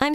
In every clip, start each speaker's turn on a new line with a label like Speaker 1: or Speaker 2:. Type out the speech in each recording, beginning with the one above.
Speaker 1: I'm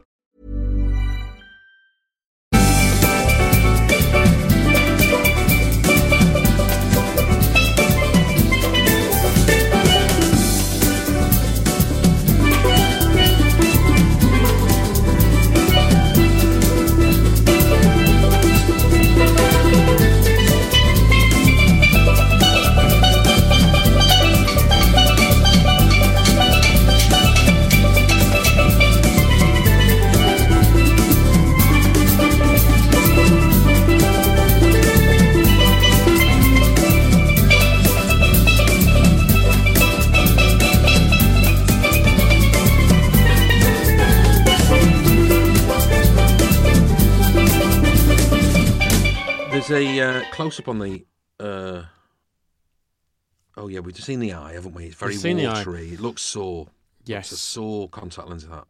Speaker 2: There's a uh, close up on the. Uh... Oh yeah, we've seen the eye, haven't we? It's very
Speaker 3: We've seen the eye.
Speaker 2: watery. It looks sore. It's a
Speaker 3: Yes.
Speaker 2: sore contact lens. That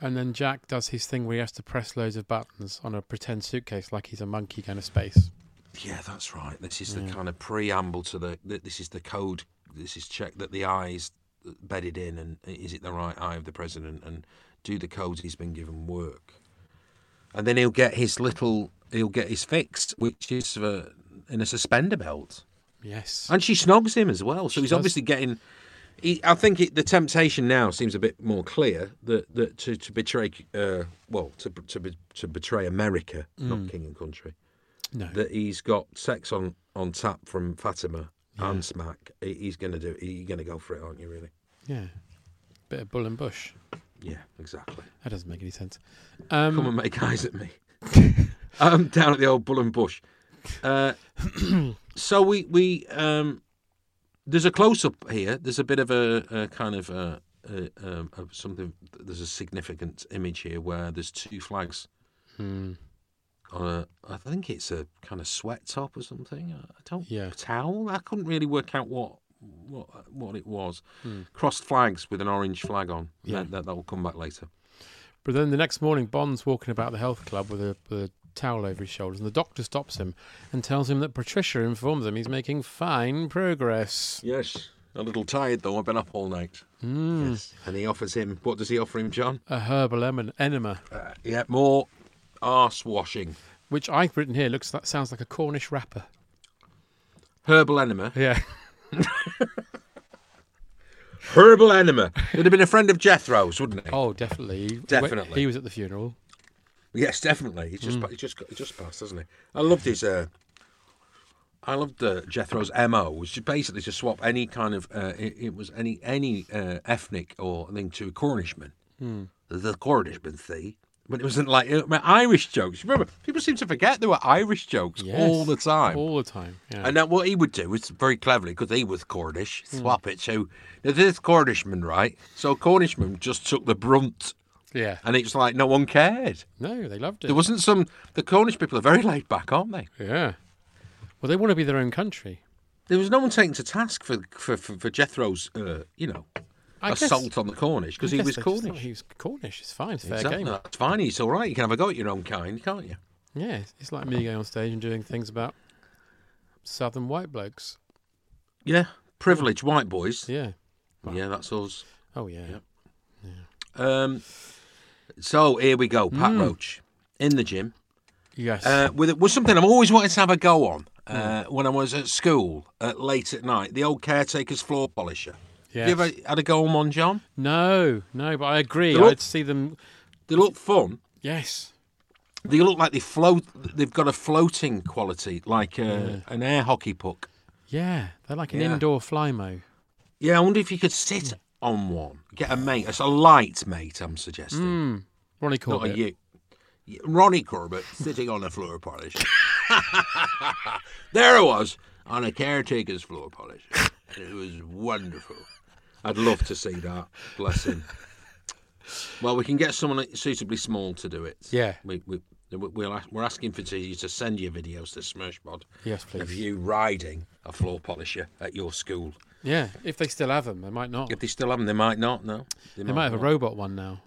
Speaker 3: And then Jack does his thing where he has to press loads of buttons on a pretend suitcase like he's a monkey going to space.
Speaker 2: Yeah, that's right. This is the kind of preamble to the. th- This is the code. This is check that the eyes bedded in, and is it the right eye of the president? And do the codes he's been given work? And then he'll get his little. He'll get his fix, which is uh, in a suspender belt,
Speaker 3: Yes.
Speaker 2: and she snogs him as well. So
Speaker 3: She
Speaker 2: he's
Speaker 3: does.
Speaker 2: obviously getting. He, I think it, the temptation now seems a bit more clear that, that to, to betray, uh, well, to to be- to betray America,
Speaker 3: Mm.
Speaker 2: not king and country
Speaker 3: no.
Speaker 2: that he's got sex on on tap from Fatima and Smack. He- He's gonna do. You're gonna go for it, aren't you? Really?
Speaker 3: yeah. Bit of bull and bush.
Speaker 2: Yeah, exactly.
Speaker 3: That doesn't make any sense.
Speaker 2: Come
Speaker 3: Um,
Speaker 2: and make eyes at me. um, down at the old Bull and Bush. Uh, so we we um, there's a close up here. There's a bit of a, a kind of a, a, um, of something. There's a significant image here where there's two flags.
Speaker 3: Hmm.
Speaker 2: On a, I think it's a kind of sweat top or something. I don't
Speaker 3: Yeah.
Speaker 2: towel. I couldn't really work out what what what it was. Crossed flags with an orange flag on.
Speaker 3: Hmm. Yeah.
Speaker 2: That, that that will come back later.
Speaker 3: but then the next morning, Bond's walking about the health club with a, with a towel over his shoulders, and the doctor stops him and tells him that Patricia informs him he's making fine progress.
Speaker 2: Yes. A little tired though. I've been up all night. Yes. And he offers him. What does he offer him, John?
Speaker 3: A herbal em- enema,
Speaker 2: Uh, yeah, more arse washing.
Speaker 3: which I've written here looks that sounds like a Cornish rapper.
Speaker 2: Herbal enema.
Speaker 3: Yeah.
Speaker 2: Herbal enema. It'd have been a friend of Jethro's, wouldn't it?
Speaker 3: Oh, definitely. He-
Speaker 2: Definitely.
Speaker 3: He was at the funeral.
Speaker 2: Yes, definitely. He's just, pa he's just, he's just passed, hasn't he? I loved his. Uh, I loved uh, Jethro's mo, which is basically to swap any kind of uh, it, it was any any uh, ethnic or thing to a Cornishman. The Cornishman, see. But it wasn't like I mean, Irish jokes. Remember, people seem to forget there were Irish jokes all the time.
Speaker 3: All the time. Yeah.
Speaker 2: And that what he would do is very cleverly, because he was Cornish, swap it. So now this Cornishman, right? So Cornishman just took the brunt,
Speaker 3: yeah.
Speaker 2: and it's like no one cared.
Speaker 3: No, they loved it.
Speaker 2: There wasn't some. The Cornish people are very laid back, aren't they?
Speaker 3: Yeah. Well, they want to be their own country.
Speaker 2: There was no one taken to task for for, for, for Jethro's, uh, you know,
Speaker 3: I guess-
Speaker 2: assault on the Cornish because
Speaker 3: I
Speaker 2: he
Speaker 3: guess
Speaker 2: was
Speaker 3: they just thought
Speaker 2: Cornish.
Speaker 3: He was Cornish. It's fine. It's fair
Speaker 2: Exactly.
Speaker 3: game.
Speaker 2: That's fine. He's all right. You can have a go at your own kind, can't you?
Speaker 3: Yeah. it's- It's like me going on stage and doing things about southern white blokes.
Speaker 2: Yeah. Privileged white boys.
Speaker 3: Yeah.
Speaker 2: Yeah, that's us.
Speaker 3: Oh yeah.
Speaker 2: Um, so here we go.
Speaker 3: Hmm.
Speaker 2: Pat Roach in the gym.
Speaker 3: Yes.
Speaker 2: Uh, with was something I've always wanted to have a go on uh,
Speaker 3: Hmm.
Speaker 2: when I was at school uh, late at night. The old caretaker's floor polisher.
Speaker 3: yes.
Speaker 2: You ever had a go on one, John?
Speaker 3: No, no. But I agree.
Speaker 2: They're all-
Speaker 3: I'd see them
Speaker 2: They look fun.
Speaker 3: Yes.
Speaker 2: They look like they float. They've got a floating quality, like uh, an air hockey puck.
Speaker 3: Yeah, they're like an
Speaker 2: Yeah.
Speaker 3: indoor flymo.
Speaker 2: Yeah, I wonder if you could sit on one. Get a mate. It's a light mate. I'm suggesting.
Speaker 3: Ronnie
Speaker 2: Not
Speaker 3: called
Speaker 2: a you. Y- Ronnie Corbett sitting on a floor polish. there I was on a caretaker's floor polish. And it was wonderful. I'd love to see that. Bless him. Well, we can get someone suitably small to do it.
Speaker 3: Yeah.
Speaker 2: We, we, we'll, ask- we're asking for you to send your videos to Smurshpod
Speaker 3: Yes,
Speaker 2: of
Speaker 3: please.
Speaker 2: you riding a floor polisher at your school.
Speaker 3: Yeah, if they still have them, they might not.
Speaker 2: If they still haven't, they might not. No,
Speaker 3: They might have a
Speaker 2: not.
Speaker 3: robot one now.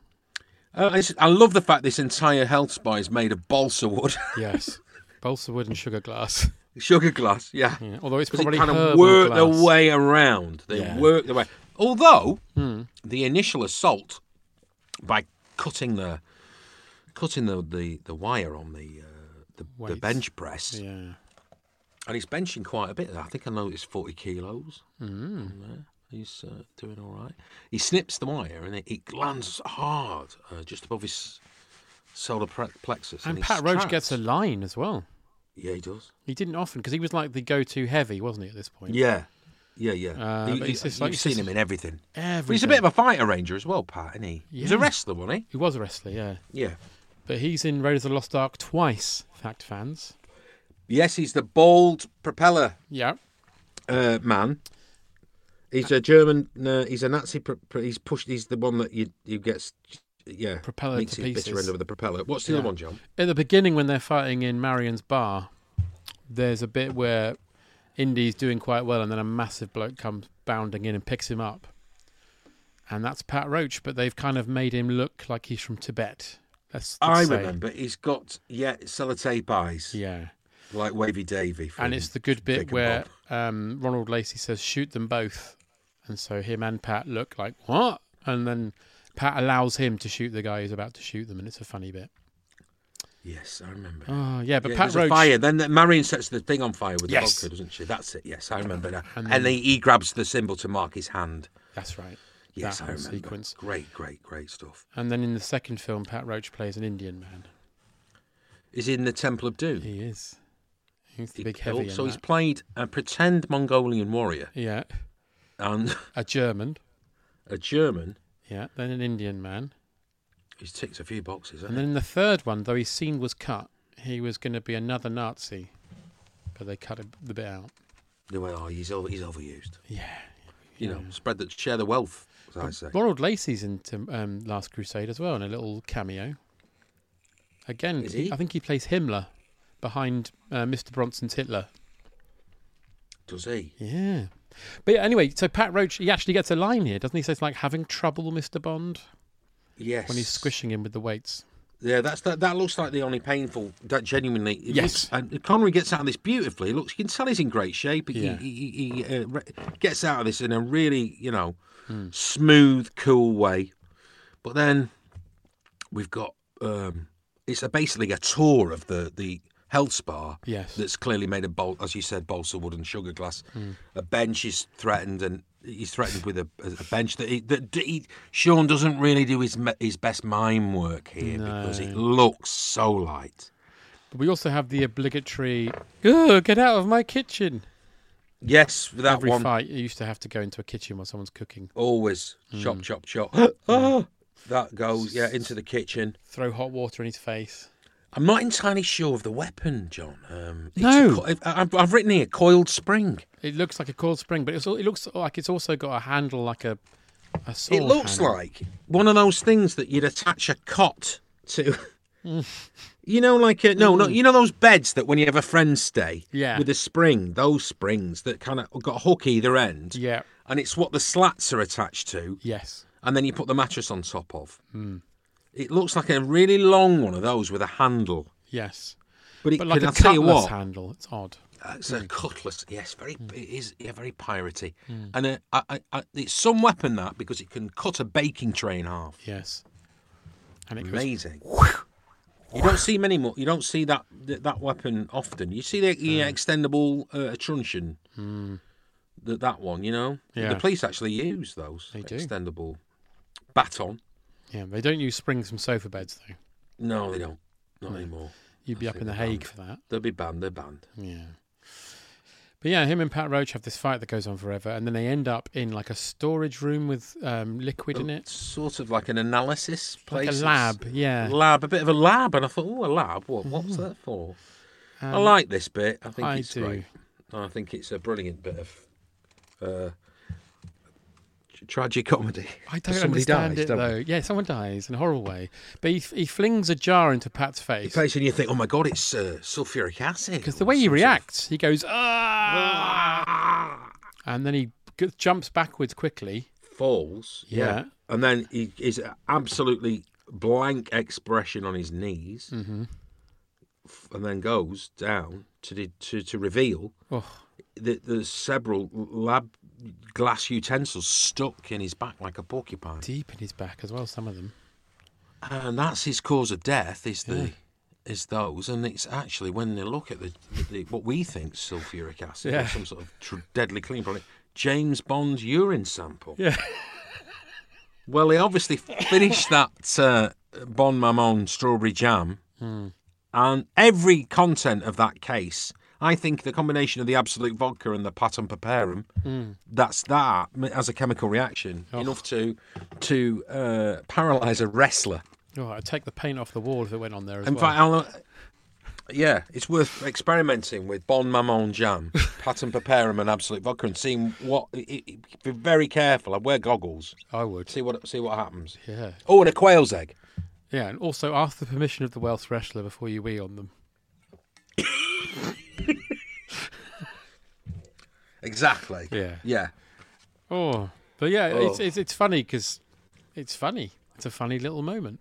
Speaker 2: Uh, it's- I love the fact this entire health spa is made of balsa wood.
Speaker 3: Yes. Balsa wood and sugar glass.
Speaker 2: Sugar glass, yeah.
Speaker 3: Yeah, although it's
Speaker 2: 'Cause
Speaker 3: probably
Speaker 2: it kind of
Speaker 3: herbal
Speaker 2: work
Speaker 3: glass.
Speaker 2: their way around. They
Speaker 3: Yeah. Hmm.
Speaker 2: work their way. Although the initial assault by cutting the cutting the the, the wire on the uh, the, the
Speaker 3: Weights.
Speaker 2: bench press,
Speaker 3: Yeah.
Speaker 2: and he's benching quite a bit. I think I noticed forty kilos.
Speaker 3: Hmm.
Speaker 2: in there. He's uh, doing all right. He snips the wire and it, it lands hard uh, just above his solar pre- plexus.
Speaker 3: And
Speaker 2: he's
Speaker 3: Pat Roach
Speaker 2: trapped.
Speaker 3: gets a line as well.
Speaker 2: Yeah, he does.
Speaker 3: He didn't often because he was like the go-to heavy, wasn't he? At this point,
Speaker 2: Yeah, yeah, yeah.
Speaker 3: Uh,
Speaker 2: You-
Speaker 3: but
Speaker 2: you,
Speaker 3: it's just like-
Speaker 2: have
Speaker 3: it's
Speaker 2: seen
Speaker 3: just
Speaker 2: him in everything.
Speaker 3: everything.
Speaker 2: But he's a bit of a fighter ranger as well, Pat, isn't he? He's a
Speaker 3: Yeah.
Speaker 2: wrestler, wasn't
Speaker 3: He was a wrestler, yeah,
Speaker 2: he? Yeah.
Speaker 3: but he's in Raiders of the Lost Ark twice. Fact fans,
Speaker 2: Yes, he's the bald propeller
Speaker 3: yeah,
Speaker 2: uh, man. He's a German. Uh, he's a Nazi. Pro- pro- he's pushed. He's the one that you you gets. Yeah,
Speaker 3: Propeller
Speaker 2: meets
Speaker 3: to
Speaker 2: his bitter
Speaker 3: pieces.
Speaker 2: end with the propeller. What's the
Speaker 3: Yeah.
Speaker 2: other one, John?
Speaker 3: At the beginning, when they're fighting in Marion's bar, there's a bit where Indy's doing quite well, and then a massive bloke comes bounding in and picks him up, and that's Pat Roach. But they've kind of made him look like he's from Tibet. That's
Speaker 2: I remember. He's got yeah sellotape eyes,
Speaker 3: Yeah,
Speaker 2: like Wavy Davy.
Speaker 3: and it's the good bit where um, Ronald Lacey says, "Shoot them both," and so him and Pat look like what, and then Pat allows him to shoot the guy who's about to shoot them, and it's a funny bit.
Speaker 2: Yes, I remember.
Speaker 3: Oh yeah, but
Speaker 2: Yeah,
Speaker 3: Pat
Speaker 2: there's a
Speaker 3: Roach.
Speaker 2: fire. Then the- Marion sets the thing on fire with
Speaker 3: Yes.
Speaker 2: the vodka, doesn't she? That's it. Yes, I remember that.
Speaker 3: And
Speaker 2: And,
Speaker 3: then-
Speaker 2: he, he grabs the symbol to mark his hand.
Speaker 3: That's right.
Speaker 2: Yes,
Speaker 3: that
Speaker 2: I
Speaker 3: whole
Speaker 2: remember.
Speaker 3: sequence.
Speaker 2: Great, great, great stuff.
Speaker 3: And then in the second film, Pat Roach plays an Indian man.
Speaker 2: Is he in the Temple of Doom.
Speaker 3: He is. He's the
Speaker 2: He
Speaker 3: big
Speaker 2: killed-
Speaker 3: heavy. in
Speaker 2: so he's
Speaker 3: that.
Speaker 2: played a pretend Mongolian warrior
Speaker 3: yeah,
Speaker 2: and
Speaker 3: a German.
Speaker 2: a German.
Speaker 3: Yeah, then an Indian man,
Speaker 2: He's ticked a few boxes.
Speaker 3: and
Speaker 2: Hasn't
Speaker 3: then in the third one, though his scene was cut, he was going to be another Nazi, but they cut it- the bit out.
Speaker 2: he? Well, oh, he's over, he's overused.
Speaker 3: Yeah.
Speaker 2: You know, spread the share the wealth. As I
Speaker 3: But
Speaker 2: say.
Speaker 3: Ronald Lacey's in Tim- um, Last Crusade as well, in a little cameo. Again,
Speaker 2: Is
Speaker 3: he-
Speaker 2: he?
Speaker 3: I think he plays Himmler behind uh, Mr. Bronson's Hitler.
Speaker 2: Does he?
Speaker 3: Yeah. But yeah, anyway, so Pat Roach, he actually gets a line here, doesn't he? So it's like having trouble, Mr. Bond,
Speaker 2: Yes.
Speaker 3: when he's squishing him with the weights.
Speaker 2: Yeah, that's that. That looks like the only painful. That genuinely, it
Speaker 3: Yes.
Speaker 2: looks- and Connery gets out of this beautifully. He Looks, you can tell he's in great shape. He,
Speaker 3: Yeah.
Speaker 2: he, he, he uh, re- gets out of this in a really, you know,
Speaker 3: Hmm.
Speaker 2: smooth, cool way. But then we've got um, it's a, basically a tour of the the health spa.
Speaker 3: Yes. Mm.
Speaker 2: that's clearly made of bol, as you said, balsa wood and sugar glass. A bench is threatened, and he's threatened with a, a bench that he, that he Sean doesn't really do his me- his best mime work here because it looks so light.
Speaker 3: But we also have the obligatory, oh, get out of my kitchen.
Speaker 2: Yes, for that
Speaker 3: Every
Speaker 2: one
Speaker 3: fight, you used to have to go into a kitchen while someone's cooking,
Speaker 2: always
Speaker 3: Mm.
Speaker 2: chop chop chop. Ah, that goes yeah into the kitchen.
Speaker 3: throw hot water in his face.
Speaker 2: I'm not entirely sure of the weapon, John. Um, it's
Speaker 3: No.
Speaker 2: a co- I- I've, I've written here coiled spring.
Speaker 3: It looks like a cold spring, but it's, al- it looks like it's also got a handle like a, a sword.
Speaker 2: It looks
Speaker 3: handle.
Speaker 2: like one of those things that you'd attach a cot to. you know, like a, no, no, you know those beds that when you have a friend's stay,
Speaker 3: Mm. Yeah.
Speaker 2: with a spring, those springs that kind of got a hook either end,
Speaker 3: Yeah.
Speaker 2: and it's what the slats are attached to,
Speaker 3: Yes.
Speaker 2: and then you put the mattress on top of.
Speaker 3: Hmm.
Speaker 2: It looks like a really long one of those with a handle,
Speaker 3: Yes.
Speaker 2: but it
Speaker 3: But like
Speaker 2: can
Speaker 3: a
Speaker 2: I tell you
Speaker 3: cutlass
Speaker 2: what,
Speaker 3: Hmm. handle. It's odd.
Speaker 2: uh, It's a cutlass, yes, very. It is yeah, very piratey,
Speaker 3: Hmm.
Speaker 2: and uh, I, I, I, it's some weapon that because it can cut a baking tray in half.
Speaker 3: Yes. And it goes
Speaker 2: Amazing. You don't see many more. You don't see that that, that weapon often. You see the, the extendable uh, truncheon. That that one, you know.
Speaker 3: Hmm. Yeah.
Speaker 2: The police actually use those
Speaker 3: They do.
Speaker 2: extendable baton.
Speaker 3: Yeah, they don't use springs from sofa beds though.
Speaker 2: No, they don't. Not anymore.
Speaker 3: You'd be
Speaker 2: I
Speaker 3: up
Speaker 2: think
Speaker 3: in the
Speaker 2: they're
Speaker 3: Hague
Speaker 2: banned.
Speaker 3: for that.
Speaker 2: They'll be banned. They're banned.
Speaker 3: Yeah. But yeah, him and Pat Roach have this fight that goes on forever, and then they end up in like a storage room with um, liquid in it,
Speaker 2: It's sort of like an analysis place.
Speaker 3: like a
Speaker 2: It's-
Speaker 3: lab. Yeah, Hmm.
Speaker 2: Lab, a bit of a lab, and I thought, oh, a lab. What? What's that for? I
Speaker 3: Um,
Speaker 2: like this bit. I think
Speaker 3: I
Speaker 2: it's
Speaker 3: do.
Speaker 2: great. I think it's a brilliant bit of uh, tr- tragic comedy.
Speaker 3: I don't
Speaker 2: Somebody
Speaker 3: understand
Speaker 2: dies,
Speaker 3: it
Speaker 2: don't they?
Speaker 3: though. Yeah, someone dies in a horrible way, but he, he flings a jar into Pat's face
Speaker 2: Place and you think, oh my god, it's uh, sulfuric acid.
Speaker 3: because the
Speaker 2: or
Speaker 3: way he
Speaker 2: some sort of-
Speaker 3: reacts, he goes ah, and then he g- jumps backwards quickly.
Speaker 2: falls.
Speaker 3: Yeah.
Speaker 2: And then he is absolutely blank expression on his knees,
Speaker 3: Mm-hmm.
Speaker 2: f- and then goes down to the, to to reveal
Speaker 3: Oh,
Speaker 2: that there's several lab glass utensils stuck in his back like a porcupine,
Speaker 3: deep in his back as well. Some of them.
Speaker 2: and that's his cause of death. Is the is those, and it's actually when they look at the, the what we think sulfuric acid
Speaker 3: Yeah.
Speaker 2: or some sort of tr- deadly clean product, James Bond's urine sample.
Speaker 3: Yeah.
Speaker 2: Well, they obviously finished that uh, Bon Maman strawberry jam, and every content of that case. I think the combination of the absolute vodka and the patum paperum, that's that as a chemical reaction enough to to uh, paralyze a wrestler.
Speaker 3: Oh, I'd take the paint off the wall if it went on there as
Speaker 2: In
Speaker 3: well.
Speaker 2: fact, I'll, uh, yeah, it's worth experimenting with Bon Maman jam, patum paperum, and absolute vodka, and seeing what. It, it, be very careful. I wear goggles.
Speaker 3: I would.
Speaker 2: See what see what happens.
Speaker 3: Yeah.
Speaker 2: Oh, and a quail's egg.
Speaker 3: Yeah, and also ask the permission of the Welsh wrestler before you wee on them.
Speaker 2: Exactly.
Speaker 3: Yeah.
Speaker 2: Yeah.
Speaker 3: Oh, but yeah, it's
Speaker 2: Oh.
Speaker 3: it's it's funny because it's funny. It's a funny little moment.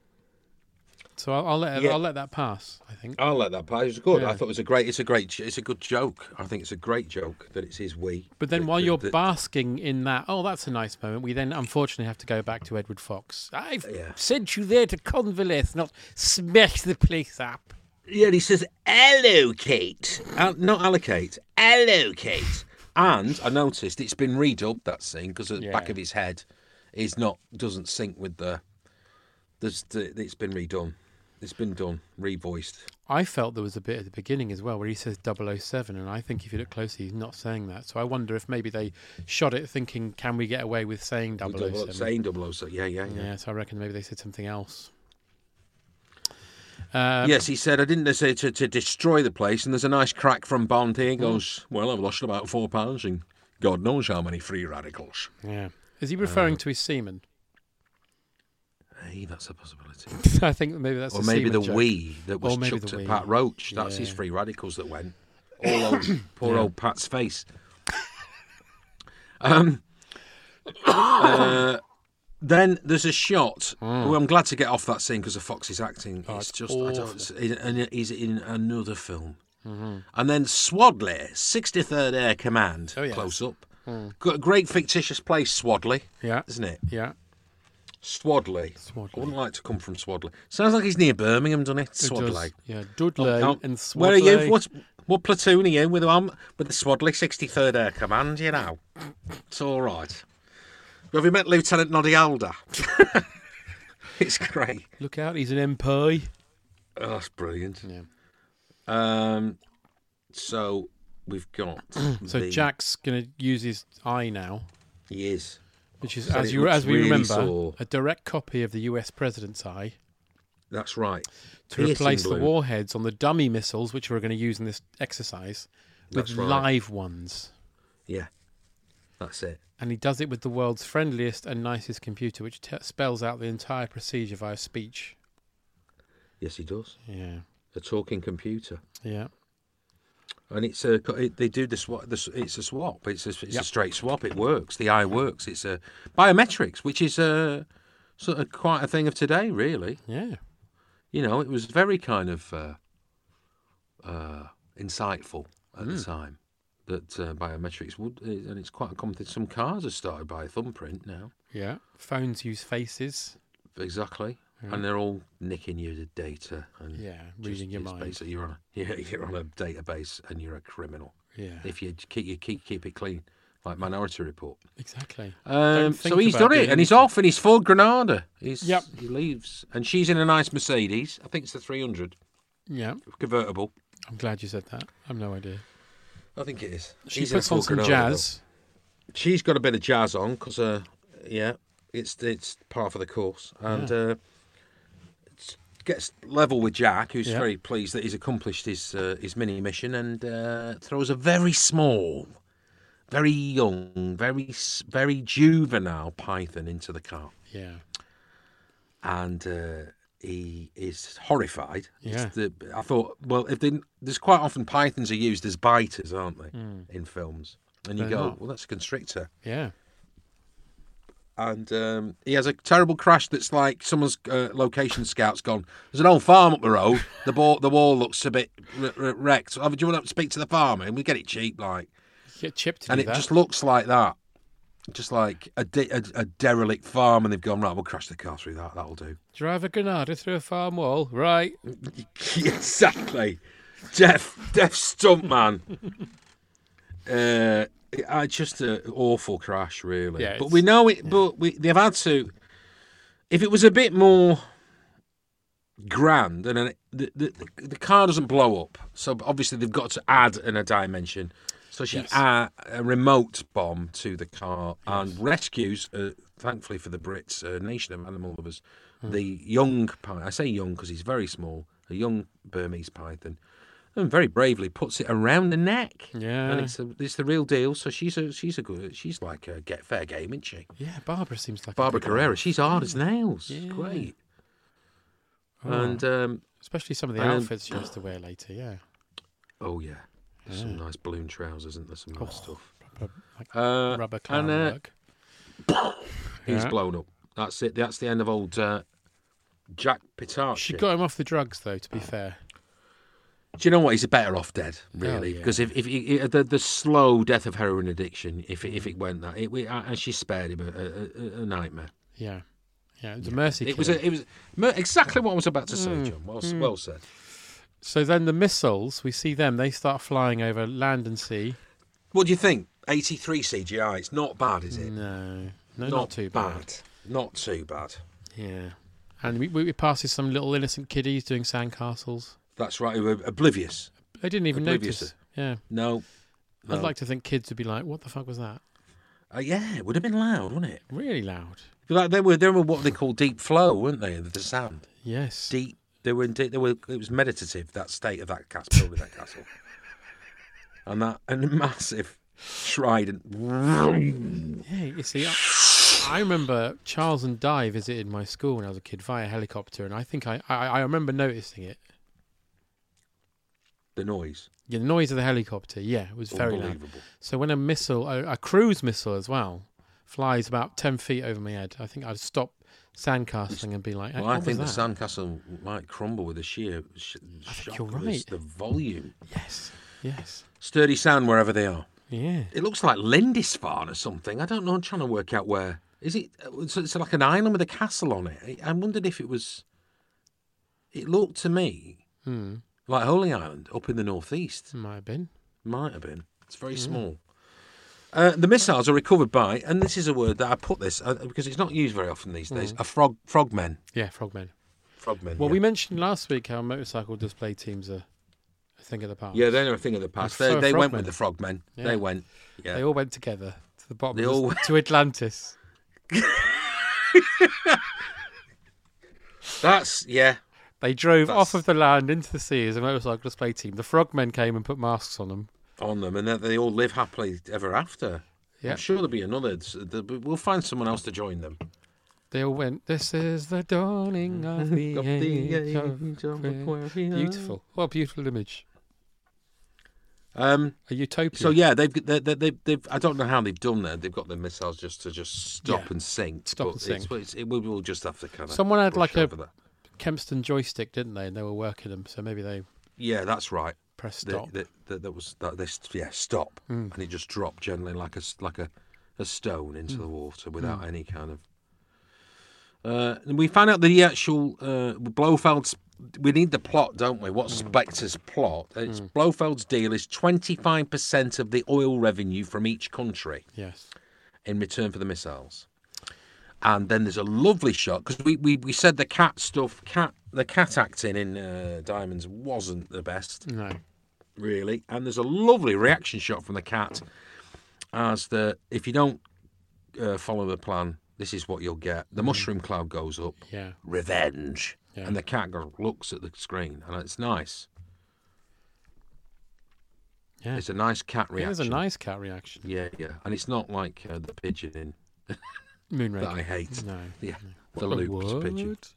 Speaker 3: So I'll, I'll let
Speaker 2: Yeah.
Speaker 3: I'll let that pass. I think.
Speaker 2: I'll let that pass. It's good.
Speaker 3: Yeah.
Speaker 2: I thought it was a great. It's a great. It's a good joke. I think it's a great joke that it's his we.
Speaker 3: But then
Speaker 2: That-
Speaker 3: while
Speaker 2: that-
Speaker 3: you're
Speaker 2: that-
Speaker 3: basking in that, oh, that's a nice moment. We then unfortunately have to go back to Edward Fox. I've
Speaker 2: Yeah.
Speaker 3: sent you there to convalesce, not smash the place up.
Speaker 2: yeah, and he says allocate, Al- not allocate, allocate. And I noticed it's been redubbed that scene because the back
Speaker 3: Yeah.
Speaker 2: of his head is not doesn't sync with the. There's the, it's been redone. It's been done, revoiced.
Speaker 3: I felt there was a bit at the beginning as well where he says 007, and I think if you look closely, he's not saying that. So I wonder if maybe they shot it thinking, can we get away with saying
Speaker 2: Double O-
Speaker 3: 007?
Speaker 2: Saying double O, so yeah, yeah, yeah.
Speaker 3: Yeah, so I reckon maybe they said something else. Uh,
Speaker 2: Yes, he said, I didn't necessarily to, to destroy the place, and there's a nice crack from Bond here. He goes, Well, I've lost about four pounds in God knows how many free radicals.
Speaker 3: yeah. Is he
Speaker 2: Uh,
Speaker 3: referring to his semen?
Speaker 2: Hey, that's a possibility.
Speaker 3: I think maybe that's
Speaker 2: or
Speaker 3: a
Speaker 2: maybe
Speaker 3: semen
Speaker 2: the
Speaker 3: joke.
Speaker 2: we that was
Speaker 3: Or maybe
Speaker 2: chucked
Speaker 3: the
Speaker 2: at
Speaker 3: we.
Speaker 2: Pat Roach. That's his
Speaker 3: Yeah.
Speaker 2: free radicals that went. All old, poor old Pat's face. Um, uh, then there's a shot. Well, I'm glad to get off that scene because of Fox's acting. it's,
Speaker 3: Hmm. Oh, it's
Speaker 2: just, I don't, it's in- and he's in another film.
Speaker 3: Mm-hmm.
Speaker 2: And then Swadley, 63rd Air Command,
Speaker 3: Oh, yes.
Speaker 2: close up. Got a great fictitious place, Swadley,
Speaker 3: Yeah.
Speaker 2: isn't it?
Speaker 3: Yeah.
Speaker 2: Swadley.
Speaker 3: Swadley.
Speaker 2: I wouldn't like to come from Swadley. Sounds like he's near Birmingham, doesn't it?
Speaker 3: It does.
Speaker 2: Swadley.
Speaker 3: Yeah. Dudley
Speaker 2: Oh, no.
Speaker 3: and
Speaker 2: Where are you?
Speaker 3: Swadley.
Speaker 2: What, what platoon are you with? Um, with the Swadley 63rd Air Command, you know. It's all right. Have you met Lieutenant Noddy Alder? it's great.
Speaker 3: Look out, he's an MP.
Speaker 2: Oh, that's brilliant.
Speaker 3: Yeah.
Speaker 2: Um, so we've got.
Speaker 3: So
Speaker 2: the-
Speaker 3: Jack's going to use his eye now,
Speaker 2: He is.
Speaker 3: which is,
Speaker 2: So
Speaker 3: as
Speaker 2: it
Speaker 3: you
Speaker 2: looks
Speaker 3: as we
Speaker 2: really
Speaker 3: remember,
Speaker 2: sore.
Speaker 3: a direct copy of the US president's eye
Speaker 2: That's right.
Speaker 3: to replace
Speaker 2: Piercing
Speaker 3: the
Speaker 2: blue.
Speaker 3: warheads on the dummy missiles, which we're going to use in this exercise, with
Speaker 2: That's right.
Speaker 3: live ones.
Speaker 2: Yeah. That's it.
Speaker 3: and he does it with the world's friendliest and nicest computer, which t- spells out the entire procedure via speech.
Speaker 2: Yes, he does.
Speaker 3: Yeah,
Speaker 2: A talking computer.
Speaker 3: yeah,
Speaker 2: And it's a it, they do the swap. The, s- it's a swap. It's a, it's a
Speaker 3: Yep.
Speaker 2: straight swap. It works. The eye works. It's a biometrics, which is a sort of quite a thing of today, really.
Speaker 3: yeah.
Speaker 2: You know, it was very kind of uh, uh, insightful at
Speaker 3: Hmm.
Speaker 2: the time that uh, biometrics would, eh, and it's quite a common thing. Some cars are started by thumbprint now.
Speaker 3: Yeah, phones use faces.
Speaker 2: Exactly. And they're all nicking you the data and
Speaker 3: Hmm. Yeah, reading your
Speaker 2: it's
Speaker 3: mind.
Speaker 2: Basically, you're on a, you're, you're on a database and you're a criminal
Speaker 3: Yeah,
Speaker 2: if you j- keep you keep keep it clean like Minority Report.
Speaker 3: Exactly.
Speaker 2: Um,
Speaker 3: Don't
Speaker 2: so
Speaker 3: think
Speaker 2: he's
Speaker 3: about
Speaker 2: done it,
Speaker 3: doing
Speaker 2: and he's off, and he's full Granada. He's,
Speaker 3: Yep.
Speaker 2: He leaves, and she's in a nice Mercedes. I think it's the 300
Speaker 3: Yeah.
Speaker 2: convertible.
Speaker 3: I'm glad you said that. I've no idea.
Speaker 2: I think it is.
Speaker 3: She
Speaker 2: He's in
Speaker 3: puts
Speaker 2: full
Speaker 3: on some
Speaker 2: Granada,
Speaker 3: jazz.
Speaker 2: though. She's got a bit of jazz on because, uh, yeah, it's it's part of the course, and uh, it's, gets level with Jack, who's
Speaker 3: Yep.
Speaker 2: very pleased that he's accomplished his uh, his mini mission, and uh, throws a very small, very young, very s- very juvenile python into the car.
Speaker 3: Yeah.
Speaker 2: and uh, he is horrified. It's
Speaker 3: Yeah.
Speaker 2: the- I thought, well, if they, there's quite often pythons are used as biters, aren't they, in films? And you
Speaker 3: Hmm. They're
Speaker 2: go,
Speaker 3: not.
Speaker 2: well, that's a constrictor.
Speaker 3: Yeah.
Speaker 2: And um, he has a terrible crash that's like someone's uh, location scout's gone. There's an old farm up the road. The, ball, the wall looks a bit r- r- wrecked. Oh, do you want to speak to the farmer? And we get it cheap, like.
Speaker 3: You get chipped to
Speaker 2: And
Speaker 3: do
Speaker 2: it
Speaker 3: that.
Speaker 2: just looks like that. Just like a, de- a, a derelict farm, and they've gone, right, we'll crash the car through that. That'll do.
Speaker 3: Drive a Granada through a farm wall. Right.
Speaker 2: exactly. Deaf, deaf stunt man. uh, it- uh, just an awful crash, really.
Speaker 3: Yeah,
Speaker 2: but
Speaker 3: it's-
Speaker 2: we know it. But we, they've had to. If it was a bit more grand, and an, the, the the car doesn't blow up, so obviously they've got to add in a dimension. So she
Speaker 3: Yes.
Speaker 2: add a remote bomb to the car and rescues, uh, thankfully for the Brits, a nation of animal lovers, the young python. I say young because he's very small, a young Burmese python, and very bravely puts it around the neck.
Speaker 3: Yeah.
Speaker 2: and it's a, it's the real deal. So she's a she's a good she's like a get fair game, isn't she?
Speaker 3: Yeah. Barbara seems like a
Speaker 2: Barbara
Speaker 3: good one.
Speaker 2: Carrera, she's hard as nails.
Speaker 3: Yeah.
Speaker 2: Great.
Speaker 3: Oh.
Speaker 2: And um,
Speaker 3: Especially some of the
Speaker 2: And-
Speaker 3: outfits she has to wear later. Yeah.
Speaker 2: oh yeah, There's some nice balloon trousers, isn't there? Some nice stuff.
Speaker 3: Oh, Proper, like,
Speaker 2: Uh,
Speaker 3: rubber clown
Speaker 2: and, uh,
Speaker 3: work.
Speaker 2: He's
Speaker 3: Yeah.
Speaker 2: blown up. That's it. That's the end of old uh, Jack Pitart.
Speaker 3: She got him off the drugs, though. To be fair,
Speaker 2: Do you know what? He's better off dead, really,
Speaker 3: Oh, yeah.
Speaker 2: because if if he, the the slow death of heroin addiction, if it, if
Speaker 3: Mm.
Speaker 2: it went that, it, we, and she spared him a, a- a, a nightmare.
Speaker 3: yeah, yeah, it was a mercy.
Speaker 2: It was
Speaker 3: killing.
Speaker 2: a, it was mer- exactly what I was about to say,
Speaker 3: Mm.
Speaker 2: John. Well, s well said.
Speaker 3: so then the missiles we see them. They start flying over land and sea.
Speaker 2: What do you think? Eighty three CGI. It's not bad, is it?
Speaker 3: No, Mm. no, not, too bad.
Speaker 2: Not too bad.
Speaker 3: Yeah, and we, we we passes some little innocent kiddies doing sandcastles.
Speaker 2: That's right. we were Oblivious.
Speaker 3: They didn't even
Speaker 2: Oblivious.
Speaker 3: notice. Yeah,
Speaker 2: No.
Speaker 3: I'd like to think kids would be like, "What the fuck was that?"
Speaker 2: Uh, yeah, it would have been loud, wouldn't it?
Speaker 3: Really loud.
Speaker 2: Like they were, they were what they call deep flow, weren't they? The sound.
Speaker 3: Yes.
Speaker 2: deep. They were in deep. They were. It was meditative. That state of that castle, building that castle, and that and a massive trident.
Speaker 3: Yeah, you see, I, I remember Charles and Di visited my school when I was a kid via helicopter, and I think I I, I remember noticing it.
Speaker 2: The noise,
Speaker 3: Yeah, the noise of the helicopter, yeah, it was very loud.
Speaker 2: unbelievable.
Speaker 3: So when a missile, a, a cruise missile as well, flies about ten feet over my head, I think I'd stop sandcasting and be like,
Speaker 2: Well,
Speaker 3: "What
Speaker 2: I
Speaker 3: was
Speaker 2: think the
Speaker 3: that?"
Speaker 2: sandcastle might crumble with the sheer sh-
Speaker 3: I think
Speaker 2: shock
Speaker 3: you're
Speaker 2: of this-
Speaker 3: right.
Speaker 2: The volume,
Speaker 3: Yes, yes,
Speaker 2: sturdy sand wherever they are.
Speaker 3: yeah,
Speaker 2: It looks like Lindisfarne or something. I don't know. I'm trying to work out where. Is it? It's, it's like an island with a castle on it. I- I wondered if it was. It looked to me
Speaker 3: hmm,
Speaker 2: like Holy Island up in the northeast.
Speaker 3: might have been.
Speaker 2: Might have been. It's very small. Uh, the missiles are recovered by, and this is a word that I put this uh, because it's not used very often these days. A frog, frogmen,
Speaker 3: Yeah, frogmen.
Speaker 2: frogmen.
Speaker 3: Well,
Speaker 2: yeah.
Speaker 3: we mentioned last week how motorcycle display teams are a thing of the past.
Speaker 2: yeah, they're a thing of the past. They,
Speaker 3: so
Speaker 2: they went
Speaker 3: frogmen.
Speaker 2: with the frogmen.
Speaker 3: Yeah.
Speaker 2: They went. Yeah.
Speaker 3: They all went together to the bottom.
Speaker 2: They
Speaker 3: of the-
Speaker 2: all-
Speaker 3: to Atlantis.
Speaker 2: That's yeah.
Speaker 3: They drove off
Speaker 2: That's-
Speaker 3: of the land into the sea as a motorcycle display team. The frogmen came and put masks on them.
Speaker 2: On them, and that they all live happily ever after.
Speaker 3: Yeah.
Speaker 2: I'm sure there'll be another. s- the- but We'll find someone else to join them.
Speaker 3: They all went, This is the dawning of the,
Speaker 2: Of the age
Speaker 3: age of
Speaker 2: of
Speaker 3: Aquarius."
Speaker 2: Aquarius.
Speaker 3: Beautiful. What a beautiful image.
Speaker 2: Um,
Speaker 3: A utopia.
Speaker 2: so yeah, they've, they, they, they've they've. I don't know how they've done that. They've got their missiles just to just stop
Speaker 3: Yeah.
Speaker 2: and sink.
Speaker 3: Stop
Speaker 2: but
Speaker 3: and sink.
Speaker 2: It's, it's, it, we'll, we'll just have to kind of.
Speaker 3: Someone had like a-
Speaker 2: That.
Speaker 3: Kempston joystick, didn't they? And they were working them, so maybe they
Speaker 2: Yeah, that's right.
Speaker 3: pressed
Speaker 2: The-
Speaker 3: stop.
Speaker 2: the- the- that was that. This yeah, stop, and it just dropped gently like a s- like a, a stone into the water without any kind of. Uh, and we find out the actual uh, Blofeld's. We need the plot, don't we? What's Spectre's plot? Uh, It's Blofeld's deal is 25% of the oil revenue from each country
Speaker 3: Yes.
Speaker 2: in return for the missiles. And then there's a lovely shot because we, we, we said the cat stuff, cat the cat acting in uh, Diamonds wasn't the best
Speaker 3: No.
Speaker 2: really. And there's a lovely reaction shot from the cat as the if you don't uh, follow the plan, this is what you'll get. The mushroom cloud goes up,
Speaker 3: Mm. Yeah.
Speaker 2: revenge,
Speaker 3: Yeah.
Speaker 2: and the cat goes, looks at the screen, and it's nice.
Speaker 3: Yeah.
Speaker 2: It's a nice cat
Speaker 3: It
Speaker 2: reaction.
Speaker 3: was a nice cat reaction.
Speaker 2: Yeah, yeah, and it's not like uh, the pigeon in
Speaker 3: Moonraker.
Speaker 2: that I hate.
Speaker 3: No.
Speaker 2: Yeah, the
Speaker 3: What,
Speaker 2: looped pigeon.
Speaker 3: what?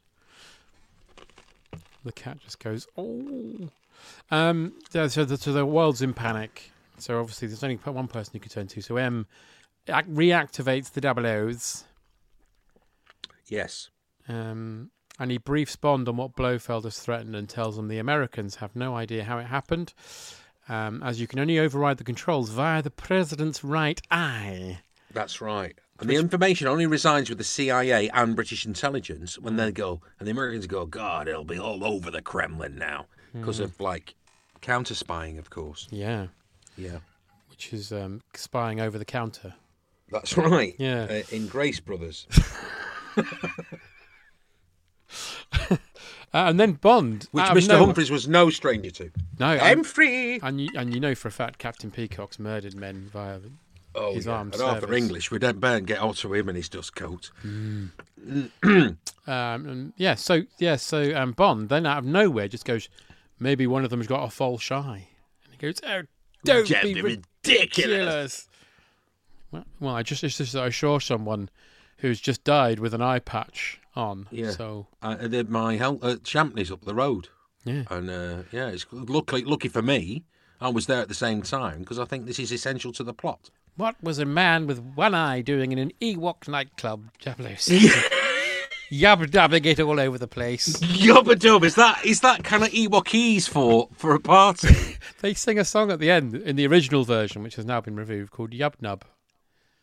Speaker 3: The cat just goes, oh. Um, yeah, so, the, so the world's in panic. So obviously there's only one person you can turn to. So M ac- reactivates the double O's
Speaker 2: Yes,
Speaker 3: um, and he briefs Bond on what Blofeld has threatened and tells him the Americans have no idea how it happened, um, as you can only override the controls via the president's right eye.
Speaker 2: that's right. And the information only resides with the CIA and British intelligence when they go, and the Americans go, God, it'll be all over the Kremlin now because
Speaker 3: Hmm.
Speaker 2: of like counter spying, of course.
Speaker 3: Yeah,
Speaker 2: Yeah,
Speaker 3: which is um, spying over the counter.
Speaker 2: that's right.
Speaker 3: Yeah.
Speaker 2: uh, in Grace Brothers.
Speaker 3: Uh, and then Bond,
Speaker 2: which
Speaker 3: out of
Speaker 2: Mr.
Speaker 3: nowhere-
Speaker 2: Humphries was no stranger to.
Speaker 3: Ah, No,
Speaker 2: I'm
Speaker 3: and,
Speaker 2: free.
Speaker 3: and you and you know for a fact Captain Peacock's murdered men via. the-
Speaker 2: oh,
Speaker 3: his
Speaker 2: yeah.
Speaker 3: armed
Speaker 2: and Arthur
Speaker 3: service.
Speaker 2: English, we don't burn get onto him in his dust coat.
Speaker 3: Um, and yeah, so yeah, so um, Bond then out of nowhere just goes, maybe one of them's got a false eye, and he goes, oh, don't
Speaker 2: That'd
Speaker 3: be
Speaker 2: be
Speaker 3: ridiculous.
Speaker 2: ridiculous.
Speaker 3: ridiculous. Well, well, I just, it's just that I saw someone who's just died with an eye patch on.
Speaker 2: Yeah.
Speaker 3: So
Speaker 2: I, I did my help at Champney's up the road.
Speaker 3: yeah,
Speaker 2: And uh, yeah, it's good. luckily lucky for me, I was there at the same time because I think this is essential to the plot.
Speaker 3: what was a man with one eye doing in an Ewok nightclub? Jablos. Yab dabbing it all over the place.
Speaker 2: Yubba dub, is that is that kind of Ewokese for for a party?
Speaker 3: They sing a song at the end in the original version, which has now been reviewed, called Yub Nub.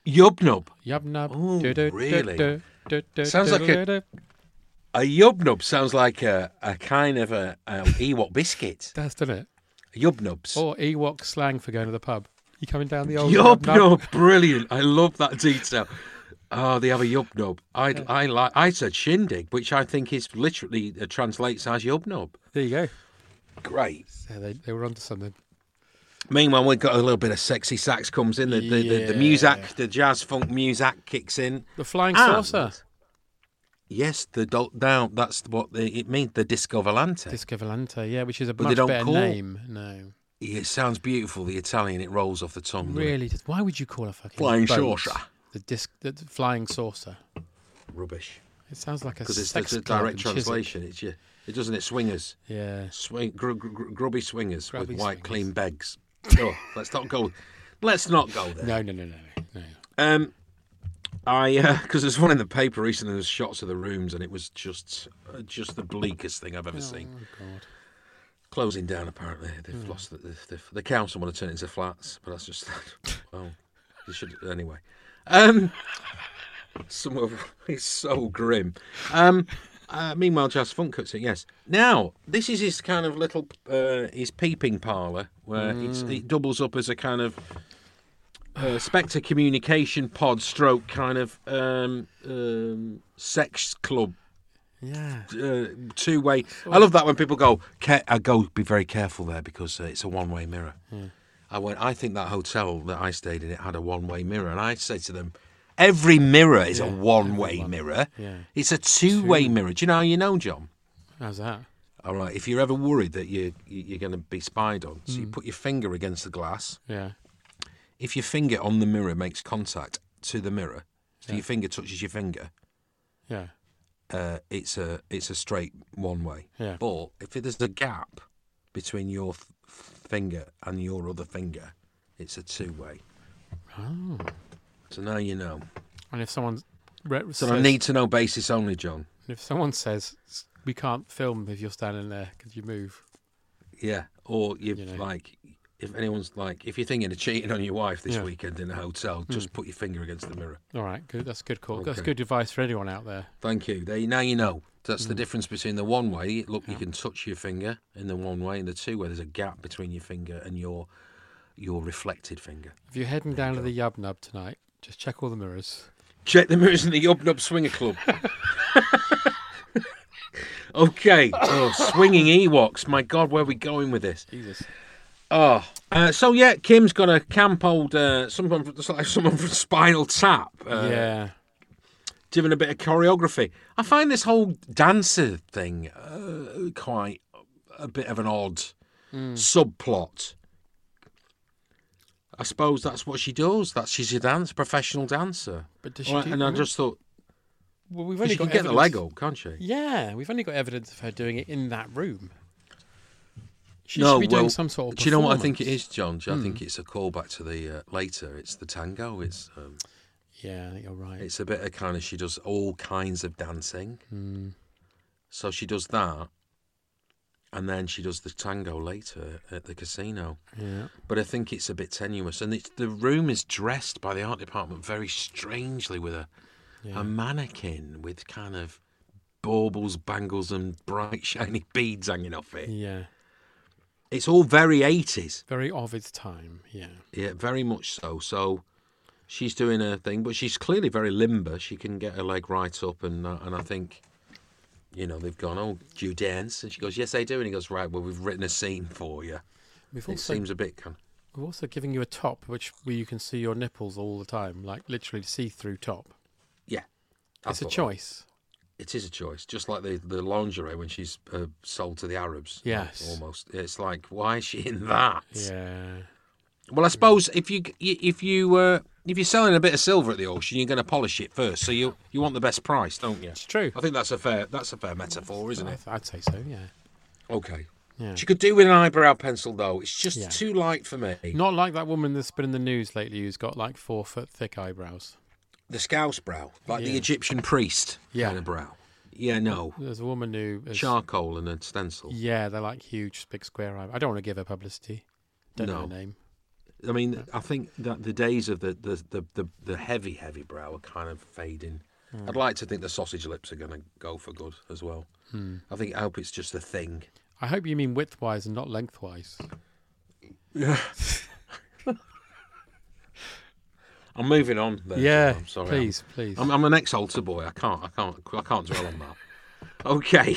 Speaker 2: Yubnub,
Speaker 3: Yub Nub.
Speaker 2: Ooh,
Speaker 3: Du-du-du-du-du,
Speaker 2: really?
Speaker 3: du-du-du-du-du-du.
Speaker 2: Sounds like a- a yubnub sounds like a, a kind of a, a Ewok biscuit.
Speaker 3: That's done it.
Speaker 2: Yubnubs.
Speaker 3: Or Ewok slang for going to the pub. You coming down the old
Speaker 2: Oh, Yub
Speaker 3: Oh, Nub?
Speaker 2: nub, brilliant! I love that detail. Oh, they have a yub nub. I I like. I said shindig, which I think is literally uh, translates as yub nub.
Speaker 3: There you go.
Speaker 2: Great.
Speaker 3: So they, they were onto something.
Speaker 2: Meanwhile, we've got a little bit of sexy sax comes in. The the, the, the music, the jazz funk music kicks in.
Speaker 3: The flying
Speaker 2: And-
Speaker 3: saucer.
Speaker 2: Yes, the dol- now that's what the, it means. The disco volante.
Speaker 3: Disco Volante, yeah, which is a
Speaker 2: But they
Speaker 3: much
Speaker 2: don't
Speaker 3: better
Speaker 2: call-
Speaker 3: name. No,
Speaker 2: it sounds beautiful. The Italian, it rolls off the tongue. doesn't it?
Speaker 3: really. Just, why would you call a fucking
Speaker 2: Flying
Speaker 3: boat
Speaker 2: saucer.
Speaker 3: The disc, the, the flying saucer.
Speaker 2: rubbish
Speaker 3: It sounds like a
Speaker 2: because it's the,
Speaker 3: sex
Speaker 2: the
Speaker 3: club in
Speaker 2: direct
Speaker 3: Chiswick.
Speaker 2: translation. It's your, it doesn't it swingers.
Speaker 3: Yeah,
Speaker 2: swing gr- gr- gr- grubby swingers
Speaker 3: Grubby
Speaker 2: with white
Speaker 3: swingers.
Speaker 2: clean begs. oh, let's not go. Let's not go there.
Speaker 3: no, no, no, no, no.
Speaker 2: Um, I because there's one in the paper recently. There's shots of the rooms, and it was just uh, just the bleakest thing I've ever seen. Closing down. Apparently, they've lost. The, the, the, the council want to turn it into flats, but that's just well, they should anyway. Um, some of it's so grim. Um, uh, meanwhile, Jazz Funk cuts it. Yes. Now this is his kind of little uh, his peeping parlour where it's, it doubles up as a kind of uh, Spectre communication pod stroke kind of um, um, sex club
Speaker 3: Yeah,
Speaker 2: uh, two way. I love that when people go, "Ca- I go be very careful there because uh, it's a one way mirror. I went. I think that hotel that I stayed in it had a one way mirror, and I said to them, every mirror is a one way mirror.
Speaker 3: Yeah.
Speaker 2: It's a two way mirror. Do you know how you know, John?
Speaker 3: how's that?
Speaker 2: All right. If you're ever worried that you you- you're going to be spied on, so you put your finger against the glass
Speaker 3: Yeah,
Speaker 2: if your finger on the mirror makes contact to the mirror, so your finger touches your finger,
Speaker 3: yeah,
Speaker 2: uh, it's a it's a straight one way.
Speaker 3: Yeah.
Speaker 2: But if there's a gap between your th- finger and your other finger, it's a two way.
Speaker 3: oh.
Speaker 2: So now you know.
Speaker 3: And if someone re-
Speaker 2: So
Speaker 3: says,
Speaker 2: I need to know basis only, John.
Speaker 3: if someone says we can't film if you're standing there, could you move?
Speaker 2: Yeah. Or you've
Speaker 3: You know.
Speaker 2: like if anyone's like, if you're thinking of cheating on your wife this
Speaker 3: Yeah. Hmm.
Speaker 2: weekend in a hotel, just put your finger against the mirror.
Speaker 3: All right, good. That's good call. That's
Speaker 2: Okay.
Speaker 3: good advice for anyone out there.
Speaker 2: Thank you. There, you- now you know. That's the difference between the one way. Look, you can touch your finger in the one way, and the two where there's a gap between your finger and your your reflected finger.
Speaker 3: If you're heading down to the Yub Nub tonight, just check all the mirrors.
Speaker 2: Check the mirrors in the Yub Nub Swinger Club. okay. Oh, swinging Ewoks. My God, where are we going with this?
Speaker 3: Jesus.
Speaker 2: Oh, uh, so yeah, Kim's got a camp old uh, someone, from, it's like someone from Spinal Tap, uh,
Speaker 3: yeah.
Speaker 2: doing a bit of choreography. I find this whole dancer thing uh, quite a bit of an odd
Speaker 3: Hmm.
Speaker 2: subplot. I suppose that's what she does. That she's a dance professional dancer.
Speaker 3: But does she
Speaker 2: Right,
Speaker 3: do-
Speaker 2: and I just thought
Speaker 3: Well, we've
Speaker 2: she can get the leg up, can't she?
Speaker 3: Yeah, we've only got evidence of her doing it in that room. She
Speaker 2: no,
Speaker 3: should be
Speaker 2: well,
Speaker 3: doing some sort of.
Speaker 2: Do you know what I think it is, John? I
Speaker 3: Hmm.
Speaker 2: think it's a callback to the uh, later. It's the tango. It's um,
Speaker 3: performance. Yeah, I think you're right.
Speaker 2: It's a bit of kind of she does all kinds of dancing.
Speaker 3: Hmm.
Speaker 2: So she does that, and then she does the tango later at the casino.
Speaker 3: yeah.
Speaker 2: But I think it's a bit tenuous, and it's, the room is dressed by the art department very strangely with a
Speaker 3: Yeah.
Speaker 2: a mannequin with kind of baubles, bangles, and bright shiny beads hanging off it.
Speaker 3: yeah.
Speaker 2: It's all very eighties.
Speaker 3: Very of its time. Yeah.
Speaker 2: Yeah, very much so. So she's doing her thing, but she's clearly very limber. She can get her leg right up, and uh, and I think, you know, they've gone, oh, do you dance? And she goes, yes, I do. And he goes, right, well, we've written a scene for you.
Speaker 3: We've
Speaker 2: It
Speaker 3: also,
Speaker 2: seems a bit kind.
Speaker 3: we're also giving you a top, which where you can see your nipples all the time, like literally see-through top.
Speaker 2: Yeah, I
Speaker 3: it's a
Speaker 2: thought that.
Speaker 3: choice.
Speaker 2: It is a choice, just like the the lingerie when she's uh, sold to the Arabs. like,
Speaker 3: Yes.
Speaker 2: almost. It's like, why is she in that?
Speaker 3: Yeah.
Speaker 2: Well, I suppose if you if you uh, if you're selling a bit of silver at the auction, you're going to polish it first, so you you want the best price, don't you?
Speaker 3: It's true.
Speaker 2: I think that's a fair that's a fair metaphor, isn't
Speaker 3: I
Speaker 2: it?
Speaker 3: th- I'd say so. Yeah.
Speaker 2: Okay.
Speaker 3: Yeah.
Speaker 2: She could do with an eyebrow pencil though. It's just
Speaker 3: Yeah.
Speaker 2: too light for me.
Speaker 3: Not like that woman that's been in the news lately who's got like four foot thick eyebrows.
Speaker 2: The scouse brow, like the
Speaker 3: Yeah.
Speaker 2: Egyptian priest
Speaker 3: Yeah.
Speaker 2: kind of brow. Yeah, no.
Speaker 3: There's a woman who. Has,
Speaker 2: Charcoal and a stencil.
Speaker 3: Yeah, they're like huge, big square eyebrows. I don't want to give her publicity. Don't know her
Speaker 2: No.
Speaker 3: name.
Speaker 2: I mean, I think that the days of the the, the, the, the heavy heavy brow are kind of fading.
Speaker 3: Hmm.
Speaker 2: I'd like to think the sausage lips are going to go for good as well.
Speaker 3: Hmm.
Speaker 2: I think I hope it's just a thing.
Speaker 3: I hope you mean width wise and not length wise.
Speaker 2: Yeah. I'm moving on. There,
Speaker 3: yeah,
Speaker 2: John. I'm sorry. I'm-
Speaker 3: please, please.
Speaker 2: Oh, I'm, I'm an ex-altar boy. I can't. I can't. I can't dwell on that. Okay.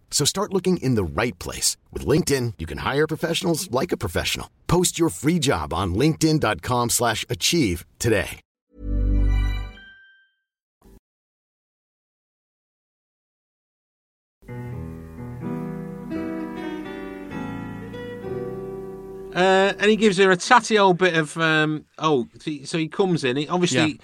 Speaker 4: So start looking in the right place. With LinkedIn, you can hire professionals like a professional. Post your free job on linkedin.com/achieve slash achieve today.
Speaker 2: Uh, and he gives her a tatty old bit of um, oh, th- so he comes in. He obviously,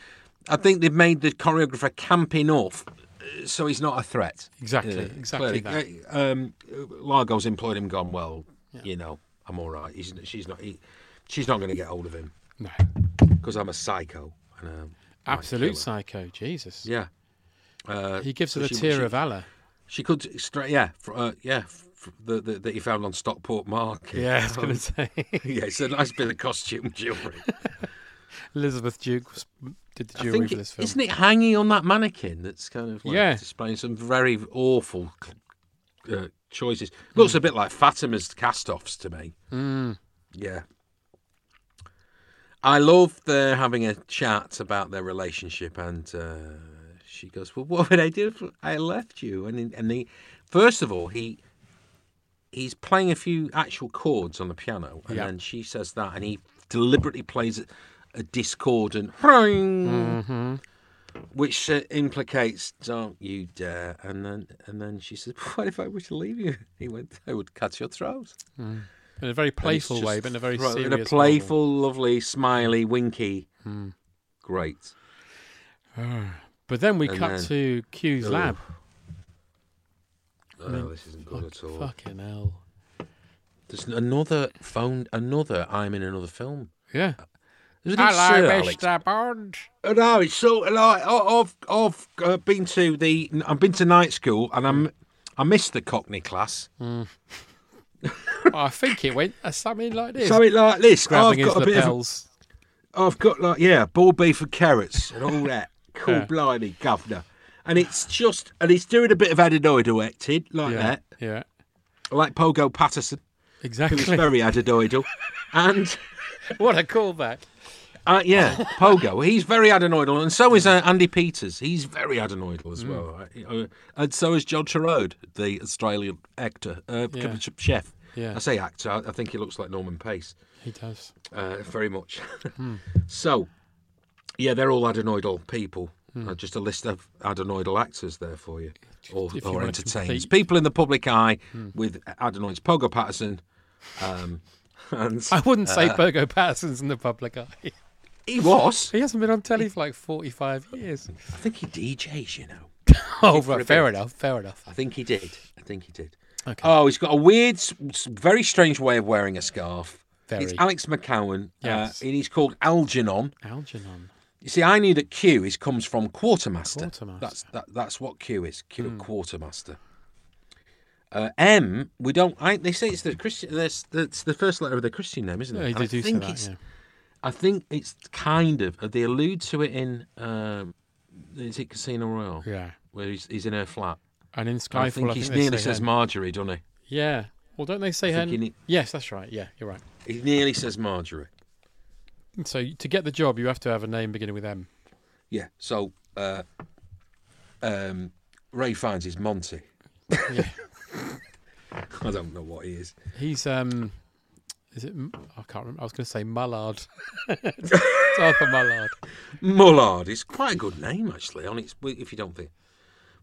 Speaker 2: I think they've made the choreographer camp enough, uh, so he's not a threat.
Speaker 3: Exactly,
Speaker 2: Uh,
Speaker 3: exactly
Speaker 2: clearly. Uh, Um, Largo's employed him. Gone well, you know. I'm all right. He's, she's not. He, she's not going to get hold of him
Speaker 3: No.
Speaker 2: because I'm a psycho. And, um,
Speaker 3: Absolute psycho. Jesus.
Speaker 2: Yeah. Uh,
Speaker 3: He gives her
Speaker 2: so
Speaker 3: the
Speaker 2: she-
Speaker 3: tear
Speaker 2: she-
Speaker 3: of Allah.
Speaker 2: She could straight. Yeah. fr uh, yeah. fr the, the, that he found on Stockport Market.
Speaker 3: Yeah, I was going to say.
Speaker 2: yeah, it's a nice bit of costume jewellery.
Speaker 3: Elizabeth Duke was- did the
Speaker 2: I
Speaker 3: jewelry
Speaker 2: think
Speaker 3: for
Speaker 2: it-
Speaker 3: this film.
Speaker 2: Isn't it hanging on that mannequin that's kind of like
Speaker 3: Yeah.
Speaker 2: displaying some very awful uh, choices? Looks a bit like Fatima's cast offs to me.
Speaker 3: Hmm.
Speaker 2: Yeah. I love their having a chat about their relationship, and uh, she goes, "Well, what would I do if I left you?" And he- and he, first of all, he he's playing a few actual chords on the piano, and
Speaker 3: Yeah.
Speaker 2: then she says that, and he deliberately plays a, a discordant,
Speaker 3: Hmm.
Speaker 2: which uh, implicates "Don't you dare!" And then and then she says, "What if I were to leave you?" He went, "I would cut your throat."
Speaker 3: In a very
Speaker 2: And it's
Speaker 3: playful
Speaker 2: just
Speaker 3: way, but in a very
Speaker 2: thro-
Speaker 3: serious Hmm.
Speaker 2: in a playful, lovely, smiley, winky. Great.
Speaker 3: But then we
Speaker 2: And
Speaker 3: cut
Speaker 2: then-
Speaker 3: to Q's
Speaker 2: Ooh.
Speaker 3: lab.
Speaker 2: Oh, this isn't good at all.
Speaker 3: Fucking hell.
Speaker 2: There's another phone. Another. I'm in another film.
Speaker 3: Yeah.
Speaker 2: Isn't it
Speaker 3: Hello,
Speaker 2: Sir Alex?
Speaker 3: Mr. Bond.
Speaker 2: Oh, No, it's so like I- I've I've uh, been to the I've been to night school and
Speaker 3: Hmm.
Speaker 2: I'm I missed the Cockney class.
Speaker 3: Oh, I think it went uh, something like this.
Speaker 2: Something like this.
Speaker 3: Grabbing
Speaker 2: I've
Speaker 3: into
Speaker 2: got a
Speaker 3: the
Speaker 2: bit
Speaker 3: bells.
Speaker 2: of I've got like yeah, ball beef and carrots and all that. cool
Speaker 3: Yeah.
Speaker 2: blimey governor. And it's just and he's doing a bit of adenoidal acting like
Speaker 3: yeah.
Speaker 2: that,
Speaker 3: Yeah.
Speaker 2: like Pogo Patterson,
Speaker 3: Exactly.
Speaker 2: who's very adenoidal, and.
Speaker 3: what a callback.
Speaker 2: Uh, yeah, Pogo. He's very adenoidal, and so is uh, Andy Peters. He's very adenoidal
Speaker 3: Mm.
Speaker 2: as well, Uh, and so is John Turode, the Australian actor, uh,
Speaker 3: Yeah.
Speaker 2: chef.
Speaker 3: Yeah.
Speaker 2: I say actor. I I think he looks like Norman Pace
Speaker 3: He does.
Speaker 2: uh, very much.
Speaker 3: Hmm.
Speaker 2: So, yeah, they're all adenoidal people.
Speaker 3: Hmm.
Speaker 2: Uh, just a list of adenoidal actors there for you, or,
Speaker 3: If you
Speaker 2: or
Speaker 3: wanna
Speaker 2: entertainers.
Speaker 3: complete-
Speaker 2: People in the public eye
Speaker 3: Hmm.
Speaker 2: with adenoids. Pogo Patterson. Um, and
Speaker 3: I wouldn't say
Speaker 2: Uh.
Speaker 3: Burgo Patterson's in the public eye.
Speaker 2: he was.
Speaker 3: He hasn't been on telly for like 45 years.
Speaker 2: I think he DJs, you know.
Speaker 3: Oh,
Speaker 2: for a
Speaker 3: right, fair
Speaker 2: bit.
Speaker 3: enough. Fair enough.
Speaker 2: I think he did. I think he did.
Speaker 3: Okay.
Speaker 2: Oh, he's got a weird, s- s- very strange way of wearing a scarf. It's
Speaker 3: Very.
Speaker 2: Alex McCowan,
Speaker 3: Yes.
Speaker 2: uh, and he's called Algernon.
Speaker 3: Algernon.
Speaker 2: You see, I knew that Q is comes from quartermaster.
Speaker 3: Quartermaster. Hmm.
Speaker 2: That's that, that's what Q is. Q quartermaster. Uh, M, we don't. I, they say it's the Christian. That's that's the first letter of the Christian name, isn't it?
Speaker 3: Yeah, he
Speaker 2: And
Speaker 3: did
Speaker 2: I
Speaker 3: do say
Speaker 2: think
Speaker 3: that,
Speaker 2: it's
Speaker 3: yeah.
Speaker 2: I think it's kind of uh, they allude to it in um, is it Casino Royale?
Speaker 3: Yeah.
Speaker 2: where he's, he's in her flat.
Speaker 3: And in
Speaker 2: I
Speaker 3: Skyfall,
Speaker 2: think he
Speaker 3: they
Speaker 2: nearly
Speaker 3: say
Speaker 2: says
Speaker 3: her-
Speaker 2: Marjorie, doesn't he?
Speaker 3: Yeah. Well, don't they say
Speaker 2: I
Speaker 3: her?
Speaker 2: think you need-
Speaker 3: Yes, that's right. Yeah, you're right.
Speaker 2: He nearly says Marjorie.
Speaker 3: So to get the job, you have to have a name beginning with M.
Speaker 2: Yeah. So uh, um, Ray finds his Monty.
Speaker 3: Yeah.
Speaker 2: I don't know what he is.
Speaker 3: He's um, is it? M- I can't remember. I was going to say Mullard. it's Arthur Mullard.
Speaker 2: Mullard. It's quite a good name actually. On its if you don't think.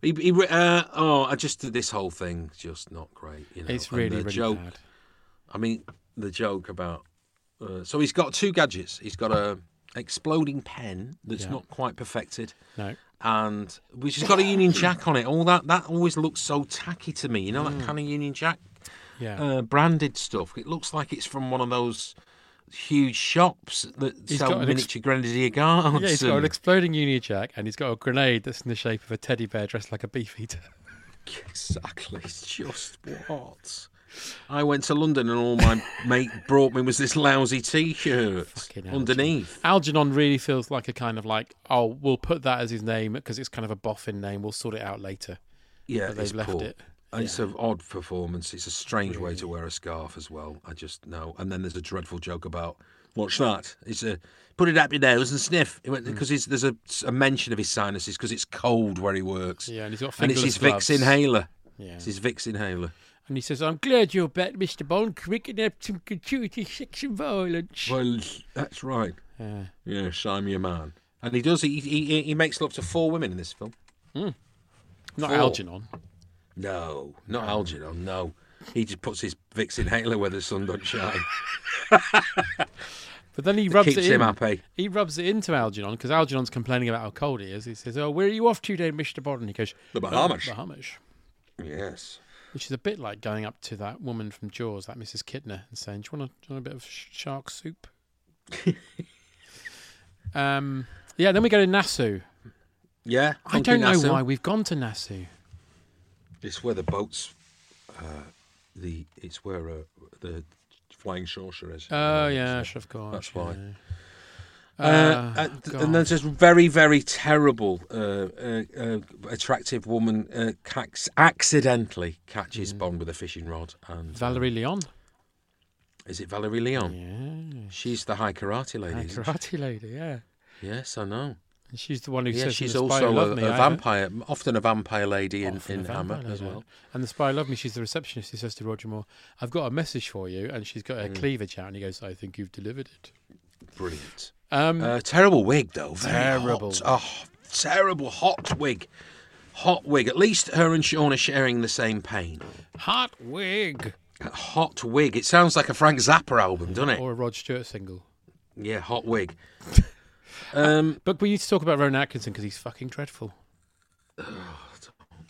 Speaker 2: He, he, re- uh, oh, I just this whole thing just not great. You know,
Speaker 3: It's
Speaker 2: And
Speaker 3: really
Speaker 2: the
Speaker 3: really
Speaker 2: joke.
Speaker 3: bad.
Speaker 2: I mean, the joke about. Uh, so he's got two gadgets. He's got a exploding pen that's
Speaker 3: Yeah.
Speaker 2: not quite perfected.
Speaker 3: No.
Speaker 2: and which has got a Union Jack on it. All that that always looks so tacky to me. You know
Speaker 3: Mm.
Speaker 2: that kind of Union Jack
Speaker 3: Yeah.
Speaker 2: uh, branded stuff. It looks like it's from one of those huge shops that
Speaker 3: He's
Speaker 2: sell
Speaker 3: got an ex-
Speaker 2: miniature Grenadier Guards.
Speaker 3: yeah, he's got an
Speaker 2: and-
Speaker 3: exploding Union Jack, and he's got a grenade that's in the shape of a teddy bear dressed like a beefeater.
Speaker 2: Exactly. It's just what. I went to London and all my mate brought me was this lousy T-shirt
Speaker 3: Fucking hell,
Speaker 2: underneath.
Speaker 3: Algernon really feels like a kind of like, oh, we'll put that as his name because it's kind of a boffin name. We'll sort it out later.
Speaker 2: Yeah,
Speaker 3: But they've
Speaker 2: it's
Speaker 3: left
Speaker 2: poor.
Speaker 3: it.
Speaker 2: And It's an odd performance. It's a strange way to wear a scarf as well. I just know. And then there's a dreadful joke about what's that? It's a put it up your nose and sniff
Speaker 3: Hmm.
Speaker 2: because there's a, a mention of his sinuses because it's cold where he works.
Speaker 3: Yeah, and he's got
Speaker 2: and it's his
Speaker 3: fingerless gloves.
Speaker 2: Vicks inhaler.
Speaker 3: Yeah.
Speaker 2: It's his Vicks inhaler.
Speaker 3: And he says, I'm glad you're back, Mr. Bond. We can have some gratuitous sex and violence.
Speaker 2: Well, that's right. Yes, I'm your man. And he does. He he, he makes love to four women in this film.
Speaker 3: Not
Speaker 2: Four.
Speaker 3: Algernon.
Speaker 2: No, not Algernon. No, He just puts his Vicks inhaler where the sun don't shine.
Speaker 3: But then he
Speaker 2: It
Speaker 3: rubs
Speaker 2: keeps
Speaker 3: it in.
Speaker 2: him happy.
Speaker 3: He rubs it into Algernon because Algernon's complaining about how cold he is. He says, "Oh, where are you off to, today, Mister Borden?" He goes, "Oh,
Speaker 2: The Bahamas.
Speaker 3: Bahamas."
Speaker 2: Yes.
Speaker 3: Which is a bit like going up to that woman from Jaws, that Mrs. Kidner, and saying, "Do you want a, do you want a bit of sh- shark soup?" um, yeah. Then we go to Nassau.
Speaker 2: Yeah.
Speaker 3: I
Speaker 2: Funky
Speaker 3: don't know
Speaker 2: Nassau.
Speaker 3: why we've gone to Nassau.
Speaker 2: It's where the boats. Uh, the it's where uh, the flying saucer is.
Speaker 3: Oh yeah, sure, of course.
Speaker 2: That's why.
Speaker 3: yeah.
Speaker 2: Uh,
Speaker 3: oh,
Speaker 2: uh, th- and there's this very, very terrible, uh, uh, uh, attractive woman uh, cax- accidentally catches
Speaker 3: Hmm.
Speaker 2: Bond with a fishing rod. And
Speaker 3: Valerie Leon,
Speaker 2: is it Valerie Leon?
Speaker 3: yeah,
Speaker 2: She's the high karate lady.
Speaker 3: That
Speaker 2: isn't
Speaker 3: karate lady, yeah.
Speaker 2: she? Yes, I know.
Speaker 3: And she's the one who
Speaker 2: yeah,
Speaker 3: says,
Speaker 2: she's
Speaker 3: in the spy
Speaker 2: also
Speaker 3: Who
Speaker 2: a,
Speaker 3: Loved me,
Speaker 2: a
Speaker 3: I-
Speaker 2: vampire, often a vampire lady in,
Speaker 3: Often a
Speaker 2: in Hammer
Speaker 3: vampire
Speaker 2: as
Speaker 3: lady.
Speaker 2: well.
Speaker 3: And the spy loved me. She's the receptionist who says to Roger Moore, "I've got a message for you," and she's got her
Speaker 2: Hmm.
Speaker 3: cleavage out, and he goes, "I think you've delivered it."
Speaker 2: Brilliant.
Speaker 3: Um,
Speaker 2: Uh, terrible wig though. Very
Speaker 3: Terrible.
Speaker 2: hot. Oh, terrible hot wig. Hot wig. At least her and Sean are sharing the same pain.
Speaker 3: hot wig
Speaker 2: Hot wig. It sounds like a Frank Zappa album, doesn't it?
Speaker 3: or a Rod Stewart single.
Speaker 2: Yeah, hot wig. Um,
Speaker 3: But we need to talk about Rowan Atkinson because he's fucking dreadful.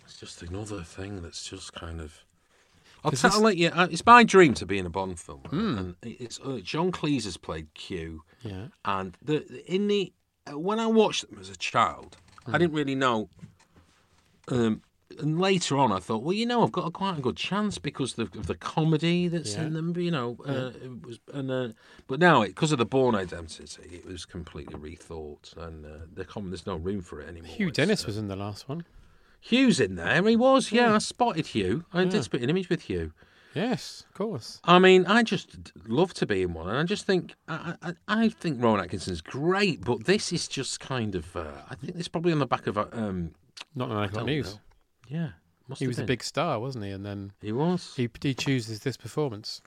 Speaker 2: it's just another thing that's just kind of. I'll,
Speaker 3: 'Cause
Speaker 2: tell,
Speaker 3: this-
Speaker 2: I'll let you. uh, It's my dream to be in a Bond film, and it's uh, John Cleese has played Q.
Speaker 3: Yeah.
Speaker 2: and the the- in the uh, when I watched them as a child, I didn't really know. Um, and later on, I thought, well, you know, I've got a, quite a good chance because of the, of the comedy that's in
Speaker 3: Yeah.
Speaker 2: them. You know, uh, it was, and uh, but now because of the Born Identity, it was completely rethought, and uh, the com- there's no room for it anymore.
Speaker 3: Hugh
Speaker 2: It's,
Speaker 3: Dennis
Speaker 2: uh,
Speaker 3: was in the last one.
Speaker 2: Hugh's in there. He was, yeah.
Speaker 3: Yeah.
Speaker 2: I spotted Hugh. I
Speaker 3: Yeah.
Speaker 2: did spit an image with Hugh.
Speaker 3: Yes, of course.
Speaker 2: I mean, I just love to be in one, and I just think I, I, I think Rowan Atkinson's great, but this is just kind of uh, I think it's probably on the back of uh, um
Speaker 3: Not on
Speaker 2: don't
Speaker 3: Icon News.
Speaker 2: know. yeah. Must
Speaker 3: He
Speaker 2: have
Speaker 3: was a
Speaker 2: been.
Speaker 3: big star, wasn't he? And then
Speaker 2: He was.
Speaker 3: he he chooses this performance.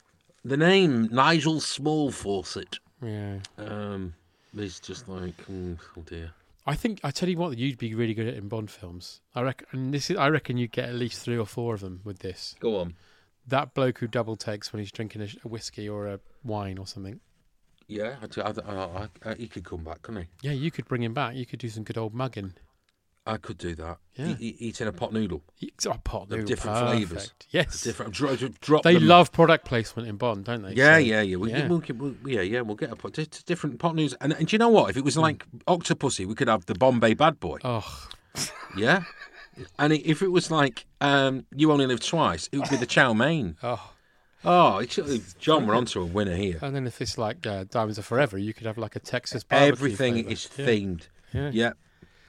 Speaker 2: The name Nigel Small Fawcett.
Speaker 3: Yeah.
Speaker 2: Um, is just like mm, oh dear.
Speaker 3: I think I tell you what, you'd be really good at in Bond films. I reckon. And this is, I reckon you'd get at least three or four of them with this.
Speaker 2: Go on.
Speaker 3: That bloke who double takes when he's drinking a, sh- a whiskey or a wine or something.
Speaker 2: Yeah, I, do- I, I, I, I, he could come back, couldn't he?
Speaker 3: Yeah, you could bring him back. You could do some good old mugging.
Speaker 2: I could do that.
Speaker 3: Yeah.
Speaker 2: E- e- eating a pot noodle.
Speaker 3: It's a pot
Speaker 2: Of
Speaker 3: noodle,
Speaker 2: different
Speaker 3: perfect.
Speaker 2: flavours.
Speaker 3: Yes,
Speaker 2: Different. Dro- dro- drop
Speaker 3: they
Speaker 2: them-
Speaker 3: love product placement in Bond, don't they?
Speaker 2: Yeah,
Speaker 3: So-
Speaker 2: yeah, yeah. We,
Speaker 3: yeah.
Speaker 2: We'll, get- we'll, yeah, yeah. We'll get a pot, di- different pot news. And, and do you know what? If it was like Octopussy, we could have the Bombay Bad Boy.
Speaker 3: Hmm. Oh,
Speaker 2: Yeah. And i- if it was like um, You Only Live Twice, it would be the Chow Mein.
Speaker 3: oh.
Speaker 2: Oh, it's, John, we're onto a winner here.
Speaker 3: And then if it's like uh, Diamonds Are Forever, you could have like a Texas barbecue.
Speaker 2: Everything
Speaker 3: flavour.
Speaker 2: is
Speaker 3: Yeah.
Speaker 2: themed.
Speaker 3: Yeah.
Speaker 2: Yeah.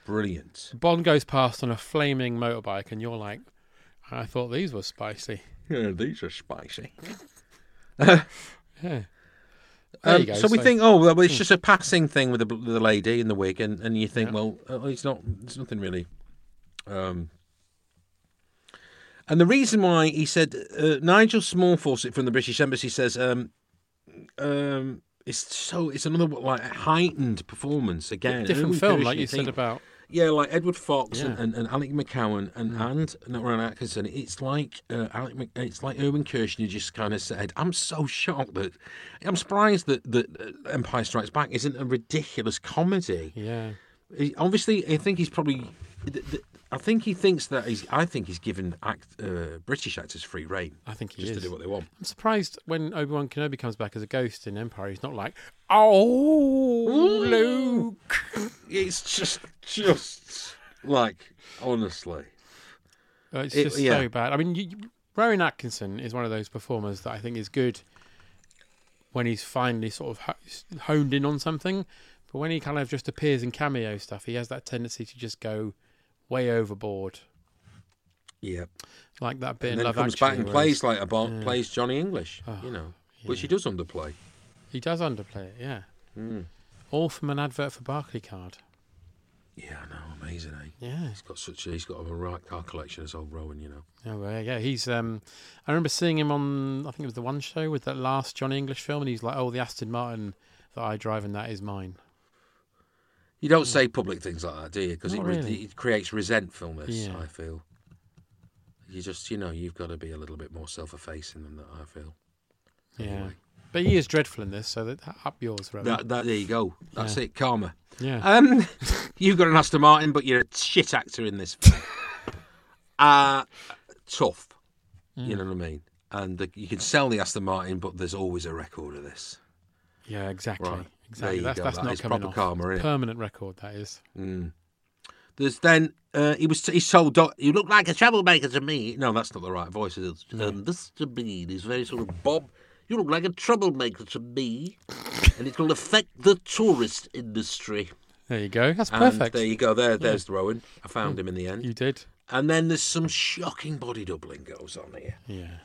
Speaker 2: Brilliant.
Speaker 3: Bond goes past on a flaming motorbike, and you're like, I thought these were spicy.
Speaker 2: Yeah, these are spicy.
Speaker 3: Yeah. There
Speaker 2: Um,
Speaker 3: you go, hmm.
Speaker 2: so we think, oh, well, it's just a passing thing with the, bl- the lady in the wig, and, and you think, well, uh, it's not, it's nothing really. Um, and the reason why he said uh, Nigel Smallfawcett from the British Embassy says, um, um, it's so it's another like heightened performance again,
Speaker 3: different
Speaker 2: Who
Speaker 3: film,
Speaker 2: does
Speaker 3: like
Speaker 2: she
Speaker 3: you said
Speaker 2: think?
Speaker 3: about.
Speaker 2: Yeah, like Edward Fox
Speaker 3: Yeah. Mm.
Speaker 2: and, and, and Alec McCowan and and not Ron Atkinson. It's like uh, Alec. Mc, it's like Erwin Kirshner just kind of said, "I'm so shocked that I'm surprised that that uh, Empire Strikes Back isn't a ridiculous comedy."
Speaker 3: Yeah.
Speaker 2: He- obviously, I think he's probably. th- th- I think he thinks that he's. I think he's given act, uh, British actors free reign
Speaker 3: I think he
Speaker 2: just
Speaker 3: is.
Speaker 2: to do what they want.
Speaker 3: I'm surprised when Obi Wan Kenobi comes back as a ghost in Empire, he's not like, oh, Luke.
Speaker 2: It's just, just like honestly.
Speaker 3: Uh, It's
Speaker 2: It-
Speaker 3: just
Speaker 2: yeah.
Speaker 3: so bad. I mean, you, you- Rowan Atkinson is one of those performers that I think is good when he's finally sort of ho- honed in on something. But when he kind of just appears in cameo stuff, he has that tendency to just go way overboard.
Speaker 2: Yeah.
Speaker 3: Like that bit in
Speaker 2: and then
Speaker 3: Love
Speaker 2: comes
Speaker 3: Actually, Oh,
Speaker 2: back and
Speaker 3: where he's-
Speaker 2: plays like a Bond, plays Johnny English, you know, which he does underplay.
Speaker 3: He does underplay it, yeah.
Speaker 2: Hmm.
Speaker 3: All from an advert for Barclaycard.
Speaker 2: Yeah, I know, amazing, eh?
Speaker 3: Yeah.
Speaker 2: He's got such a, he's got a right car collection as old Rowan, you know.
Speaker 3: Oh well, yeah, he's. Um, I remember seeing him on. I think it was the one show with that last Johnny English film, and he's like, "Oh, the Aston Martin that I drive, and that is mine."
Speaker 2: You
Speaker 3: Hmm.
Speaker 2: don't say public things like that, do you? Because it,
Speaker 3: Not
Speaker 2: re-
Speaker 3: really.
Speaker 2: it creates resentfulness.
Speaker 3: Yeah.
Speaker 2: I feel. you just, you know, you've got to be a little bit more self-effacing than that. I feel.
Speaker 3: Yeah. But he is dreadful in this, so that, up yours, Rowan.
Speaker 2: That, that there you go. That's it. Karma.
Speaker 3: yeah.
Speaker 2: Um, you've got an Aston Martin, but you're a shit actor in this. Film. uh tough. You
Speaker 3: Mm.
Speaker 2: know what I mean? And the, you can sell the Aston Martin, but there's always a record of this.
Speaker 3: yeah, exactly.
Speaker 2: Right. There
Speaker 3: Exactly.
Speaker 2: you
Speaker 3: That's,
Speaker 2: go.
Speaker 3: that's
Speaker 2: That
Speaker 3: not
Speaker 2: is
Speaker 3: coming
Speaker 2: proper
Speaker 3: off.
Speaker 2: karma,
Speaker 3: It's
Speaker 2: isn't it?
Speaker 3: Permanent record, that is.
Speaker 2: There's then uh, he was he told Doc, "You look like a troublemaker to me." No, that's not the right voice. Is it? Um,
Speaker 3: Mm.
Speaker 2: this to me is very sort of Bob. You look like a troublemaker to me, and it will affect the tourist industry.
Speaker 3: There you go. That's
Speaker 2: And
Speaker 3: perfect. Mm.
Speaker 2: there you go. There, there's Rowan. I found him in the end.
Speaker 3: You did.
Speaker 2: And then there's some shocking body doubling goes on here.
Speaker 3: Yeah.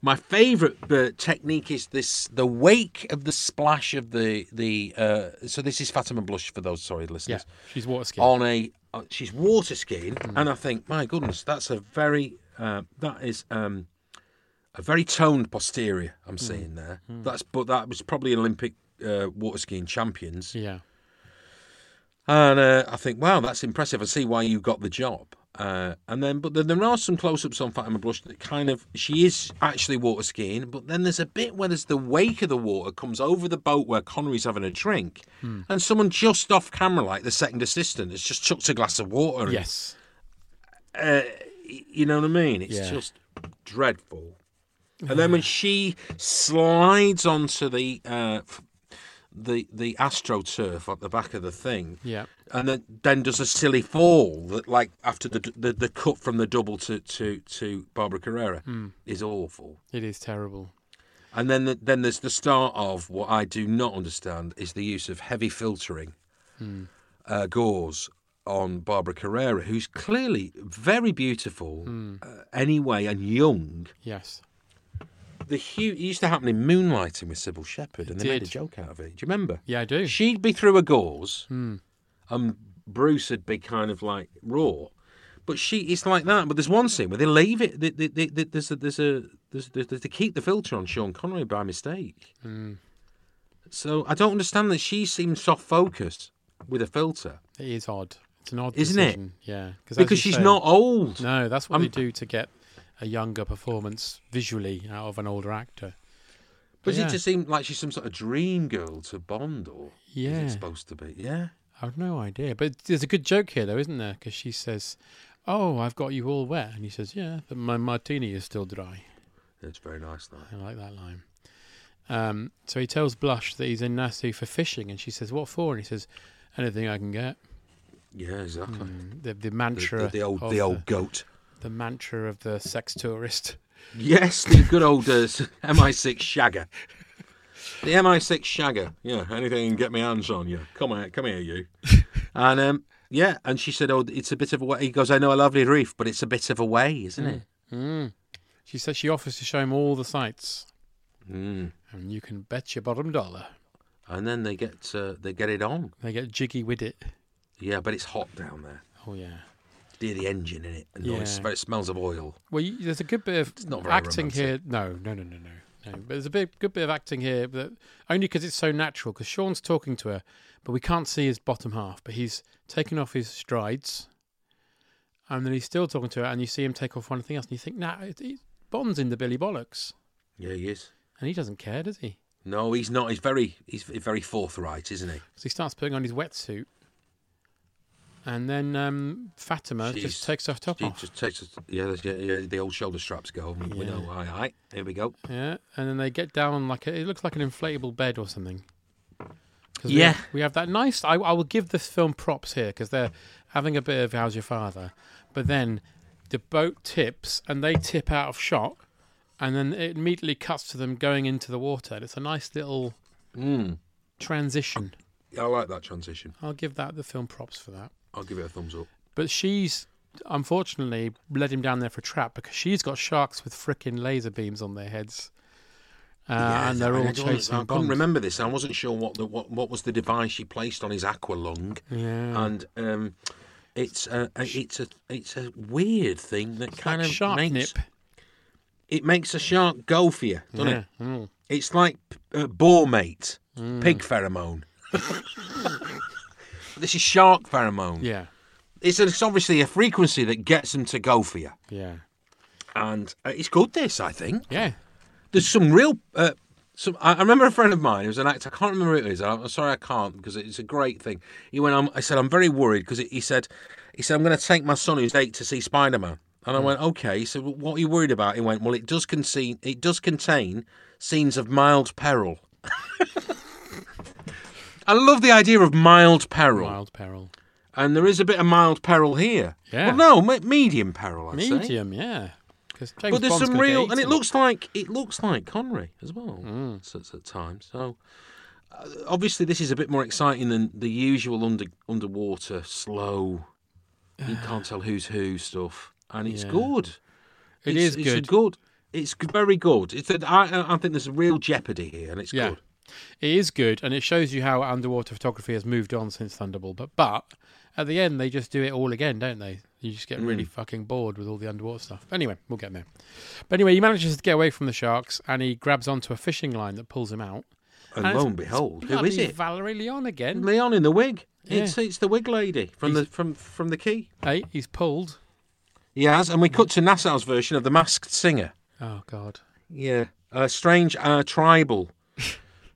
Speaker 2: My favourite uh, technique is this: the wake of the splash of the the. Uh, so this is Fatima Blush for those sorry
Speaker 3: Yeah.
Speaker 2: listeners.
Speaker 3: She's water Hmm. skiing.
Speaker 2: On a uh, she's water skiing, and I think my goodness, that's a very uh, that is um, a very toned posterior I'm
Speaker 3: Hmm.
Speaker 2: seeing there. That's but that was probably Olympic uh, water skiing champions.
Speaker 3: Yeah.
Speaker 2: And uh, I think, wow, that's impressive. I see why you got the job. Uh, and then, but then there are some close-ups on Fatima Blush that kind of she is actually water skiing. But then there's a bit where there's the wake of the water comes over the boat where Connery's having a drink, and someone just off camera, like the second assistant, has just chucked a glass of water. in.
Speaker 3: Yes.
Speaker 2: you know what I mean. It's
Speaker 3: Yeah.
Speaker 2: just dreadful. And then when she slides onto the uh, f- the the astroturf at the back of the thing,
Speaker 3: Yeah.
Speaker 2: and then, then does a silly fall that like after the the, the cut from the double to to, to Barbara Carrera is awful.
Speaker 3: It is terrible.
Speaker 2: And then the, then there's the start of what I do not understand is the use of heavy filtering uh, gauze on Barbara Carrera, who's clearly very beautiful uh, anyway and young.
Speaker 3: Yes.
Speaker 2: The hue it used to happen in Moonlighting with Sybil Shepherd, and they made a
Speaker 3: did.
Speaker 2: joke out of it. Do you remember?
Speaker 3: Yeah, I do.
Speaker 2: She'd be through a gauze,
Speaker 3: Hmm.
Speaker 2: and Bruce would be kind of like raw. But she, it's like that. But there's one scene where they leave it. They, they, they, they- there's a, there's a, there's, there's, they keep the filter on Sean Connery by mistake.
Speaker 3: Hmm.
Speaker 2: So I don't understand that she seems soft focused with a filter
Speaker 3: It is odd. It's an odd
Speaker 2: Isn't it?
Speaker 3: decision. Yeah. as
Speaker 2: because
Speaker 3: you
Speaker 2: she's
Speaker 3: say-
Speaker 2: not old.
Speaker 3: No, that's what
Speaker 2: I'm-
Speaker 3: they do to get a younger performance visually out of an older actor.
Speaker 2: but
Speaker 3: yeah.
Speaker 2: it just seemed like she's some sort of dream girl to Bond, or is
Speaker 3: Yeah.
Speaker 2: it supposed to be? Yeah.
Speaker 3: I've no idea. But there's a good joke here, though, isn't there? Because she says, Oh, I've got you all wet. And he says, Yeah, but my martini is still dry.
Speaker 2: It's very nice, though.
Speaker 3: I like that line. Um, so he tells Blush that he's in Nassau for fishing. And she says, What for? And he says, Anything I can get.
Speaker 2: Yeah, exactly.
Speaker 3: The, the
Speaker 2: The-
Speaker 3: mantra.
Speaker 2: The, the old,
Speaker 3: of
Speaker 2: the old goat.
Speaker 3: the mantra of the sex tourist.
Speaker 2: Yes, the good old uh, s- MI6 shagger. The MI6 shagger. Yeah, anything can get my hands on you. Come here, come here, you. And um, yeah, and she said, "Oh, it's a bit of a way." He goes, "I know a lovely reef, but it's a bit of a way,
Speaker 3: Hmm.
Speaker 2: isn't it?"
Speaker 3: She says she offers to show him all the sights.
Speaker 2: Mm.
Speaker 3: And you can bet your bottom dollar.
Speaker 2: And then they get uh, they get it on.
Speaker 3: They get jiggy with it.
Speaker 2: Yeah, but it's hot down there.
Speaker 3: Oh, yeah.
Speaker 2: Dear the engine in it, and all this-
Speaker 3: Yeah.
Speaker 2: it smells of oil.
Speaker 3: Well, you, there's a good bit of
Speaker 2: not very
Speaker 3: acting
Speaker 2: romantic.
Speaker 3: here. No, no, no, no, no, no. But there's a bit, good bit of acting here, but only because it's so natural. Because Sean's talking to her, but we can't see his bottom half. But he's taking off his strides, and then he's still talking to her, and you see him take off one thing else, and you think, nah, it, it, Bond's in the Billy Bollocks,
Speaker 2: Yeah, he is.
Speaker 3: and he doesn't care, does he?
Speaker 2: No, he's not. He's very he's very forthright, isn't he?
Speaker 3: Because he starts putting on his wetsuit, and then um, Fatima
Speaker 2: She's-
Speaker 3: just takes her top
Speaker 2: she
Speaker 3: off.
Speaker 2: Just takes, yeah, there's- yeah, yeah, the old shoulder straps go. and We
Speaker 3: Yeah.
Speaker 2: know, aye, aye, here we go.
Speaker 3: Yeah, and then they get down on like a, it looks like an inflatable bed or something. 'Cause we
Speaker 2: Yeah.
Speaker 3: have, we have that nice. I, I will give this film props here because they're having a bit of "How's Your Father," but then the boat tips and they tip out of shot, and then it immediately cuts to them going into the water. And it's a nice little transition.
Speaker 2: I like that transition.
Speaker 3: I'll give that the film props for that.
Speaker 2: I'll give it a thumbs up.
Speaker 3: But she's unfortunately led him down there for a trap because she's got sharks with frickin' laser beams on their heads. Uh, and they're all
Speaker 2: I don't-
Speaker 3: chasing.
Speaker 2: "Oh, I couldn't
Speaker 3: Bond.
Speaker 2: remember this. I wasn't sure what the what, what was the device she placed on his aqua lung.
Speaker 3: Yeah.
Speaker 2: And um, it's a, a it's a it's a weird thing that kind
Speaker 3: like
Speaker 2: of
Speaker 3: shark
Speaker 2: makes
Speaker 3: nip.
Speaker 2: it makes a shark go for you, doesn't
Speaker 3: yeah.
Speaker 2: it?
Speaker 3: Mm.
Speaker 2: It's like uh, boar mate, pig pheromone. this is shark pheromone.
Speaker 3: Yeah.
Speaker 2: It's, it's obviously a frequency that gets them to go for you.
Speaker 3: Yeah.
Speaker 2: and uh, it's good. This, I think.
Speaker 3: Yeah.
Speaker 2: There's some real. Uh, some, I I remember a friend of mine who was an actor. I can't remember who it is. I'm sorry, I can't because it's a great thing. He went. i I said I'm very worried because he said, he said I'm going to take my son who's eight to see Spider Man. And I
Speaker 3: Hmm.
Speaker 2: went okay. He said, well, what are you worried about? He went, well, it does contain it does contain scenes of mild peril. I love the idea of mild peril,
Speaker 3: Wild peril.
Speaker 2: and there is a bit of mild peril here.
Speaker 3: Yeah.
Speaker 2: Well, no, me- medium peril. I'd say
Speaker 3: Medium, yeah. Because James
Speaker 2: but there's
Speaker 3: Bond's
Speaker 2: some
Speaker 3: gonna get
Speaker 2: real, and it
Speaker 3: eaten. Hmm.
Speaker 2: looks like it looks like Connery as well. So it's at times. So uh, obviously, this is a bit more exciting than the usual under underwater slow. You can't tell who's who stuff, and it's
Speaker 3: Yeah.
Speaker 2: good.
Speaker 3: It
Speaker 2: it's,
Speaker 3: is
Speaker 2: it's a
Speaker 3: good.
Speaker 2: good. It's g- very good. It's that I, I think there's a real jeopardy here, and it's
Speaker 3: Yeah.
Speaker 2: good.
Speaker 3: It is good, and it shows you how underwater photography has moved on since Thunderball. But but at the end, they just do it all again, don't they? You just get
Speaker 2: Mm.
Speaker 3: really fucking bored with all the underwater stuff. Anyway, we'll get there. But anyway, he manages to get away from the sharks, and he grabs onto a fishing line that pulls him out.
Speaker 2: And,
Speaker 3: it's-
Speaker 2: lo and behold, who
Speaker 3: bloody
Speaker 2: is it?
Speaker 3: Valerie Leon again.
Speaker 2: Leon in the wig.
Speaker 3: Yeah.
Speaker 2: It's it's the wig lady from the from from the key.
Speaker 3: Hey, he's pulled.
Speaker 2: He has, and we cut to Nassau's version of the masked singer.
Speaker 3: Oh God.
Speaker 2: Yeah, a strange uh, tribal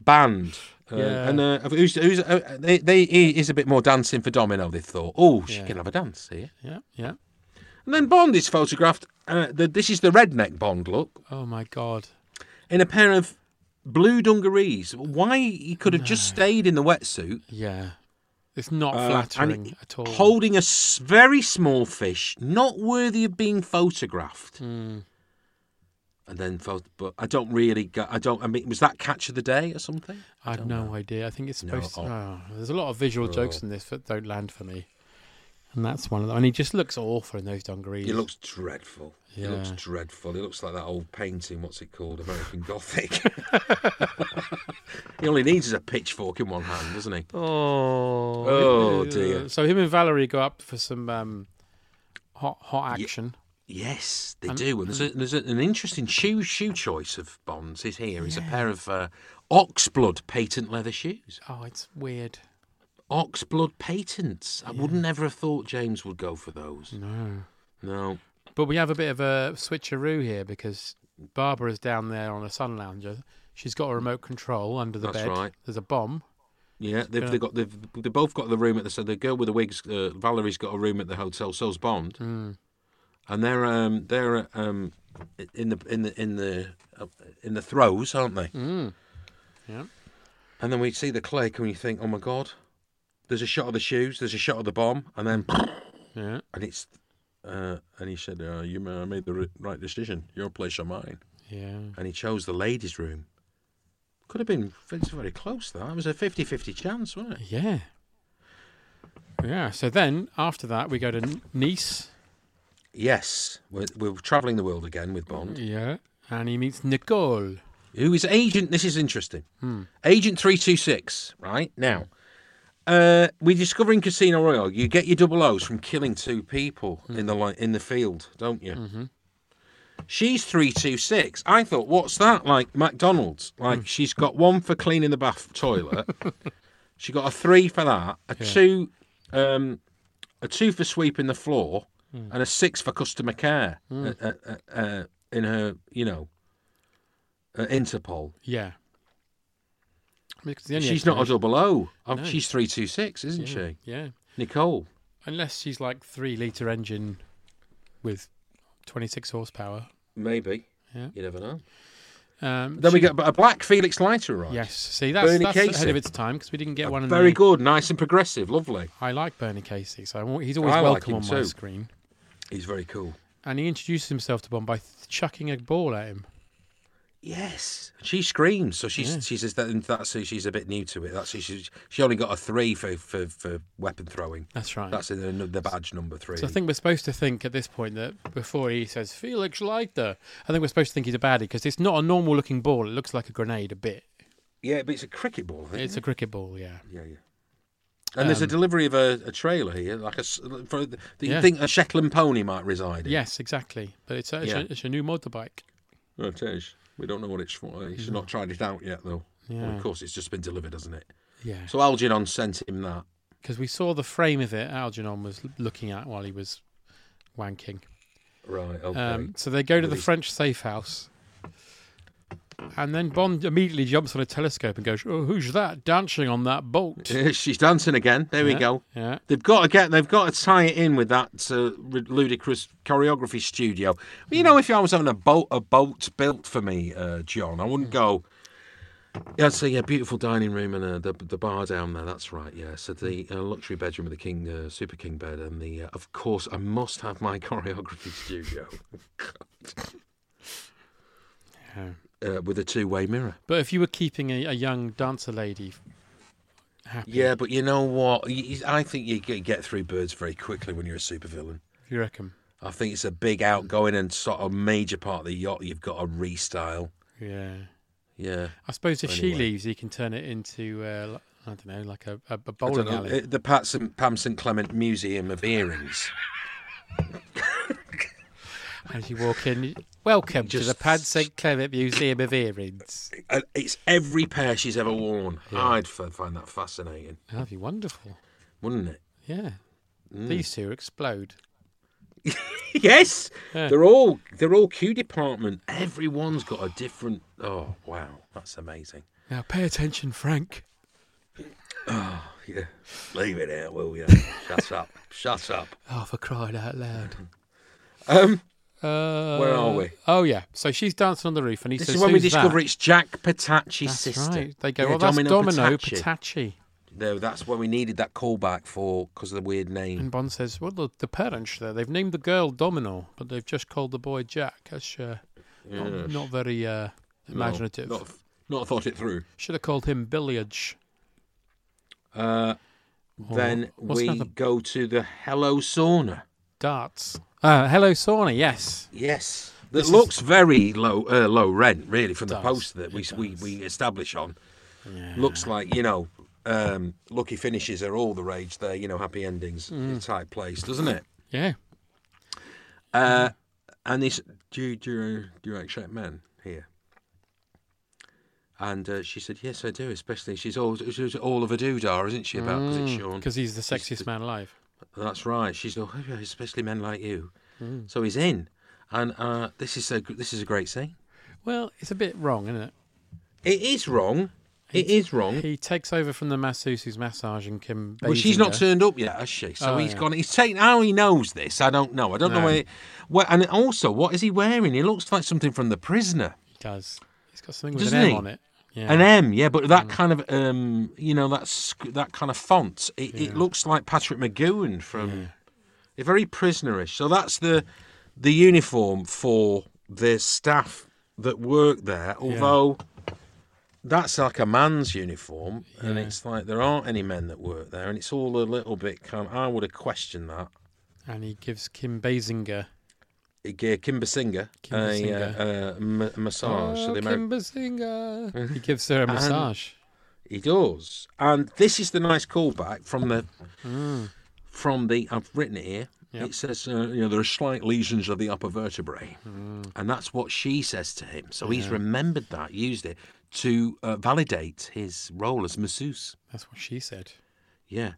Speaker 2: band. Uh,
Speaker 3: Yeah.
Speaker 2: And uh, who's, who's, uh, they, they, he is a bit more dancing for Domino, they thought. Oh, she
Speaker 3: Yeah.
Speaker 2: can have a dance here.
Speaker 3: Yeah, yeah.
Speaker 2: And then Bond is photographed. Uh, the, this is the redneck Bond look
Speaker 3: Oh my God.
Speaker 2: in a pair of blue dungarees. Why he could have just stayed in the wetsuit.
Speaker 3: Yeah. It's not
Speaker 2: uh, and
Speaker 3: flattering
Speaker 2: he-
Speaker 3: at all.
Speaker 2: Holding a s- very small fish, not worthy of being photographed.
Speaker 3: Hmm.
Speaker 2: And then, pho- but I don't really. Go, I don't. I mean, was that catch of the day or something?
Speaker 3: I have no idea. I think it's
Speaker 2: No,
Speaker 3: supposed to.
Speaker 2: oh.
Speaker 3: Oh, there's a lot of visual jokes in this that don't land for me. And that's one of them. And he just looks awful in those dungarees.
Speaker 2: It looks dreadful. It looks
Speaker 3: Yeah.
Speaker 2: dreadful. It looks like that old painting. What's it called? American Gothic. he only needs is a pitchfork in one hand, doesn't he?
Speaker 3: Oh,
Speaker 2: Oh, dear.
Speaker 3: So him and Valerie go up for some um, hot hot action.
Speaker 2: Yes, they do. And there's, a, there's a, an interesting shoe shoe choice of Bonds. Is here is a pair of uh, oxblood patent leather shoes.
Speaker 3: Oh, it's weird.
Speaker 2: Oxblood patents. I would never have thought James would go for those.
Speaker 3: No.
Speaker 2: No.
Speaker 3: But we have a bit of a switcheroo here because Barbara's down there on a sun lounger. She's got a remote control under the
Speaker 2: That's
Speaker 3: bed.
Speaker 2: right.
Speaker 3: There's a bomb.
Speaker 2: Yeah, they've,
Speaker 3: Yeah.
Speaker 2: they've got they've, they both got the room at the so the girl with the wigs, uh, Valerie's got a room at the hotel. So's Bond,
Speaker 3: Hmm.
Speaker 2: and they're um they're um in the in the in the uh, in the throes, aren't they?
Speaker 3: Hmm. Yeah.
Speaker 2: And then we see the click, and you think, oh my god, there's a shot of the shoes, there's a shot of the bomb, and then
Speaker 3: Yeah.
Speaker 2: and it's uh, and he said, uh, you ma- made the ri- right decision, your place or mine,
Speaker 3: Yeah.
Speaker 2: and he chose the ladies' room. Could have been it's very close though. It was a 50-50 chance, wasn't it?
Speaker 3: Yeah. Yeah. So then after that, we go to N- Nice.
Speaker 2: Yes, we're, we're travelling the world again with Bond,
Speaker 3: Yeah. And he meets Nicole.
Speaker 2: who is agent. This is interesting. Agent three two six. Right now, uh, we discover in Casino Royale you get your double O's from killing two people in the li- in the field, don't you? Mm-hmm. She's three two six. I thought, what's that? Like McDonald's? Like she's got one for cleaning the bath toilet. she got a three for that. A two. Um, a two for sweeping the floor and a six for customer care uh, uh, uh, uh, in her, you know, uh, Interpol.
Speaker 3: Yeah. Because the only
Speaker 2: She's not a
Speaker 3: explanation-
Speaker 2: double O. Um,
Speaker 3: No.
Speaker 2: She's 326, isn't she?
Speaker 3: Mm-hmm. Yeah.
Speaker 2: Nicole.
Speaker 3: Unless she's like three litre engine with 26 horsepower.
Speaker 2: Maybe.
Speaker 3: Yeah.
Speaker 2: You never know.
Speaker 3: Um,
Speaker 2: Then we
Speaker 3: she-
Speaker 2: get a black Felix Leiter arrives.
Speaker 3: Yes. See, that's,
Speaker 2: Bernie
Speaker 3: that's ahead
Speaker 2: Casey.
Speaker 3: of its time because we didn't get one in
Speaker 2: Very
Speaker 3: the,
Speaker 2: good, nice and progressive, lovely.
Speaker 3: I like Bernie Casey, so I'm al- he's always
Speaker 2: I like
Speaker 3: welcome
Speaker 2: him
Speaker 3: on my
Speaker 2: too.
Speaker 3: screen.
Speaker 2: He's very cool.
Speaker 3: And he introduces himself to Bond by th- chucking a ball at him.
Speaker 2: Yes, she screams. So she's she says that that's who she's a bit new to it. That's who she's she only got a three for for, for weapon throwing.
Speaker 3: That's right.
Speaker 2: That's in the, the badge number three.
Speaker 3: So I think we're supposed to think at this point that before he says Felix Leiter, I think we're supposed to think he's a baddie because it's not a normal looking ball. It looks like a grenade a bit.
Speaker 2: Yeah, but it's a cricket ball. I think.
Speaker 3: It's a cricket ball, yeah.
Speaker 2: yeah, yeah. And there's a
Speaker 3: Um,
Speaker 2: delivery of a, a trailer here, like a s- for the, that you
Speaker 3: Yeah.
Speaker 2: think a Shetland pony might reside in.
Speaker 3: Yes, exactly. But it's a, it's,
Speaker 2: Yeah.
Speaker 3: a, it's a new motorbike.
Speaker 2: Well, it is. We don't know what it's for. He's not tried it out yet, though. Well,
Speaker 3: Yeah.
Speaker 2: of course, it's just been delivered, hasn't it?
Speaker 3: Yeah.
Speaker 2: So Algernon sent him that.
Speaker 3: Because we saw the frame of it Algernon was l- looking at while he was wanking.
Speaker 2: Right. Okay.
Speaker 3: Um, so they go to the French safe house. And then Bond immediately jumps on a telescope and goes, oh, "Who's that dancing on that bolt?"
Speaker 2: Yeah, She's dancing again. There
Speaker 3: Yeah,
Speaker 2: we go.
Speaker 3: yeah.
Speaker 2: They've got to get. They've got to tie it in with that uh, ri- ludicrous choreography studio. You know, if I was having a boat, a boat built for me, uh, John, I
Speaker 3: Hmm.
Speaker 2: wouldn't go. Yeah, I'd say yeah, beautiful dining room and uh, the the bar down there. That's right. Yeah. So the uh, luxury bedroom with the king, uh, super king bed, and the uh, of course I must have my choreography studio. Uh, with a two-way mirror.
Speaker 3: But if you were keeping a, a young dancer lady happy,
Speaker 2: Yeah, but you know what? Y- y- I think you g- get through birds very quickly when you're a supervillain.
Speaker 3: you reckon?
Speaker 2: I think it's a big outgoing and sort of major part of the yacht. You've got to restyle.
Speaker 3: Yeah.
Speaker 2: Yeah.
Speaker 3: I suppose if she
Speaker 2: Anyway.
Speaker 3: leaves, he can turn it into uh, li- I don't know, like a, a, a
Speaker 2: I don't
Speaker 3: bowling
Speaker 2: know,
Speaker 3: alley.
Speaker 2: uh, The Pat St- Pam St. Clement Museum of Earrings.
Speaker 3: As you walk in, welcome to
Speaker 2: Just-
Speaker 3: the Pad St Clement Museum of Earrings.
Speaker 2: And Uh, It's every pair she's ever worn. I'd f- find that fascinating,
Speaker 3: That'd be wonderful.
Speaker 2: wouldn't it?
Speaker 3: Yeah,
Speaker 2: Mm.
Speaker 3: these two explode.
Speaker 2: yes, they're all they're all Q department. Everyone's got a different. Oh wow, that's amazing.
Speaker 3: Now pay attention, Frank.
Speaker 2: Yeah, leave it out, will you? Shut up. Shut up.
Speaker 3: Oh, for crying out loud!
Speaker 2: Um,
Speaker 3: Uh,
Speaker 2: Where are we?
Speaker 3: Oh yeah, so she's dancing on the roof, and he
Speaker 2: This
Speaker 3: says,
Speaker 2: is when we
Speaker 3: "Who's
Speaker 2: discover
Speaker 3: that?"
Speaker 2: it's Jack Patachi's
Speaker 3: That's
Speaker 2: sister.
Speaker 3: right. They go,
Speaker 2: Yeah,
Speaker 3: "Well, that's
Speaker 2: Domino
Speaker 3: Domino,
Speaker 2: Patacci."
Speaker 3: Patacci."
Speaker 2: No, that's when we needed that callback for because of the weird name.
Speaker 3: And Bond says, "Well, the, the parents there—they've named the girl Domino, but they've just called the boy Jack. That's uh, not, not very uh, imaginative.
Speaker 2: Not, not thought it through.
Speaker 3: Should have called him Billiage.
Speaker 2: Uh, then
Speaker 3: Oh, what's
Speaker 2: we
Speaker 3: another-
Speaker 2: go to the Hello Sauna.
Speaker 3: Darts. Uh, hello, Sauna. Yes.
Speaker 2: Yes, that looks very low uh, low rent really from the
Speaker 3: does,
Speaker 2: poster that we we, we establish on. Looks like you know. Um, lucky finishes are all the rage there, you know, happy endings
Speaker 3: Mm.
Speaker 2: type place, doesn't it?
Speaker 3: Yeah.
Speaker 2: Uh, and this, do you, do you, do you accept men here? And uh, she said, yes, I do, especially. She's all, she's all of a doodah, isn't she, about, because it's Sean?
Speaker 3: Because he's the sexiest man alive.
Speaker 2: That's right. She's all, "Oh, yeah, especially men like you.
Speaker 3: Mm.
Speaker 2: So he's in. And uh, this is a gr- this is a great scene.
Speaker 3: Well, it's a bit wrong, isn't it?
Speaker 2: It is wrong. It is wrong.
Speaker 3: He takes over from the masseuse who's massaging Kim.
Speaker 2: Hmm? Well, she's not
Speaker 3: Basinger.
Speaker 2: turned up yet, has she? So
Speaker 3: Oh,
Speaker 2: he's
Speaker 3: yeah.
Speaker 2: gone. He's taken. How he knows this, I don't know. I don't know
Speaker 3: No.
Speaker 2: where. Well, and also, what is he wearing? He looks like something from The Prisoner.
Speaker 3: He does. He's got something with an
Speaker 2: Doesn't
Speaker 3: M
Speaker 2: he?
Speaker 3: on it. Yeah.
Speaker 2: An M, yeah, but that kind of um, you know, that sc- that kind of font. It, it looks like Patrick McGowan from. They're very prisonerish. So that's the the uniform for the staff that work there. Although that's like a man's uniform, and it's like there aren't any men that work there, and it's all a little bit kind. Of, I would have questioned that.
Speaker 3: And he gives Kim Basinger.
Speaker 2: It gave Kimber Singer
Speaker 3: Kim
Speaker 2: a,
Speaker 3: Basinger.
Speaker 2: uh, a ma- massage. so
Speaker 3: Oh,
Speaker 2: the Ameri-
Speaker 3: Kim Basinger. he gives her a massage.
Speaker 2: He does, and this is the nice callback from the from the. I've written it here. It says, uh, you know, there are slight lesions of the upper vertebrae,
Speaker 3: Mm.
Speaker 2: and that's what she says to him. So he's remembered that, used it to uh, validate his role as masseuse.
Speaker 3: That's what she said.
Speaker 2: Yeah.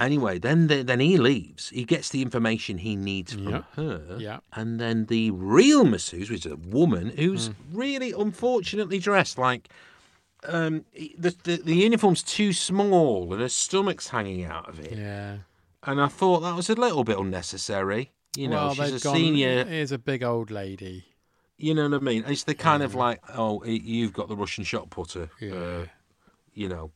Speaker 2: Anyway, then the, then he leaves. He gets the information he needs from
Speaker 3: Yep.
Speaker 2: her.
Speaker 3: Yeah.
Speaker 2: And then the real masseuse, which is a woman
Speaker 3: Hmm.
Speaker 2: who's really unfortunately dressed like um, the, the the uniform's too small and her stomach's hanging out of it.
Speaker 3: Yeah.
Speaker 2: And I thought that was a little bit unnecessary. You know,
Speaker 3: well,
Speaker 2: she's
Speaker 3: they've
Speaker 2: a
Speaker 3: gone.
Speaker 2: senior.
Speaker 3: Here's a big old lady.
Speaker 2: You know what I mean? It's the kind of like, oh, y- you've got the Russian shot putter. Uh, you know.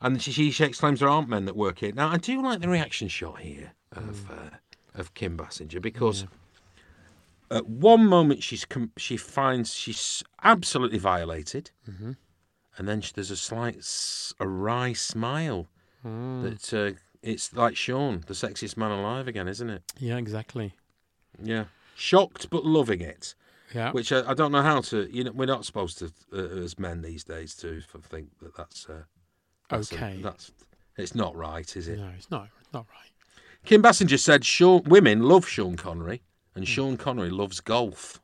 Speaker 2: And she, she exclaims there aren't men that work here. Now, I do like the reaction shot here of uh, of Kim Bassinger because at one moment she's com- she finds she's absolutely violated, and then she, there's a slight s- a wry smile that uh, it's like Sean, the sexiest man alive again, isn't it?
Speaker 3: Yeah, exactly.
Speaker 2: Yeah, shocked but loving it.
Speaker 3: Yeah.
Speaker 2: Which I, I don't know how to. You know, we're not supposed to, uh, as men these days, to f- think that that's uh, that's a-
Speaker 3: okay.
Speaker 2: that's it's not right, is it?
Speaker 3: No, it's not. It's not right.
Speaker 2: Kim Bassinger said, "Sean, women love Sean Connery,
Speaker 3: Hmm.
Speaker 2: and Sean Connery loves golf."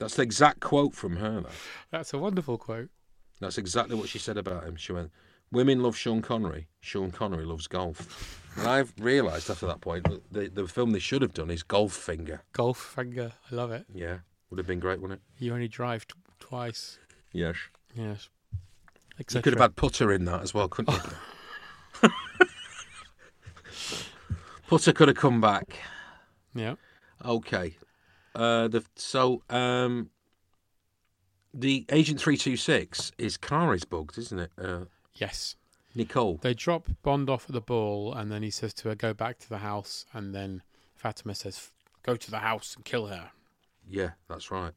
Speaker 2: that's the exact quote from her. Though.
Speaker 3: That's a wonderful quote.
Speaker 2: That's exactly what she said about him. She went, Women love Sean Connery. Sean Connery loves golf. And I've realised after that point that the, the film they should have done is Golf Finger.
Speaker 3: Golf finger. I love it.
Speaker 2: Yeah, would have been great, wouldn't it?
Speaker 3: You only drive t- twice.
Speaker 2: Yes.
Speaker 3: Yes.
Speaker 2: You could have had putter in that as well, couldn't you? putter could have come back.
Speaker 3: Yeah.
Speaker 2: Okay. Uh, the so um, the Agent Three Two Six is car is bugged, isn't it? Uh,
Speaker 3: Yes.
Speaker 2: Nicole.
Speaker 3: They drop Bond off at the ball, and then he says to her, "Go back to the house." And then Fatima says, "Go to the house and kill her."
Speaker 2: Yeah, that's right.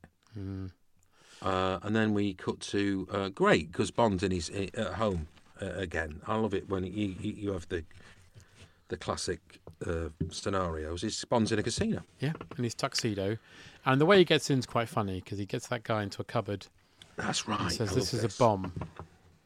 Speaker 2: Uh, and then we cut to uh, great because Bond's in his i- at home uh, again. I love it when you you, you have the the classic uh, scenarios. It's Bond's in a casino.
Speaker 3: Yeah, in his tuxedo, and the way he gets in is quite funny because he gets that guy into a cupboard
Speaker 2: That's right.
Speaker 3: and says,
Speaker 2: I
Speaker 3: "This
Speaker 2: love
Speaker 3: is a bomb,"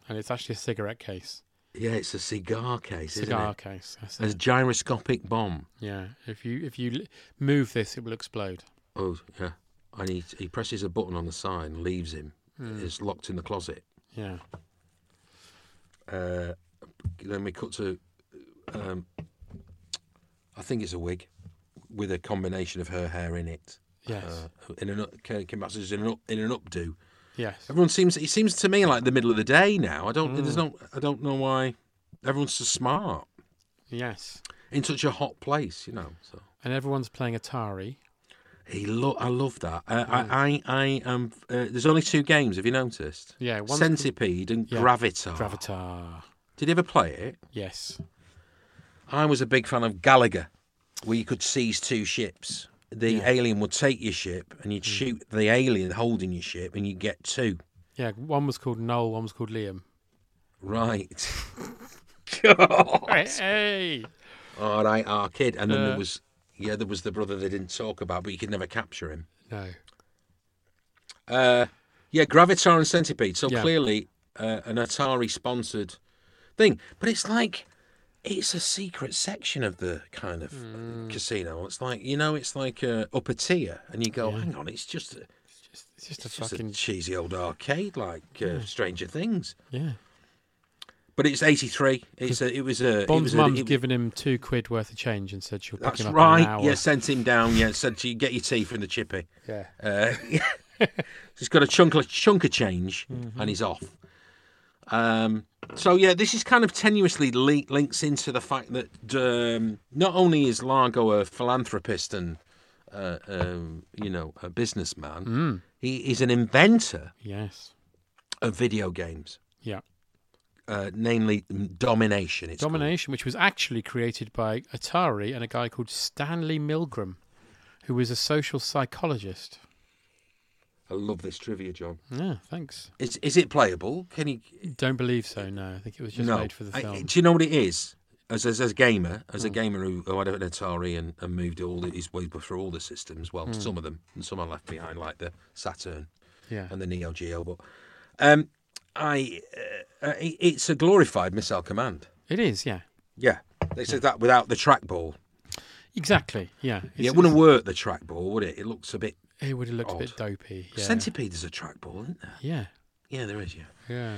Speaker 3: and it's actually a cigarette case.
Speaker 2: Yeah, it's a cigar case,
Speaker 3: Cigar
Speaker 2: isn't it?
Speaker 3: case. That's
Speaker 2: A
Speaker 3: it.
Speaker 2: gyroscopic bomb.
Speaker 3: Yeah. If you if you l- move this, it will explode.
Speaker 2: Oh, yeah. And he, he presses a button on the side and leaves him.
Speaker 3: Hmm.
Speaker 2: It's locked in the closet.
Speaker 3: Yeah.
Speaker 2: Uh, then we cut to, um, I think it's a wig with a combination of her hair in it.
Speaker 3: Yes.
Speaker 2: Uh, in an up- Kim Kim Bassinger is in an up, in an updo.
Speaker 3: yes.
Speaker 2: Everyone seems it seems to me like the middle of the day now. I don't
Speaker 3: Hmm.
Speaker 2: there's no I don't know why everyone's so smart
Speaker 3: Yes.
Speaker 2: in such a hot place, you know. So
Speaker 3: And everyone's playing Atari.
Speaker 2: He lo- I love that. Uh, I, I, I am. Uh, there's only two games. Have you noticed?
Speaker 3: Yeah, one's-
Speaker 2: Centipede and
Speaker 3: Yeah.
Speaker 2: Gravatar.
Speaker 3: Gravatar.
Speaker 2: Did you ever play it?
Speaker 3: Yes.
Speaker 2: I was a big fan of Gallagher, where you could seize two ships. The alien would take your ship, and
Speaker 3: Mm.
Speaker 2: you'd shoot the alien holding your ship, and you get two.
Speaker 3: Yeah. One was called Noel. One was called Liam.
Speaker 2: Right. Oh,
Speaker 3: Hey, hey.
Speaker 2: All right, our kid. And then
Speaker 3: Yeah.
Speaker 2: there was, yeah, there was the brother they didn't talk about, but you could never capture him.
Speaker 3: No.
Speaker 2: Uh, yeah, Gravatar and Centipede. So
Speaker 3: Yeah.
Speaker 2: clearly uh, an Atari sponsored thing, but it's like it's a secret section of the kind of uh,
Speaker 3: Hmm.
Speaker 2: casino. It's like you know, it's like uh, upper tier, and you go, hang on, it's just a,
Speaker 3: It's just a
Speaker 2: it's just a
Speaker 3: fucking.
Speaker 2: cheesy old arcade like uh, Stranger Things.
Speaker 3: yeah.
Speaker 2: But it's eighty three. It's a, it was a it
Speaker 3: Bond's
Speaker 2: was a-
Speaker 3: mum's
Speaker 2: it-
Speaker 3: given him two quid worth of change and said she'll pick
Speaker 2: That's
Speaker 3: him up in an
Speaker 2: right.
Speaker 3: hour.
Speaker 2: Yeah, sent him down. Yeah, said to you get your tea from the chippy.
Speaker 3: Yeah.
Speaker 2: Uh, he's got a chunk of chunk of change, and he's off. Um, so yeah, this is kind of tenuously li- links into the fact that um, not only is Largo a philanthropist and uh, um, you know a businessman,
Speaker 3: Mm.
Speaker 2: he is an inventor
Speaker 3: Yes.
Speaker 2: of video games,
Speaker 3: Yeah.
Speaker 2: uh, namely Domination. It's called.
Speaker 3: Domination, which was actually created by Atari and a guy called Stanley Milgram, who was a social psychologist.
Speaker 2: I love this trivia, John.
Speaker 3: Yeah, thanks.
Speaker 2: Is is it playable? Can you?
Speaker 3: Don't believe so, no. I think it was just made for the
Speaker 2: I-
Speaker 3: film. Hmm.
Speaker 2: do you know what it is? As as, as a gamer, as a gamer who, who had an Atari and, and moved all the- his way through all the systems,
Speaker 3: Hmm.
Speaker 2: well, some of them, and some I left behind, like the Saturn
Speaker 3: yeah.
Speaker 2: and the Neo Geo. But um, I, uh, uh, it- it's a glorified missile command.
Speaker 3: It is, yeah.
Speaker 2: Yeah, they said that without the trackball.
Speaker 3: Exactly, yeah.
Speaker 2: Yeah,
Speaker 3: It's-
Speaker 2: it wouldn't work the trackball, would it? It looks a bit.
Speaker 3: it's- it would have looked a bit
Speaker 2: odd.
Speaker 3: dopey. Yeah.
Speaker 2: Centipede is a trackball, isn't there?
Speaker 3: Yeah,
Speaker 2: Yeah, there is. Yeah.
Speaker 3: yeah.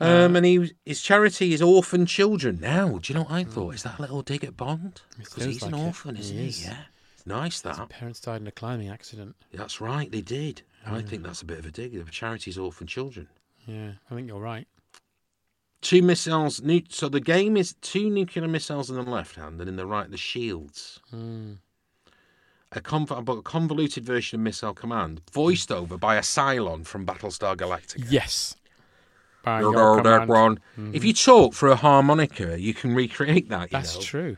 Speaker 2: Um, and he, his charity is orphan children now. Do you know what I thought? Is that a little dig at Bond?
Speaker 3: Mm. It
Speaker 2: Because
Speaker 3: feels
Speaker 2: he's an
Speaker 3: like it.
Speaker 2: orphan,
Speaker 3: He
Speaker 2: isn't he?
Speaker 3: is.
Speaker 2: Yeah. It's nice that.
Speaker 3: Parents died in a climbing accident.
Speaker 2: That's right, they did. I think that's a bit of a dig. The charity's orphan children.
Speaker 3: Yeah, I think you're right.
Speaker 2: Two missiles. Nu- so the game is two nuclear missiles in the left hand and in the right, the shields.
Speaker 3: Mm.
Speaker 2: A, conv- but a convoluted version of Missile Command, voiced over by a Cylon from Battlestar Galactica.
Speaker 3: Yes. By
Speaker 2: You
Speaker 3: your
Speaker 2: know that
Speaker 3: command. Mm-hmm.
Speaker 2: one. If you talk for a harmonica, you can recreate that. You
Speaker 3: That's
Speaker 2: know?
Speaker 3: true.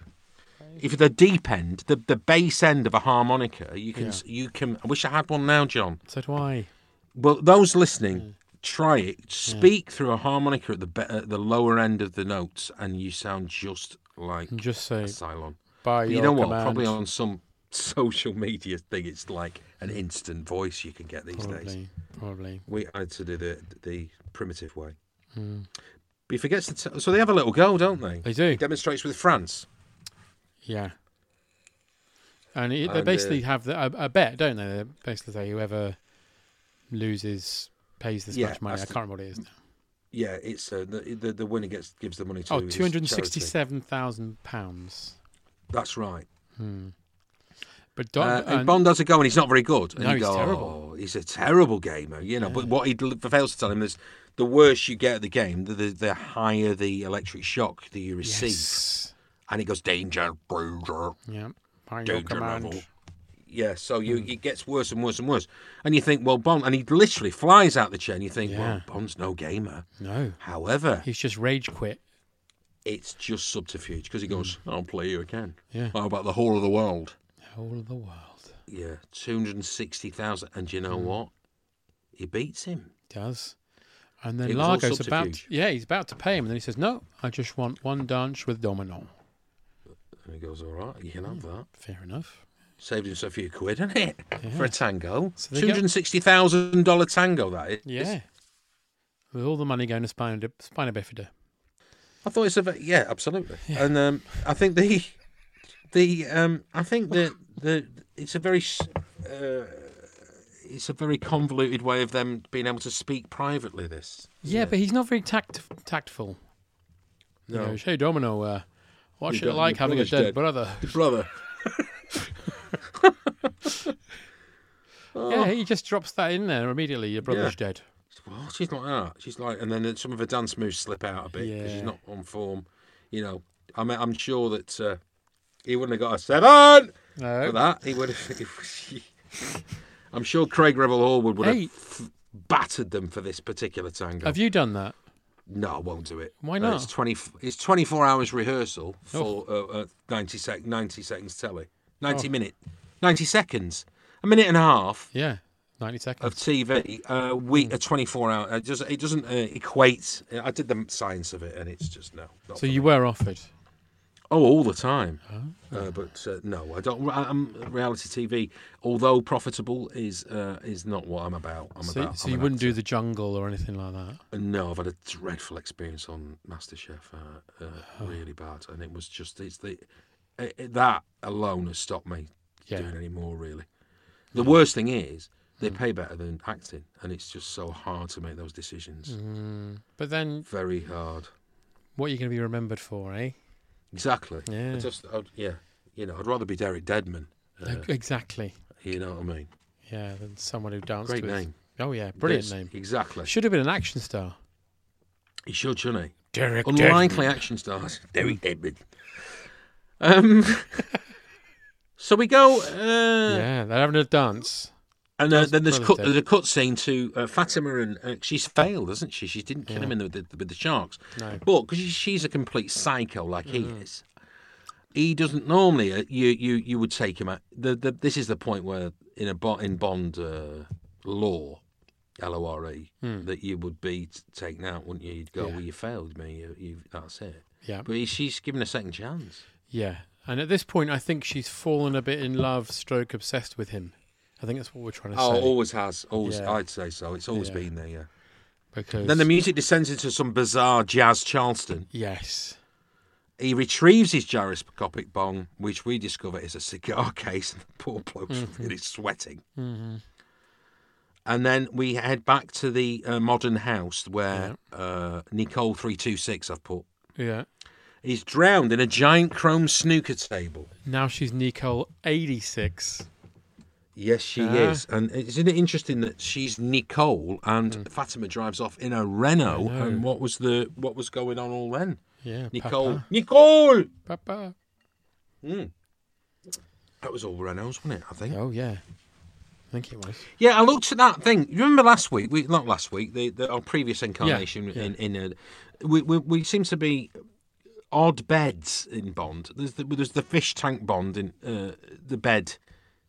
Speaker 2: if the deep end, the, the bass end of a harmonica, you can you can. I wish I had one now, John.
Speaker 3: So do I.
Speaker 2: Well, those listening,
Speaker 3: Mm.
Speaker 2: try it. Speak through a harmonica at the be- at the lower end of the notes, and you sound just like
Speaker 3: And Just say,
Speaker 2: a Cylon.
Speaker 3: Hmm. by
Speaker 2: But
Speaker 3: your
Speaker 2: you know what?
Speaker 3: command.
Speaker 2: Probably on some social media thing, it's like an instant voice you can get these days.
Speaker 3: Probably, probably.
Speaker 2: We had to do the the primitive way. But he forgets to tell. So they have a little go, don't they?
Speaker 3: Hmm. They do.
Speaker 2: He demonstrates with France.
Speaker 3: Yeah. And it,
Speaker 2: And,
Speaker 3: they
Speaker 2: uh,
Speaker 3: basically have the, a, a bet, don't they? They basically say whoever loses pays this
Speaker 2: Yeah,
Speaker 3: much money. I
Speaker 2: that's
Speaker 3: can't remember what it is now.
Speaker 2: yeah, it's uh, the, the the winner gets gives the money to.
Speaker 3: Oh,
Speaker 2: his
Speaker 3: two hundred and
Speaker 2: charity.
Speaker 3: sixty-seven thousand pounds.
Speaker 2: That's right.
Speaker 3: But Don,
Speaker 2: Uh, and
Speaker 3: and-
Speaker 2: Bond has a go, and he's not very good. And
Speaker 3: No,
Speaker 2: you
Speaker 3: he's
Speaker 2: go,
Speaker 3: terrible.
Speaker 2: "Oh, he's a terrible gamer, you know. But what he l- fails to tell him is, the worse you get at the game, the the, the higher the electric shock that you receive.
Speaker 3: Yes.
Speaker 2: And he goes, danger, danger,
Speaker 3: Yeah. Hang on,
Speaker 2: danger
Speaker 3: command.
Speaker 2: level. Yeah, so you
Speaker 3: Mm.
Speaker 2: it gets worse and worse and worse, and you think, well, Bond, and he literally flies out the chair, and you think, well,
Speaker 3: Yeah.
Speaker 2: Bond's no gamer.
Speaker 3: No,
Speaker 2: However,
Speaker 3: he's just rage quit.
Speaker 2: it's just subterfuge because he goes, I'll play you again.
Speaker 3: Mm. Yeah.
Speaker 2: How about the whole of the world?
Speaker 3: Whole of the world
Speaker 2: Yeah, 260,000. And you
Speaker 3: Hmm.
Speaker 2: know what? He beats him.
Speaker 3: does. And then
Speaker 2: It was all
Speaker 3: Largo's about,
Speaker 2: subterfuge.
Speaker 3: yeah, he's about to pay him, and then he says, "No, I just want one dance with Domino."
Speaker 2: And he goes, All right, you can have that.
Speaker 3: Fair enough.
Speaker 2: Saved himself a few quid, didn't it? For a tango.
Speaker 3: So they go-
Speaker 2: $260,000 tango, that is.
Speaker 3: Yeah. With all the money going to spina, spina bifida.
Speaker 2: I thought it's a ve- yeah, absolutely. And um, I think the the um, I think the the it's a very s- uh, it's a very convoluted way of them being able to speak privately. This
Speaker 3: Yeah, but he's not very tact tactful. He
Speaker 2: No.
Speaker 3: goes, hey Domino, uh, what's
Speaker 2: Your
Speaker 3: it
Speaker 2: da-
Speaker 3: like
Speaker 2: your
Speaker 3: having a
Speaker 2: brother's
Speaker 3: dead,
Speaker 2: dead."
Speaker 3: brother?
Speaker 2: brother.
Speaker 3: Yeah, he just drops that in there immediately. Your brother's
Speaker 2: Oh. Yeah.
Speaker 3: dead.
Speaker 2: Well, she's like that. She's like, and then some of her dance moves slip out a bit because she's
Speaker 3: Yeah.
Speaker 2: not on form. You know, I mean, I'm sure that uh, he wouldn't have got a seven
Speaker 3: No.
Speaker 2: for that. He would have. I'm sure Craig Revel Horwood would
Speaker 3: Hey.
Speaker 2: have f- battered them for this particular tango.
Speaker 3: Have you done that?
Speaker 2: No, I won't do it.
Speaker 3: Why
Speaker 2: Uh,
Speaker 3: not? Oh.
Speaker 2: it's twenty. It's twenty-four hours rehearsal for uh, uh, ninety sec, ninety seconds telly, ninety minute, ninety seconds, a minute and a half
Speaker 3: Yeah, ninety
Speaker 2: of
Speaker 3: seconds.
Speaker 2: TV. Uh, we
Speaker 3: Hmm.
Speaker 2: a twenty-four hour. It doesn't. It doesn't uh, equate. I did the science of it, and it's just no. not
Speaker 3: So
Speaker 2: for
Speaker 3: you
Speaker 2: me.
Speaker 3: were offered.
Speaker 2: Oh, all the time.
Speaker 3: Oh,
Speaker 2: Uh, but uh, no, I don't. I, am reality TV, although profitable, is uh, is not what I'm about. I'm
Speaker 3: so
Speaker 2: about.
Speaker 3: so
Speaker 2: I'm
Speaker 3: you
Speaker 2: an
Speaker 3: wouldn't
Speaker 2: actor.
Speaker 3: do the jungle or anything like that.
Speaker 2: No, I've had a dreadful experience on MasterChef, uh, uh, really bad, and it was just it's the it, it- that alone has stopped me
Speaker 3: Yeah. Hmm.
Speaker 2: doing any more. Really, the worst thing is they pay better than acting, and it's just so hard to make those decisions.
Speaker 3: Hmm. But then,
Speaker 2: Very hard.
Speaker 3: what are you going to be remembered for, eh?
Speaker 2: Exactly.
Speaker 3: Yeah.
Speaker 2: I just I'd, yeah, you know, I'd rather be Derek Deadman. Uh,
Speaker 3: Exactly.
Speaker 2: you know what I mean?
Speaker 3: Yeah, than someone who danced
Speaker 2: Great
Speaker 3: with.
Speaker 2: name.
Speaker 3: Oh yeah, brilliant
Speaker 2: This-
Speaker 3: name.
Speaker 2: Exactly.
Speaker 3: Should have been an action star.
Speaker 2: He should, shouldn't he?
Speaker 3: Derek
Speaker 2: Unlikely action stars. Derek Deadman. Um. so we go. Uh,
Speaker 3: Yeah, they're having a dance.
Speaker 2: And uh,
Speaker 3: Does
Speaker 2: then there's
Speaker 3: brother
Speaker 2: cut,
Speaker 3: do.
Speaker 2: there's a cut scene to uh, Fatima, and uh, she's failed, hasn't she? She didn't kill him in the, the, with the sharks.
Speaker 3: No. Mm-hmm.
Speaker 2: But because she's a complete psycho like he is, he doesn't normally. Uh, you you you would take him out. The, the, this is the point where in a bo- in Bond uh, law, L O R E, that you would be t- taken out, wouldn't you? You'd go,
Speaker 3: Hmm. Yeah.
Speaker 2: well, you failed me. You, you that's it.
Speaker 3: Yeah,
Speaker 2: But he, she's given a second chance.
Speaker 3: yeah. And at this point, I think she's fallen a bit in love, stroke obsessed with him. I think that's what we're trying to
Speaker 2: Oh,
Speaker 3: say.
Speaker 2: always has. Always,
Speaker 3: Yeah.
Speaker 2: I'd say so. It's always
Speaker 3: Yeah.
Speaker 2: been there. Yeah.
Speaker 3: because
Speaker 2: Then the music descends into some bizarre jazz Charleston.
Speaker 3: yes,
Speaker 2: He retrieves his gyroscopic bong, which we discover is a cigar case, and the poor bloke's
Speaker 3: Mm-hmm.
Speaker 2: really sweating. And then we head back to the uh, modern house where uh, Nicole three two six I've put
Speaker 3: yeah.
Speaker 2: is drowned in a giant chrome snooker table.
Speaker 3: Now she's Nicole eighty six.
Speaker 2: Yes, she
Speaker 3: Ah.
Speaker 2: is. And isn't it interesting that she's Nicole and Fatima drives off in a Renault?
Speaker 3: Mm. know.
Speaker 2: And what was the what was going on all then?
Speaker 3: Yeah,
Speaker 2: Nicole,
Speaker 3: Papa.
Speaker 2: Nicole.
Speaker 3: Papa.
Speaker 2: That was all Renaults, wasn't it? I think.
Speaker 3: Oh yeah, I think it was.
Speaker 2: Yeah, I looked at that thing. You remember last week? We not last week. The, the our previous incarnation
Speaker 3: yeah.
Speaker 2: in in a, we, we we seem to be odd beds in Bond. There's the, there's the fish tank Bond in uh, the bed,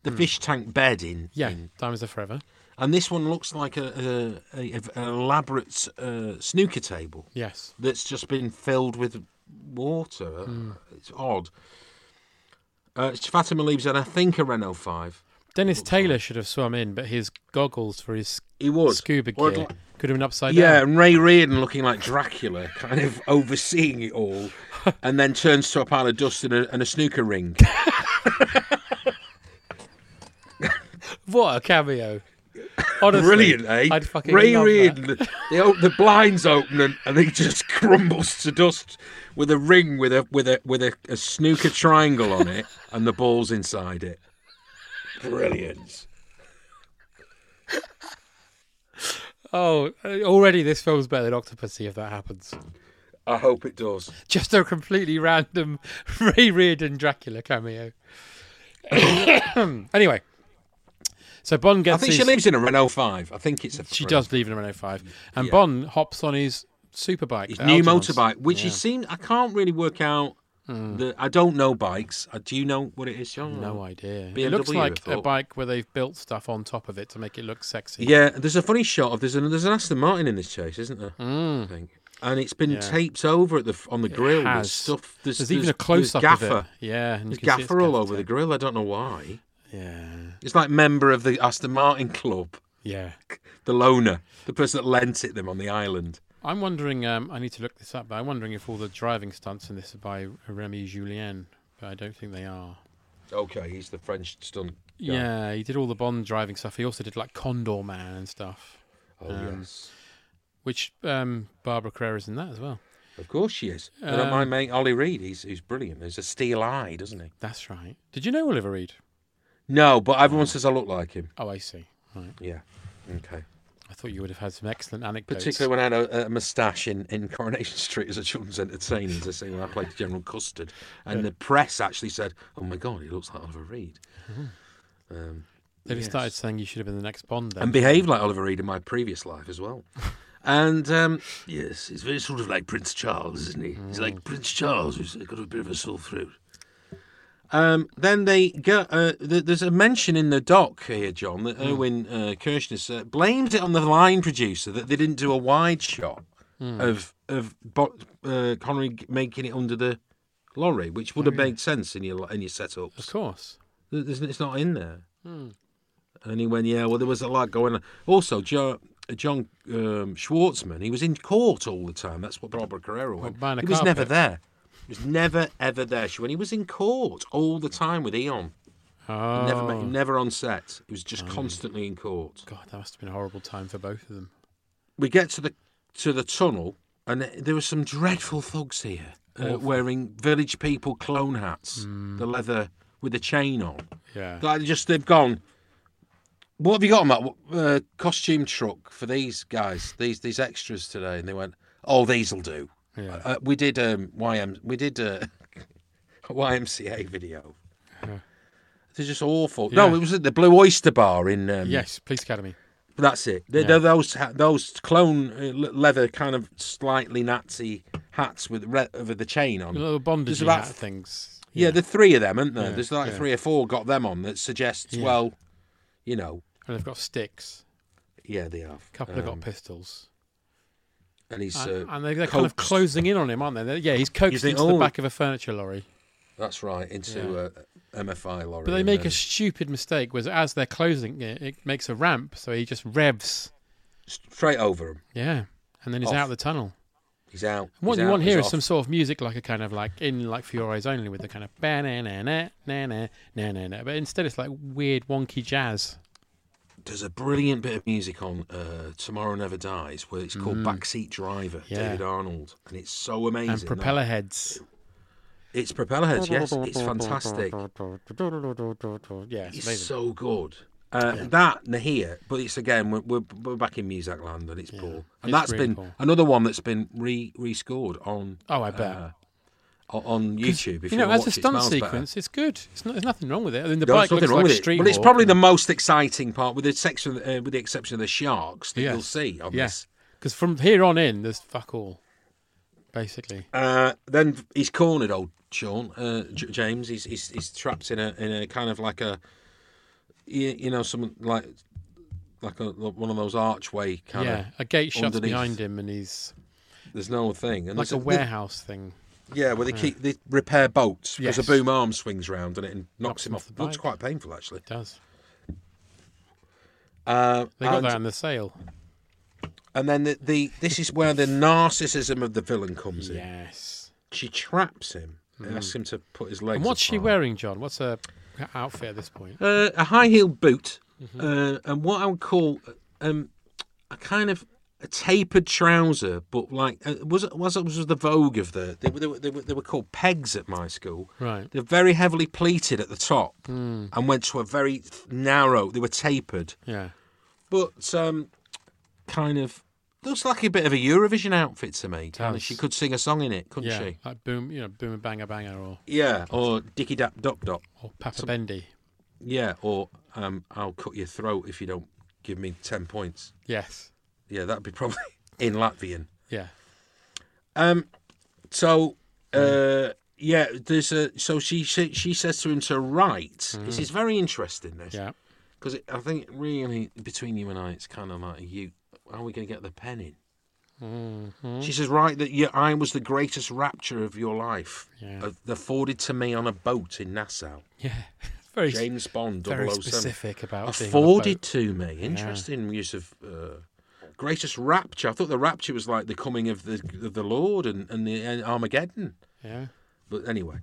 Speaker 2: the fish tank bed in
Speaker 3: Hmm. Yeah,
Speaker 2: in-
Speaker 3: diamonds are forever.
Speaker 2: and this one looks like a, a, a, an elaborate uh, snooker table
Speaker 3: Yes.
Speaker 2: that's just been filled with water. Uh,
Speaker 3: Hmm.
Speaker 2: It's odd. Uh, Fatima leaves, and I think a Renault five.
Speaker 3: Dennis Taylor should have swum in, but his goggles for his
Speaker 2: He would
Speaker 3: scuba
Speaker 2: Or
Speaker 3: gear
Speaker 2: it'll-
Speaker 3: could have been upside
Speaker 2: Yeah,
Speaker 3: down.
Speaker 2: and Ray Reardon looking like Dracula, kind of overseeing it all, and then turns to a pile of dust and a, and a snooker ring.
Speaker 3: What a cameo! Honestly,
Speaker 2: Brilliant, eh?
Speaker 3: I'd fucking
Speaker 2: Ray
Speaker 3: love
Speaker 2: Reardon,
Speaker 3: that.
Speaker 2: they open the blinds open and, and he just crumbles to dust with a ring with a with a with a, a snooker triangle on it and the ball's inside it. Brilliant.
Speaker 3: Oh, uh, already this film's better than Octopussy if that happens.
Speaker 2: I hope it does.
Speaker 3: Just a completely random Ray Reardon Dracula cameo. anyway, so Bond
Speaker 2: I
Speaker 3: gets.
Speaker 2: think she
Speaker 3: his-
Speaker 2: lives in a Renault 5. I think it's a
Speaker 3: She
Speaker 2: Renault
Speaker 3: does leave in a Renault Five, and Bond hops on his superbike,
Speaker 2: His
Speaker 3: uh,
Speaker 2: new
Speaker 3: Algernon's.
Speaker 2: motorbike, which he seemed I can't really work out. The I don't know bikes. Uh, Do you know what it is, John?
Speaker 3: Hmm. No idea.
Speaker 2: BMW,
Speaker 3: it looks like
Speaker 2: I
Speaker 3: a
Speaker 2: thought.
Speaker 3: bike where they've built stuff on top of it to make it look sexy.
Speaker 2: Yeah, there's a funny shot of there's an there's an Aston Martin in this chase, isn't there?
Speaker 3: Hmm.
Speaker 2: I think, and it's been taped over at the f- on the grill. There's
Speaker 3: has.
Speaker 2: stuff. There's,
Speaker 3: There's, even a
Speaker 2: there's
Speaker 3: close up
Speaker 2: gaffer.
Speaker 3: of it. Yeah, and
Speaker 2: There's
Speaker 3: you can see it's
Speaker 2: gaffer all
Speaker 3: gaffer
Speaker 2: over the
Speaker 3: tape.
Speaker 2: grill. I don't know why.
Speaker 3: Yeah,
Speaker 2: It's like member of the Aston Martin club,
Speaker 3: yeah.
Speaker 2: the loaner, the person that lent it them on the island.
Speaker 3: I'm wondering. Um, I need to look this up, but I'm wondering if all the driving stunts in this are by Remy Julien, but I don't think they are.
Speaker 2: Okay, he's the French stunt. guy.
Speaker 3: Yeah, he did all the Bond driving stuff. He also did like Condor Man and stuff,
Speaker 2: Oh yes.
Speaker 3: which um, Barbara Carrera's in that as well.
Speaker 2: Of course she is. Um, You know, uh, my mate Ollie Reed, he's, he's brilliant. He's a steel eye, doesn't he?
Speaker 3: That's right. Did you know Oliver Reed?
Speaker 2: No, but everyone says I look like him.
Speaker 3: Oh, I see. Right.
Speaker 2: Um, Yeah. Okay.
Speaker 3: I thought you would have had some excellent anecdotes.
Speaker 2: Particularly when I had a, a moustache in, in Coronation Street as a children's entertainer, as I say, when I played General Custard. And the press actually said, oh my God, he looks like Oliver Um, Reed. Mm-hmm.
Speaker 3: They've started saying you should have been the next Bond. Then.
Speaker 2: And behaved like Oliver Reed in my previous life as well. And um, yes, he's very sort of like Prince Charles, isn't he? He's like Prince Charles, who's got a bit of a sore throat. Um, then they go. Uh, th- there's a mention in the doc here, John, that Erwin uh, Kirshner uh, blames it on the line producer that they didn't do a wide shot of of Bo- uh, Connery g- making it under the lorry, which would have made sense in your in your setups.
Speaker 3: of course.
Speaker 2: Th- there's- It's not in there.
Speaker 3: Hmm.
Speaker 2: And he went, yeah, well, there was a lot going on. Also, jo- uh, John um, Schwartzman, he was in court all the time. That's what Barbara Carrera went.
Speaker 3: buying a
Speaker 2: he was never
Speaker 3: carpet.
Speaker 2: there. He was never, ever there. She went, he was in court all the time with Eon.
Speaker 3: Oh,
Speaker 2: Never, met, never on set. He was just constantly in court.
Speaker 3: God, that must have been a horrible time for both of them.
Speaker 2: we get to the to the tunnel, and there were some dreadful thugs here uh, wearing village people clone hats,
Speaker 3: Hmm.
Speaker 2: the leather with the chain on.
Speaker 3: Yeah.
Speaker 2: Like they just they've gone. What have you got on that uh, costume truck for these guys? These these extras today, and they went, "Oh, these'll do."
Speaker 3: Yeah.
Speaker 2: Uh, we did um YM we did uh, a YMCA video. They're just awful. No,
Speaker 3: Yeah.
Speaker 2: it was at the Blue Oyster Bar in um,
Speaker 3: yes, Police Academy.
Speaker 2: that's it. They're, they're those ha- those clone uh, le- leather kind of slightly Nazi hats with re- uh, with the chain on.
Speaker 3: The little bondage
Speaker 2: There's about
Speaker 3: hat things.
Speaker 2: Yeah, the three of them, aren't there?
Speaker 3: Yeah,
Speaker 2: There's like
Speaker 3: yeah.
Speaker 2: three or four got them on that suggests
Speaker 3: Yeah.
Speaker 2: well, you know,
Speaker 3: And they've got sticks.
Speaker 2: yeah, they have. Uh,
Speaker 3: A couple have got pistols.
Speaker 2: and he's
Speaker 3: And,
Speaker 2: uh,
Speaker 3: and they're, they're kind of
Speaker 2: coaxed-
Speaker 3: closing in on him, aren't they? They're- yeah, he's coaxed
Speaker 2: think,
Speaker 3: into the
Speaker 2: "Oh."
Speaker 3: back of a furniture lorry.
Speaker 2: That's right into uh, MFI lorry.
Speaker 3: But they
Speaker 2: and
Speaker 3: make
Speaker 2: then
Speaker 3: a stupid mistake, was as they're closing it, it makes a ramp, so he just revs.
Speaker 2: straight over him.
Speaker 3: Yeah. And then he's
Speaker 2: Off.
Speaker 3: out the tunnel.
Speaker 2: He's out.
Speaker 3: What
Speaker 2: he's
Speaker 3: you
Speaker 2: out,
Speaker 3: want here
Speaker 2: he's
Speaker 3: is some
Speaker 2: off.
Speaker 3: sort of music, like a kind of like in like for your eyes only, with the kind of ba na na na na na na na na. But instead, it's like weird wonky jazz.
Speaker 2: There's a brilliant bit of music on uh, Tomorrow Never Dies where it's called Backseat Driver,
Speaker 3: Mm. Yeah.
Speaker 2: David Arnold, and it's so amazing.
Speaker 3: and
Speaker 2: that-
Speaker 3: propeller heads.
Speaker 2: It's propeller heads, yes. It's fantastic.
Speaker 3: Yeah, it's
Speaker 2: It's
Speaker 3: amazing.
Speaker 2: so good. Uh, That and here, but it's again we're, we're, we're back in Muzak land and it's poor.
Speaker 3: It's
Speaker 2: And that's
Speaker 3: really
Speaker 2: been
Speaker 3: poor.
Speaker 2: another one that's been re rescored on
Speaker 3: oh, I bet.
Speaker 2: uh, o- on
Speaker 3: 'Cause,
Speaker 2: YouTube. If you,
Speaker 3: you know,
Speaker 2: watch
Speaker 3: as a
Speaker 2: it, it
Speaker 3: stunt
Speaker 2: smells better.
Speaker 3: sequence, it's good. It's not, there's nothing wrong with it. I mean, the
Speaker 2: No,
Speaker 3: bike
Speaker 2: there's
Speaker 3: looks
Speaker 2: nothing wrong
Speaker 3: like a
Speaker 2: with it.
Speaker 3: street
Speaker 2: But it's
Speaker 3: walk.
Speaker 2: probably the most exciting part, with the exception uh, with the exception of the sharks that you'll
Speaker 3: Yes.
Speaker 2: see on
Speaker 3: yeah.
Speaker 2: this.
Speaker 3: Because from here on in, there's fuck all, basically.
Speaker 2: Uh, then he's cornered, old Sean uh, J- James. He's, he's he's trapped in a in a kind of like a you, you know some like like a, one of those archway kind
Speaker 3: yeah, a gate shuts
Speaker 2: underneath.
Speaker 3: behind him, and he's
Speaker 2: of. There's no thing. And
Speaker 3: like
Speaker 2: there's
Speaker 3: a warehouse thing.
Speaker 2: yeah, where they keep they repair boats because
Speaker 3: Yes.
Speaker 2: a boom arm swings round and it knocks,
Speaker 3: Knocks
Speaker 2: him
Speaker 3: him
Speaker 2: off.
Speaker 3: off the
Speaker 2: Looks
Speaker 3: bike.
Speaker 2: quite painful actually.
Speaker 3: It does.
Speaker 2: Uh,
Speaker 3: They got
Speaker 2: and,
Speaker 3: that in the sale.
Speaker 2: and then the, the this is where the narcissism of the villain comes in.
Speaker 3: Yes.
Speaker 2: She traps him. and Asks him to put his legs.
Speaker 3: Mm-hmm. And what's she
Speaker 2: apart.
Speaker 3: wearing, John? What's her outfit at this point? Mm-hmm.
Speaker 2: uh, a high heel boot, uh, and what I would call um, a kind of a tapered trouser, but like uh, was it was it was the vogue of the they, were- they, were- they, were, they were called pegs at my school.
Speaker 3: Right. Mm.
Speaker 2: They're very heavily pleated at the top and went to a very narrow. They were tapered,
Speaker 3: Yeah.
Speaker 2: but um, kind of looks like a bit of a Eurovision outfit to me. Kind of,
Speaker 3: Does.
Speaker 2: she could sing a song in it, couldn't
Speaker 3: yeah.
Speaker 2: she?
Speaker 3: Like boom, you know, boom and banger banger or
Speaker 2: Yeah. Or Dicky Dap Dop Dop.
Speaker 3: or Papa Bendy.
Speaker 2: Yeah. Or um, I'll cut your throat if you don't give me ten points.
Speaker 3: Yes.
Speaker 2: Yeah, that'd be probably in Latvian.
Speaker 3: Yeah.
Speaker 2: Um, so
Speaker 3: Hmm.
Speaker 2: uh, yeah, there's a so she she, she says to him to write.
Speaker 3: Hmm.
Speaker 2: This is very interesting. This
Speaker 3: Yeah.
Speaker 2: because I think really between you and I, it's kind of like you. How are we going to get the pen in?
Speaker 3: Mm-hmm.
Speaker 2: She says, "Right, that your I was the greatest rapture of your life,
Speaker 3: Yeah.
Speaker 2: uh, afforded to me on a boat in Nassau.
Speaker 3: Yeah. Very s-
Speaker 2: James Bond,
Speaker 3: very
Speaker 2: 007.
Speaker 3: specific about being on a
Speaker 2: afforded
Speaker 3: boat.
Speaker 2: to me. Interesting use of uh, greatest rapture. I thought the rapture was like the coming of the of the Lord and and the and Armageddon.
Speaker 3: Yeah.
Speaker 2: But anyway,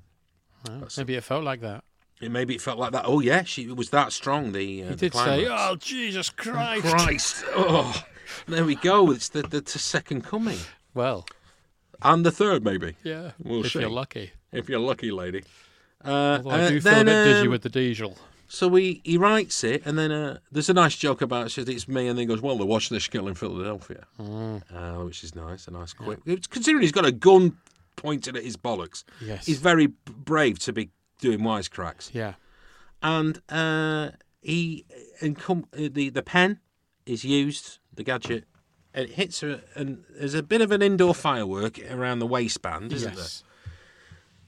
Speaker 3: Well, maybe it felt like that.
Speaker 2: it, maybe it felt like that. Oh yeah, she it was that strong. The uh,
Speaker 3: He
Speaker 2: the
Speaker 3: did say,
Speaker 2: climax.
Speaker 3: "Oh Jesus Christ!"
Speaker 2: Christ. Oh, there we go. It's the, the, the second coming.
Speaker 3: Well,
Speaker 2: And the third, maybe.
Speaker 3: yeah.
Speaker 2: We'll
Speaker 3: if
Speaker 2: see.
Speaker 3: you're lucky.
Speaker 2: If you're lucky, lady. Uh,
Speaker 3: Although I
Speaker 2: uh,
Speaker 3: do feel a
Speaker 2: then,
Speaker 3: bit dizzy
Speaker 2: um,
Speaker 3: with the diesel.
Speaker 2: So he, he writes it, and then uh, there's a nice joke about it. Says it's me, and then he goes, "Well, they watched this kill in Philadelphia,"
Speaker 3: Mm.
Speaker 2: uh, which is nice, a nice quick. It's- Considering he's got a gun pointed at his bollocks,
Speaker 3: Yes.
Speaker 2: he's very b- brave to be doing wisecracks.
Speaker 3: Yeah.
Speaker 2: and uh, he and com- uh, the the pen is used the gadget and it hits her and there's a bit of an indoor firework around the waistband isn't
Speaker 3: Yes.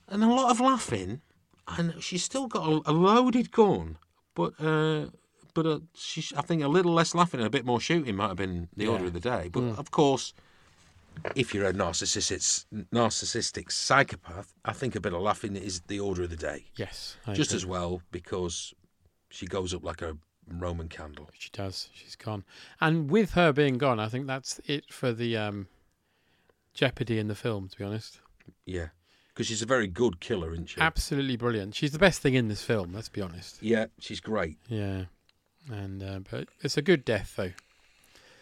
Speaker 2: there and a lot of laughing and she's still got a, a loaded gun but uh, but uh, she's, I think a little less laughing and a bit more shooting might have been the order of the day but of course if you're a narcissistic narcissistic psychopath I think a bit of laughing is the order of the day
Speaker 3: Yes. I
Speaker 2: just
Speaker 3: agree.
Speaker 2: as well because she goes up like a Roman candle.
Speaker 3: She does. She's gone. And with her being gone, I think that's it for the um, Jeopardy in the film, to be honest.
Speaker 2: Yeah, because she's a very good killer, isn't she?
Speaker 3: Absolutely brilliant. She's the best thing in this film, let's be honest.
Speaker 2: yeah, she's great.
Speaker 3: Yeah. And uh, but it's a good death though.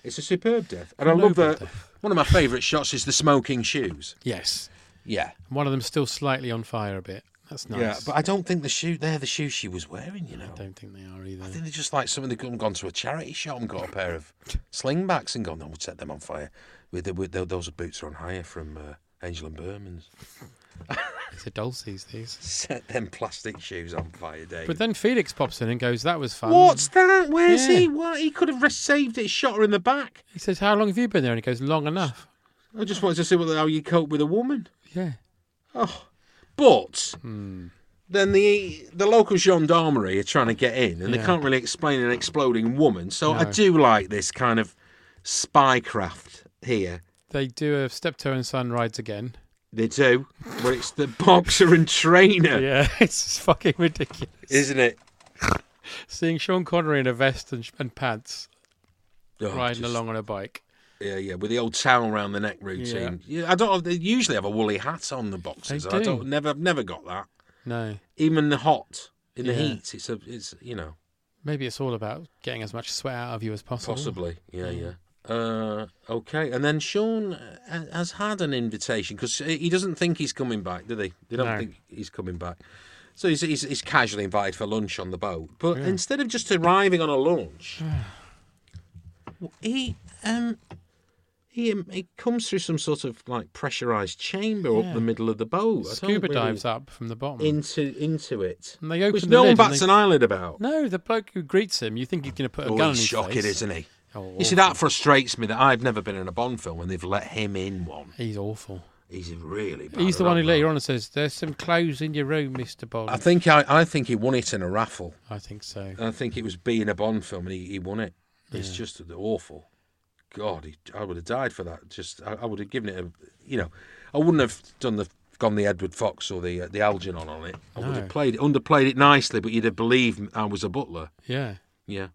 Speaker 2: It's a superb death, and I
Speaker 3: Noble
Speaker 2: love that.
Speaker 3: death.
Speaker 2: One of my favourite shots is the smoking shoes.
Speaker 3: Yes.
Speaker 2: Yeah,
Speaker 3: One of them's still slightly on fire a bit. That's nice.
Speaker 2: yeah, but I don't think the shoe they're the shoes she was wearing. You
Speaker 3: I
Speaker 2: know,
Speaker 3: don't think they are either.
Speaker 2: I think they're just like someone that gone gone to a charity shop and got a pair of slingbacks and gone, "No, we'll set them on fire." With, the, with tho- those boots are on hire from uh, Angel and Berman's.
Speaker 3: It's a Dulce's these.
Speaker 2: Set them plastic shoes on fire, Dave.
Speaker 3: But then Felix pops in and goes, "That was fun."
Speaker 2: What's that? Where's
Speaker 3: Yeah.
Speaker 2: he? What? He could have saved it, shot her in the back.
Speaker 3: He says, "How long have you been there?" And he goes, "Long enough."
Speaker 2: I just wanted to see what, how you cope with a woman.
Speaker 3: Yeah.
Speaker 2: Oh, but
Speaker 3: Hmm.
Speaker 2: then the the local gendarmerie are trying to get in, and they
Speaker 3: Yeah.
Speaker 2: can't really explain an exploding woman. So I
Speaker 3: No.
Speaker 2: do like this kind of spycraft here.
Speaker 3: They do a steptoe and son rides again.
Speaker 2: They do, where it's the boxer and trainer,
Speaker 3: Yeah, it's fucking ridiculous.
Speaker 2: isn't it?
Speaker 3: Seeing Sean Connery in a vest and, sh- and pants
Speaker 2: Oh,
Speaker 3: riding
Speaker 2: just-
Speaker 3: along on a bike.
Speaker 2: Yeah, yeah, with the old towel round the neck routine. Yeah. I don't. They usually have a woolly hat on the boxers. I
Speaker 3: do.
Speaker 2: don't. Never. I've never got that.
Speaker 3: No,
Speaker 2: even the hot in the
Speaker 3: Yeah.
Speaker 2: heat it's a it's you know
Speaker 3: maybe it's all about getting as much sweat out of you as possible.
Speaker 2: possibly
Speaker 3: Oh.
Speaker 2: yeah yeah uh okay and then sean uh, has had an invitation because he doesn't think he's coming back do they they don't
Speaker 3: No.
Speaker 2: think he's coming back so he's, he's, he's casually invited for lunch on the boat but instead of just arriving on a launch he um he, um, he comes through some sort of like pressurized chamber up
Speaker 3: Yeah.
Speaker 2: the middle of the boat I don't
Speaker 3: Scuba
Speaker 2: really-
Speaker 3: dives up from the bottom.
Speaker 2: into into it
Speaker 3: And they open
Speaker 2: which
Speaker 3: the
Speaker 2: no
Speaker 3: lid
Speaker 2: one
Speaker 3: and
Speaker 2: bats
Speaker 3: they-
Speaker 2: an eyelid about
Speaker 3: No, the bloke who greets him, you think he's going to put a
Speaker 2: Oh,
Speaker 3: gun in
Speaker 2: he's
Speaker 3: his
Speaker 2: shocking,
Speaker 3: face.
Speaker 2: isn't he?
Speaker 3: Oh,
Speaker 2: You see, that frustrates me that I've never been in a Bond film and they've let him in one.
Speaker 3: He's awful.
Speaker 2: He's a really bad.
Speaker 3: he's the one who
Speaker 2: rogue.
Speaker 3: later on says, "There's some clothes in your room, Mister Bond."
Speaker 2: I think I, I think he won it in a raffle.
Speaker 3: I think so.
Speaker 2: I think it was being a Bond film and he, he won it. It's just awful. God, he, I would have died for that. Just I, I would have given it a, you know, I wouldn't have done the gone the Edward Fox or the uh, the Algernon on it. I would
Speaker 3: No.
Speaker 2: have played it, underplayed it nicely, but you'd have believed I was a butler.
Speaker 3: Yeah.
Speaker 2: Yeah.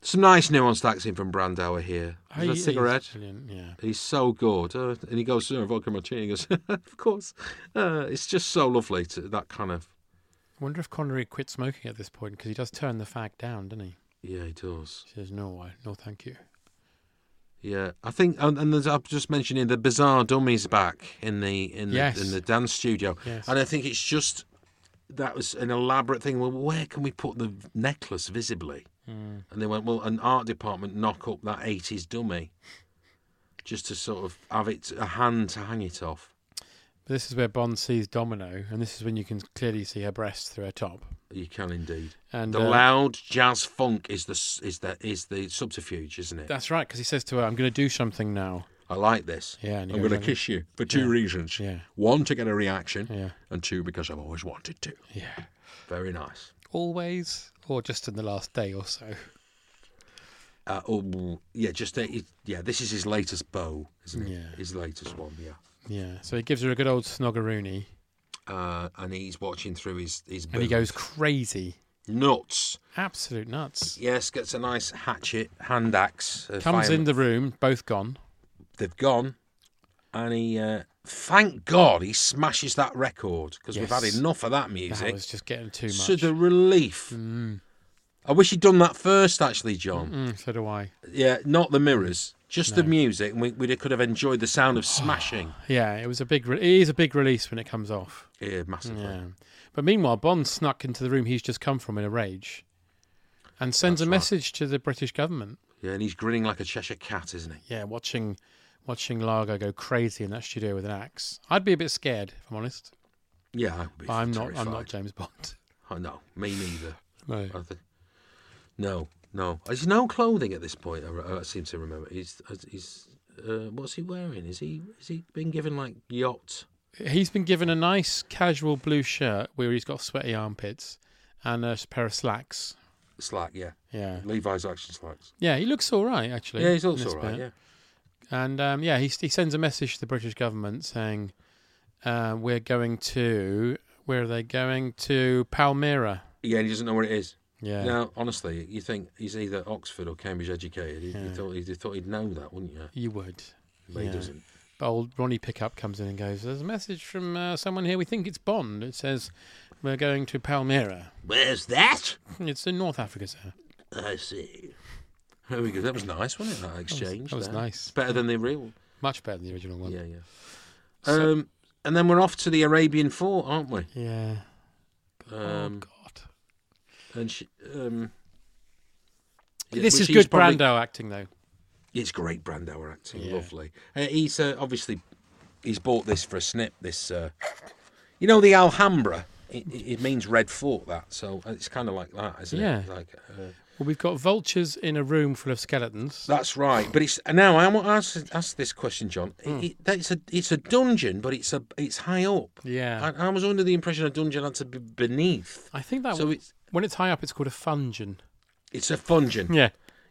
Speaker 2: Some nice nuanced acting from Brandauer here. Is
Speaker 3: He-
Speaker 2: that a
Speaker 3: he's
Speaker 2: cigarette?
Speaker 3: brilliant, Yeah.
Speaker 2: He's so good. Uh, and he goes, oh, vodka martini. He goes, of course. Uh, it's just so lovely, to, that kind of.
Speaker 3: I wonder if Connery quit smoking at this point because he does turn the fag down, doesn't he?
Speaker 2: Yeah, he does.
Speaker 3: She says, no, I, no, thank you.
Speaker 2: Yeah, I think, and, and there's, I've just mentioning the bizarre dummies back in the in the,
Speaker 3: Yes.
Speaker 2: in the dance studio,
Speaker 3: Yes.
Speaker 2: and I think it's just that was an elaborate thing. Well, where can we put the necklace visibly?
Speaker 3: Hmm.
Speaker 2: And they went, well, an art department knock up that '80s dummy, just to sort of have it a hand to hang it off.
Speaker 3: But this is where Bond sees Domino, and this is when you can clearly see her breasts through her top.
Speaker 2: You can indeed.
Speaker 3: And,
Speaker 2: the
Speaker 3: uh,
Speaker 2: loud jazz funk is the s- is the is the subterfuge, isn't it?
Speaker 3: That's right, because he says to her, I'm going to do something now.
Speaker 2: I like this.
Speaker 3: Yeah, and
Speaker 2: I'm going
Speaker 3: you go,
Speaker 2: to
Speaker 3: "Really?"
Speaker 2: kiss you for two reasons.
Speaker 3: Yeah.
Speaker 2: One, to get a reaction.
Speaker 3: Yeah.
Speaker 2: And two, because I've always wanted to.
Speaker 3: Yeah.
Speaker 2: Very nice.
Speaker 3: Always, or just in the last day or so.
Speaker 2: Uh, oh, yeah, just uh, it- yeah. This is his latest bow, isn't it?
Speaker 3: Yeah.
Speaker 2: His latest one, yeah.
Speaker 3: Yeah. So he gives her a good old snoggeroony,
Speaker 2: Uh, and he's watching through his his.
Speaker 3: and he
Speaker 2: boot.
Speaker 3: goes crazy.
Speaker 2: nuts.
Speaker 3: Absolute nuts.
Speaker 2: Yes, gets a nice hatchet, hand axe. a
Speaker 3: Comes
Speaker 2: fire-
Speaker 3: in the room, both gone.
Speaker 2: They've gone, and he. Uh, thank God he smashes that record because we've had
Speaker 3: Yes.
Speaker 2: enough of that music.
Speaker 3: That was just getting too much.
Speaker 2: So the relief. I wish he'd done that first, actually, John.
Speaker 3: Mm, so do I.
Speaker 2: Yeah, not the mirrors, just the music, and we, we could have enjoyed the sound of smashing.
Speaker 3: Yeah, it was a big. Re- it is a big release when it comes off.
Speaker 2: yeah, massively.
Speaker 3: Yeah. But meanwhile, Bond snuck into the room he's just come from in a rage, and sends a message to the British government.
Speaker 2: Yeah, and he's grinning like a Cheshire cat, isn't he?
Speaker 3: Yeah, watching, watching Largo go crazy in that studio with an axe. I'd be a bit scared, if I'm honest.
Speaker 2: Yeah, I would be
Speaker 3: But I'm not.
Speaker 2: terrified.
Speaker 3: I'm not James Bond.
Speaker 2: Oh, no, me neither.
Speaker 3: No.
Speaker 2: I think. No, no. There's no clothing at this point. I, re- I seem to remember. He's, he's uh, what's he wearing? Is he is he been given like yacht?
Speaker 3: He's been given a nice casual blue shirt where he's got sweaty armpits and a pair of slacks.
Speaker 2: Slack, yeah.
Speaker 3: Yeah.
Speaker 2: Levi's action slacks.
Speaker 3: Yeah, he looks all right actually.
Speaker 2: Yeah, he's
Speaker 3: in
Speaker 2: also
Speaker 3: this
Speaker 2: all right.
Speaker 3: bit.
Speaker 2: Yeah.
Speaker 3: And um, yeah, he, he sends a message to the British government saying, uh, "We're going to where are they going to Palmyra?"
Speaker 2: Yeah, and he doesn't know what it is.
Speaker 3: Yeah,
Speaker 2: Now, honestly, you think he's either Oxford or Cambridge educated. You, you thought, he'd, you thought he'd know that, wouldn't you?
Speaker 3: you would.
Speaker 2: But
Speaker 3: Yeah.
Speaker 2: he doesn't.
Speaker 3: But old Ronnie Pickup comes in and goes, "There's a message from uh, someone here. We think it's Bond. It says we're going to Palmyra.
Speaker 2: Where's that?
Speaker 3: It's in North Africa, sir.
Speaker 2: I see. There we go. That was nice, wasn't it? That exchange.
Speaker 3: that was
Speaker 2: there?
Speaker 3: nice.
Speaker 2: Better than the real.
Speaker 3: Much better than the original one.
Speaker 2: Yeah, yeah. um, and then we're off to the Arabian Fort, aren't we?
Speaker 3: yeah.
Speaker 2: Um,
Speaker 3: oh God.
Speaker 2: and she, um, yeah,
Speaker 3: this
Speaker 2: which
Speaker 3: is
Speaker 2: he's
Speaker 3: good
Speaker 2: probably-
Speaker 3: Brando acting though.
Speaker 2: It's great Brando acting,
Speaker 3: Yeah.
Speaker 2: lovely. Uh, he's uh, obviously he's bought this for a snip. This, uh, you know, the Alhambra. It, it it means red fort that, so uh, it's kind of like that, isn't
Speaker 3: Yeah.
Speaker 2: it? Like uh,
Speaker 3: Well, we've got vultures in a room full of skeletons.
Speaker 2: that's right. But it's now I want to ask, ask this question, John. It-
Speaker 3: Hmm.
Speaker 2: it- that it's a it's a dungeon, but it's a it's high up.
Speaker 3: Yeah.
Speaker 2: I, I was under the impression a dungeon had to be beneath.
Speaker 3: I think that
Speaker 2: So
Speaker 3: w-
Speaker 2: it's-
Speaker 3: when it's high up, it's called a fungeon.
Speaker 2: It's a fungeon.
Speaker 3: Yeah.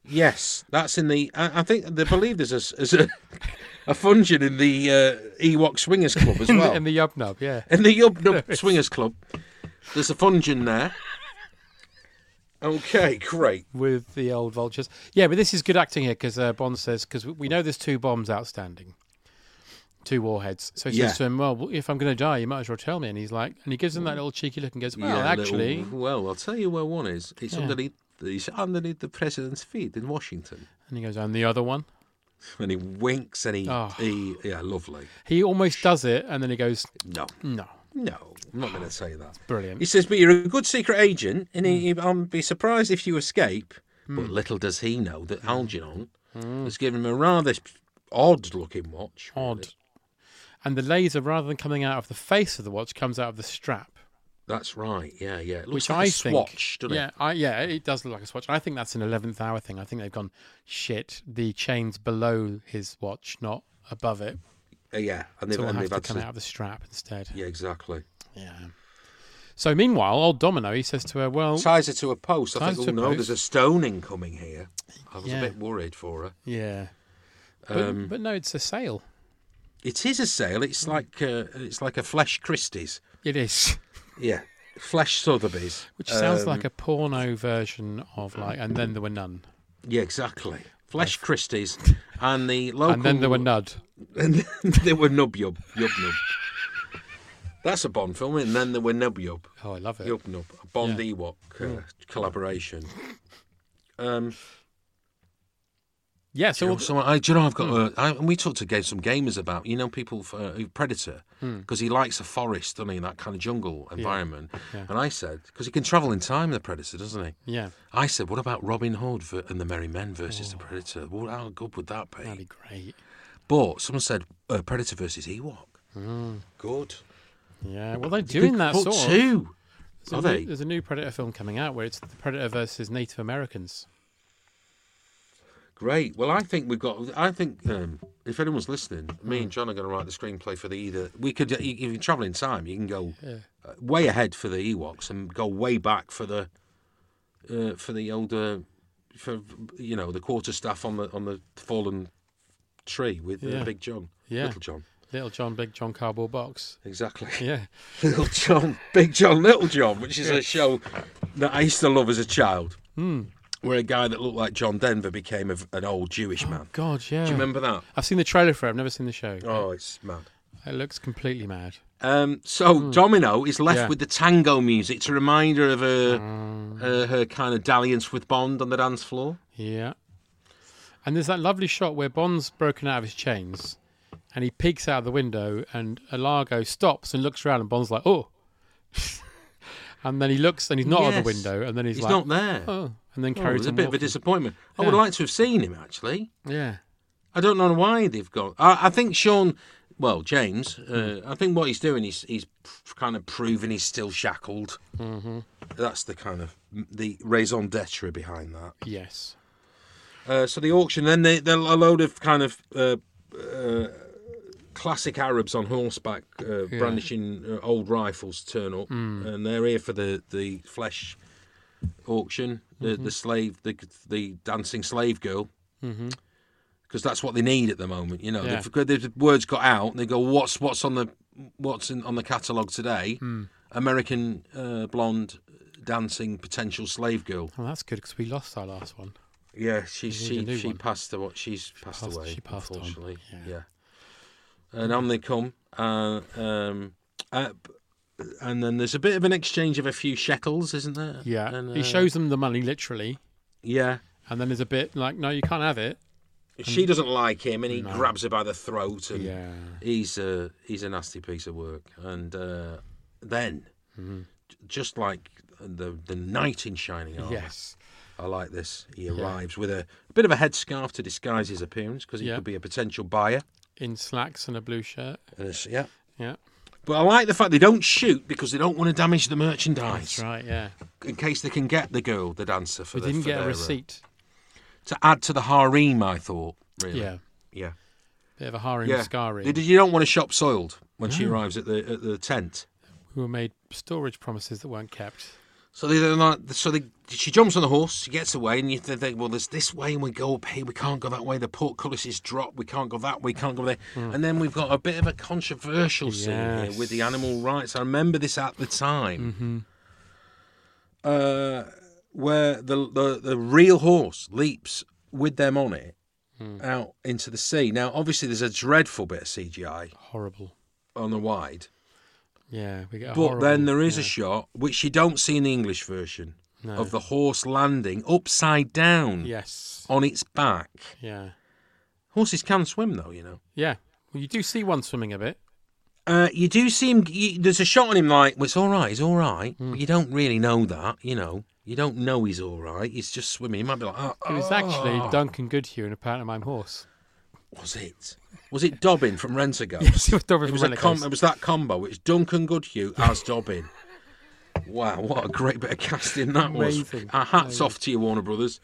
Speaker 2: Yes, that's in the. I, I think they believe there's a s- there's a, a fungeon in the uh, Ewok Swingers Club as
Speaker 3: In,
Speaker 2: well.
Speaker 3: the, in the Yub Nub, yeah.
Speaker 2: in the Yub Nub Swingers Club. There's a fungeon there. Okay, great.
Speaker 3: With the old vultures. Yeah, but this is good acting here because uh, Bond says, because we know there's two bombs outstanding, two warheads. So he
Speaker 2: Yeah.
Speaker 3: says to him, well, w- if I'm going to die, you might as well tell me. And he's like, and he gives him that little cheeky look and goes, well,
Speaker 2: Yeah, little-
Speaker 3: actually,
Speaker 2: well, I'll tell you where one is. It's
Speaker 3: Yeah.
Speaker 2: underneath. It's underneath the president's feet in Washington.
Speaker 3: and he goes, and the other one.
Speaker 2: And he winks and he,
Speaker 3: Oh.
Speaker 2: he yeah, lovely.
Speaker 3: He almost does it, and then he goes,
Speaker 2: No,
Speaker 3: no,
Speaker 2: no, I'm not going to say that.
Speaker 3: brilliant.
Speaker 2: He says, "But you're a good secret agent, and he,
Speaker 3: Hmm.
Speaker 2: I'd be surprised if you escape." But little does he know that
Speaker 3: Hmm.
Speaker 2: Algernon has given him a rather odd-looking watch. really.
Speaker 3: Odd. And the laser, rather than coming out of the face of the watch, comes out of the strap.
Speaker 2: That's right. Yeah, yeah. It looks
Speaker 3: which
Speaker 2: like
Speaker 3: I
Speaker 2: a
Speaker 3: think,
Speaker 2: swatch, doesn't
Speaker 3: yeah,
Speaker 2: it?
Speaker 3: I, yeah, it does look like a swatch. I think that's an eleventh hour thing. I think they've gone shit. The chain's below his watch, not above it.
Speaker 2: Uh, yeah, and they've,
Speaker 3: So we'll
Speaker 2: and
Speaker 3: have
Speaker 2: they've
Speaker 3: to
Speaker 2: had
Speaker 3: come
Speaker 2: to.
Speaker 3: out of the strap instead.
Speaker 2: Yeah, exactly.
Speaker 3: Yeah. So meanwhile, old Domino, he says to her, "Well,
Speaker 2: Ties her to a post. I
Speaker 3: Ties
Speaker 2: think.
Speaker 3: to
Speaker 2: Oh
Speaker 3: a
Speaker 2: no, there's a
Speaker 3: post.
Speaker 2: stoning coming here. I was
Speaker 3: Yeah.
Speaker 2: a bit worried for her.
Speaker 3: yeah, but,
Speaker 2: Um,
Speaker 3: but no, it's a sale.
Speaker 2: It is a sale. It's
Speaker 3: Hmm.
Speaker 2: like uh, it's like a flesh Christie's.
Speaker 3: It is."
Speaker 2: Yeah, flesh Sotheby's.
Speaker 3: Which sounds
Speaker 2: Um,
Speaker 3: like a porno version of like, and then there were none,
Speaker 2: Yeah, exactly. Flesh Christie's and the local.
Speaker 3: and then there were nud.
Speaker 2: And then there were Nub Yub. Yub Nub. That's a Bond film, and then there were Nub Yub.
Speaker 3: Oh, I love it.
Speaker 2: Yub Nub. A Bond
Speaker 3: Yeah.
Speaker 2: Ewok uh, collaboration. Um,
Speaker 3: Yeah,
Speaker 2: so,
Speaker 3: so we'll-
Speaker 2: someone, I, do you know I've got?
Speaker 3: Hmm.
Speaker 2: A, I, and we talked to ga- some gamers about you know people for, uh, Predator
Speaker 3: Hmm.
Speaker 2: because he likes a forest, doesn't he? That kind of jungle environment. And I said because he can travel in time, the Predator, doesn't he?
Speaker 3: yeah,
Speaker 2: I said, what about Robin Hood ver- and the Merry Men versus the Predator? Well, how good would that be?
Speaker 3: Oh. that'd be great.
Speaker 2: But someone said uh, Predator versus Ewok. Good.
Speaker 3: Yeah, well they're doing that
Speaker 2: But
Speaker 3: sort. of.
Speaker 2: two.
Speaker 3: There's a
Speaker 2: Are
Speaker 3: new-
Speaker 2: they?
Speaker 3: There's a new Predator film coming out where it's the Predator versus Native Americans.
Speaker 2: Great. Well, I think we've got. I think um, if anyone's listening, me
Speaker 3: Mm.
Speaker 2: and John are going to write the screenplay for the either. We could, if you travel in time, you can go uh, way ahead for the Ewoks and go way back for the uh, for the older, for you know, the quarter staff on the on the fallen tree with uh,
Speaker 3: Yeah.
Speaker 2: Big John,
Speaker 3: Yeah.
Speaker 2: Little John,
Speaker 3: Little John, Big John, cardboard box.
Speaker 2: exactly.
Speaker 3: Yeah,
Speaker 2: Little John, Big John, Little John, which is a show that I used to love as a child,
Speaker 3: Hmm.
Speaker 2: where a guy that looked like John Denver became a, an old Jewish man.
Speaker 3: Oh, God, yeah.
Speaker 2: Do you remember that?
Speaker 3: I've seen the trailer for it. I've never seen the show.
Speaker 2: Oh, it's mad.
Speaker 3: It looks completely mad.
Speaker 2: Um, so Domino is left
Speaker 3: Hmm. Yeah. Hmm.
Speaker 2: with the tango music. It's a reminder of her, uh, her kind of dalliance with Bond on the dance floor.
Speaker 3: Yeah. And there's that lovely shot where Bond's broken out of his chains and he peeks out the window and Alago stops and looks around and Bond's like, oh. and then he looks and he's not out
Speaker 2: Yes.
Speaker 3: the window and then he's,
Speaker 2: He's
Speaker 3: like,
Speaker 2: not there.
Speaker 3: oh. And then
Speaker 2: Oh,
Speaker 3: carries
Speaker 2: it's a
Speaker 3: on
Speaker 2: bit of a
Speaker 3: walking.
Speaker 2: disappointment. I
Speaker 3: Yeah.
Speaker 2: would like to have seen him actually.
Speaker 3: Yeah.
Speaker 2: I don't know why they've gone. I, I think Sean, well, James, uh, I think what he's doing is he's pr- kind of proving he's still shackled. Mm-hmm. That's the kind of the raison d'être behind that.
Speaker 3: Yes.
Speaker 2: Uh, so the auction, then they, they're a load of kind of uh, uh, classic Arabs on horseback, uh, brandishing uh, old rifles, turn up, and they're here for the the flesh auction, the, the slave, the the dancing slave girl. Because that's what they need at the moment, you know.
Speaker 3: Yeah.
Speaker 2: They've got- The words got out, and they go, "What's what's on the what's in, on the catalogue today? American uh, blonde dancing potential slave girl.
Speaker 3: Oh, that's good because we lost our last one.
Speaker 2: Yeah, she
Speaker 3: need a
Speaker 2: she
Speaker 3: new
Speaker 2: she
Speaker 3: one.
Speaker 2: passed away. She's passed,
Speaker 3: passed-
Speaker 2: away.
Speaker 3: she passed on,
Speaker 2: unfortunately. Yeah.
Speaker 3: yeah.
Speaker 2: And on they come, uh, um, uh, and then there's a bit of an exchange of a few shekels, isn't there?
Speaker 3: Yeah.
Speaker 2: And,
Speaker 3: he
Speaker 2: uh,
Speaker 3: shows them the money literally.
Speaker 2: Yeah.
Speaker 3: And then there's a bit like, no, you can't have it.
Speaker 2: She doesn't like him, and he grabs her by the throat, and
Speaker 3: Yeah.
Speaker 2: he's a he's a nasty piece of work. And uh, then,
Speaker 3: Mm-hmm.
Speaker 2: j- just like the the knight in shining armor,
Speaker 3: Yes.
Speaker 2: I like this. He arrives with a, a bit of a headscarf to disguise his appearance because he
Speaker 3: Yeah.
Speaker 2: could be a potential buyer.
Speaker 3: In slacks and a blue shirt.
Speaker 2: And it's- yeah.
Speaker 3: Yeah.
Speaker 2: But I like the fact they don't shoot because they don't want to damage the merchandise
Speaker 3: That's right. Yeah.
Speaker 2: in case they can get the girl, the dancer, for
Speaker 3: We
Speaker 2: the,
Speaker 3: didn't
Speaker 2: for
Speaker 3: get
Speaker 2: their,
Speaker 3: a
Speaker 2: uh,
Speaker 3: receipt.
Speaker 2: to add to the harem, I thought. Really.
Speaker 3: Yeah.
Speaker 2: Yeah.
Speaker 3: Bit of a harem
Speaker 2: Yeah.
Speaker 3: scarring.
Speaker 2: They- You don't want to shop soiled when she arrives at the at the tent.
Speaker 3: who were made storage promises that weren't kept.
Speaker 2: So they, they're not. So they, she jumps on the horse. She gets away, and you th- think, well, there's this way, and we go up here. We can't go that way. The portcullis is dropped. We can't go that way. Can't go there. And then we've got a bit of a controversial scene here with the animal rights. I remember this at the time, uh, where the, the the real horse leaps with them on it out into the sea. Now, obviously, there's a dreadful bit of CGI
Speaker 3: Horrible.
Speaker 2: on the wide,
Speaker 3: Yeah, we get. A
Speaker 2: but then
Speaker 3: horrible-
Speaker 2: there is
Speaker 3: yeah.
Speaker 2: a shot which you don't see in the English version of the horse landing upside down
Speaker 3: Yes.
Speaker 2: on its back.
Speaker 3: Yeah.
Speaker 2: Horses can swim though, you know.
Speaker 3: Yeah. Well, you do see one swimming a bit.
Speaker 2: Uh, you do see him. You, there's a shot on him like, well, it's all right, he's all right.
Speaker 3: Hmm.
Speaker 2: But you don't really know that, you know. You don't know he's all right. He's just swimming. He might be like, oh,
Speaker 3: It was actually Duncan Goodhue in a pantomime horse.
Speaker 2: was it? Was it Dobbin from Rent a
Speaker 3: Yes, it was Dobbin
Speaker 2: it
Speaker 3: from
Speaker 2: was a
Speaker 3: Rent-A-Ghost.
Speaker 2: com- It was that combo. It's Duncan Goodhue as Dobbin. Wow, what a great bit of casting that was.
Speaker 3: Amazing,
Speaker 2: Our hats off to you, Warner Brothers.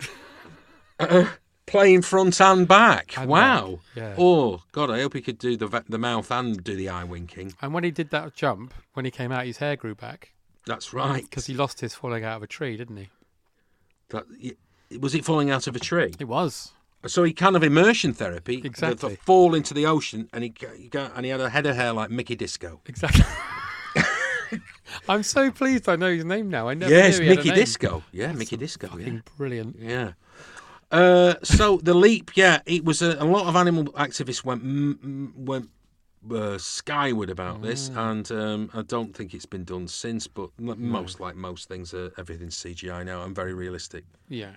Speaker 2: Uh, playing front and back.
Speaker 3: And
Speaker 2: wow.
Speaker 3: back, yeah.
Speaker 2: Oh, God, I hope he could do the, ve- the mouth and do the eye winking.
Speaker 3: And when he did that jump, when he came out, his hair grew back
Speaker 2: That's right.
Speaker 3: because he lost his falling out of a tree, didn't he?
Speaker 2: That, y- was it falling out of a tree?
Speaker 3: It was.
Speaker 2: So he kind of immersion therapy. the- The
Speaker 3: Exactly.
Speaker 2: fall into the ocean, and he, ca- he ca- and he had a head of hair like Mickey Disco.
Speaker 3: Exactly. I'm so pleased I know his name now. I never
Speaker 2: yes,
Speaker 3: knew he had a
Speaker 2: Mickey
Speaker 3: name.
Speaker 2: Disco. Yeah, Mickey Disco. yeah.
Speaker 3: Fucking brilliant.
Speaker 2: Yeah. Uh, so the leap, yeah, it was a, a lot of animal activists went mm, mm, went uh, skyward about this, and um, I don't think it's been done since. But m most like most things, uh, everything's CGI now and very realistic.
Speaker 3: Yeah.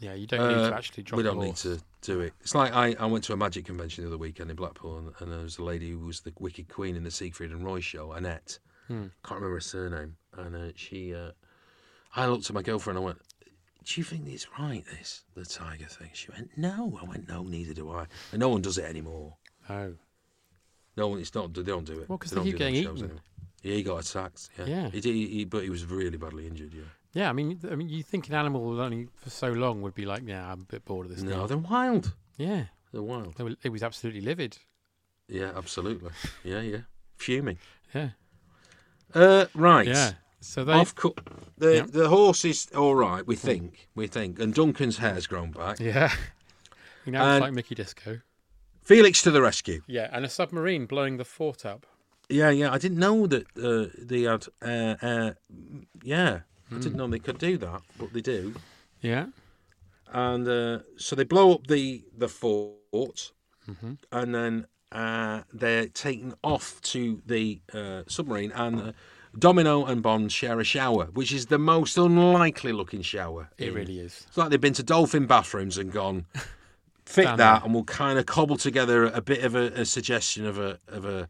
Speaker 3: Yeah, you don't need
Speaker 2: Uh,
Speaker 3: to actually drop
Speaker 2: we
Speaker 3: the
Speaker 2: don't need
Speaker 3: horse.
Speaker 2: to do it. It's like I, I went to a magic convention the other weekend in Blackpool, and, and there was a lady who was the Wicked Queen in the Siegfried and Roy show, Annette.
Speaker 3: Hmm.
Speaker 2: Can't remember her surname. And uh, she, uh, I looked at my girlfriend. and I went, "Do you think it's right this the tiger thing?" She went, "No." I went, "No, neither do I." And no one does it anymore.
Speaker 3: Oh,
Speaker 2: No one. It's not. They don't do it.
Speaker 3: Well, 'cause
Speaker 2: They
Speaker 3: they
Speaker 2: don't
Speaker 3: keep
Speaker 2: do them
Speaker 3: getting
Speaker 2: shows
Speaker 3: eaten.
Speaker 2: anymore. Yeah, he got attacked. Yeah.
Speaker 3: Yeah.
Speaker 2: He, did- he, he- but he was really badly injured. Yeah.
Speaker 3: yeah. I mean, I mean, you think an animal would only for so long would be like, yeah, I'm a bit bored of this.
Speaker 2: no,
Speaker 3: now."
Speaker 2: they're wild.
Speaker 3: yeah,
Speaker 2: They're wild.
Speaker 3: they were, it was absolutely livid.
Speaker 2: Yeah, absolutely. yeah, yeah. Fuming.
Speaker 3: Yeah,
Speaker 2: Uh, right.
Speaker 3: yeah. So they,
Speaker 2: Off co- the
Speaker 3: Yeah.
Speaker 2: the horse is all right. We think. We think. And Duncan's hair's grown back.
Speaker 3: yeah. you know,
Speaker 2: And-
Speaker 3: it's like Mickey Disco.
Speaker 2: Felix to the rescue.
Speaker 3: Yeah, and a submarine blowing the fort up.
Speaker 2: Yeah, yeah. I didn't know that uh, they had. Uh, uh, yeah, I
Speaker 3: Hmm.
Speaker 2: didn't know they could do that, but they do.
Speaker 3: Yeah,
Speaker 2: and uh, so they blow up the the fort,
Speaker 3: Mm-hmm.
Speaker 2: and then uh, they're taken off to the uh, submarine, and uh, Domino and Bond share a shower, which is the most unlikely looking shower.
Speaker 3: it
Speaker 2: in-
Speaker 3: really is.
Speaker 2: It's like they've been to dolphin bathrooms and gone. Fit
Speaker 3: Damn
Speaker 2: that,
Speaker 3: it.
Speaker 2: and we'll kind of cobble together a bit of a, a suggestion of a of a.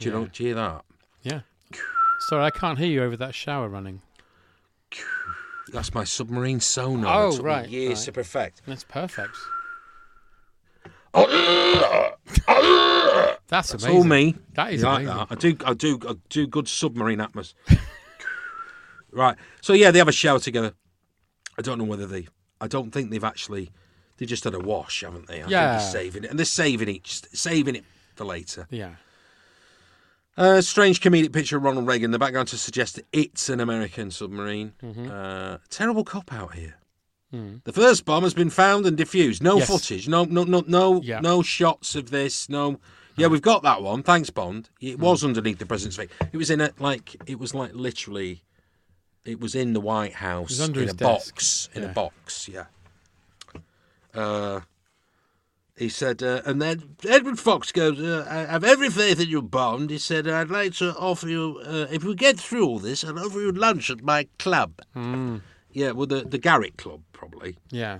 Speaker 2: Do you know? Do you hear that?
Speaker 3: Yeah. Sorry, I can't hear you over that shower running.
Speaker 2: That's my submarine sonar. It
Speaker 3: Oh,
Speaker 2: took me
Speaker 3: right,
Speaker 2: Years
Speaker 3: right.
Speaker 2: to perfect.
Speaker 3: That's perfect. That's
Speaker 2: It's
Speaker 3: amazing.
Speaker 2: all me.
Speaker 3: That is
Speaker 2: You
Speaker 3: amazing.
Speaker 2: like that. I do. I do. I do good submarine atmos. right. So yeah, they have a shower together. I don't know whether they. I don't think they've actually. They just had a wash, haven't they? I think
Speaker 3: Yeah.
Speaker 2: they're saving it, and they're saving each, saving it for later.
Speaker 3: Yeah.
Speaker 2: Uh, strange comedic picture of Ronald Reagan in the background to suggest that it's an American submarine.
Speaker 3: Mm-hmm.
Speaker 2: Uh, terrible cop out here. The first bomb has been found and diffused. No
Speaker 3: Hmm. Yes.
Speaker 2: footage. No, no, no, no,
Speaker 3: Yeah.
Speaker 2: no shots of this. No. Yeah, we've got that one. Thanks, Bond. It
Speaker 3: Hmm.
Speaker 2: was underneath the president's face. It was in a like. It was like literally. It was in the White House
Speaker 3: was under
Speaker 2: in a
Speaker 3: his desk.
Speaker 2: box. In
Speaker 3: Yeah.
Speaker 2: a box. Yeah. Uh, he said, uh, and then Edward Fox goes, uh, I have every faith in you, Bond. He said, I'd like to offer you, uh, if we get through all this, I'll offer you lunch at my club.
Speaker 3: Hmm.
Speaker 2: Yeah, well, the, the Garrick Club, probably.
Speaker 3: Yeah.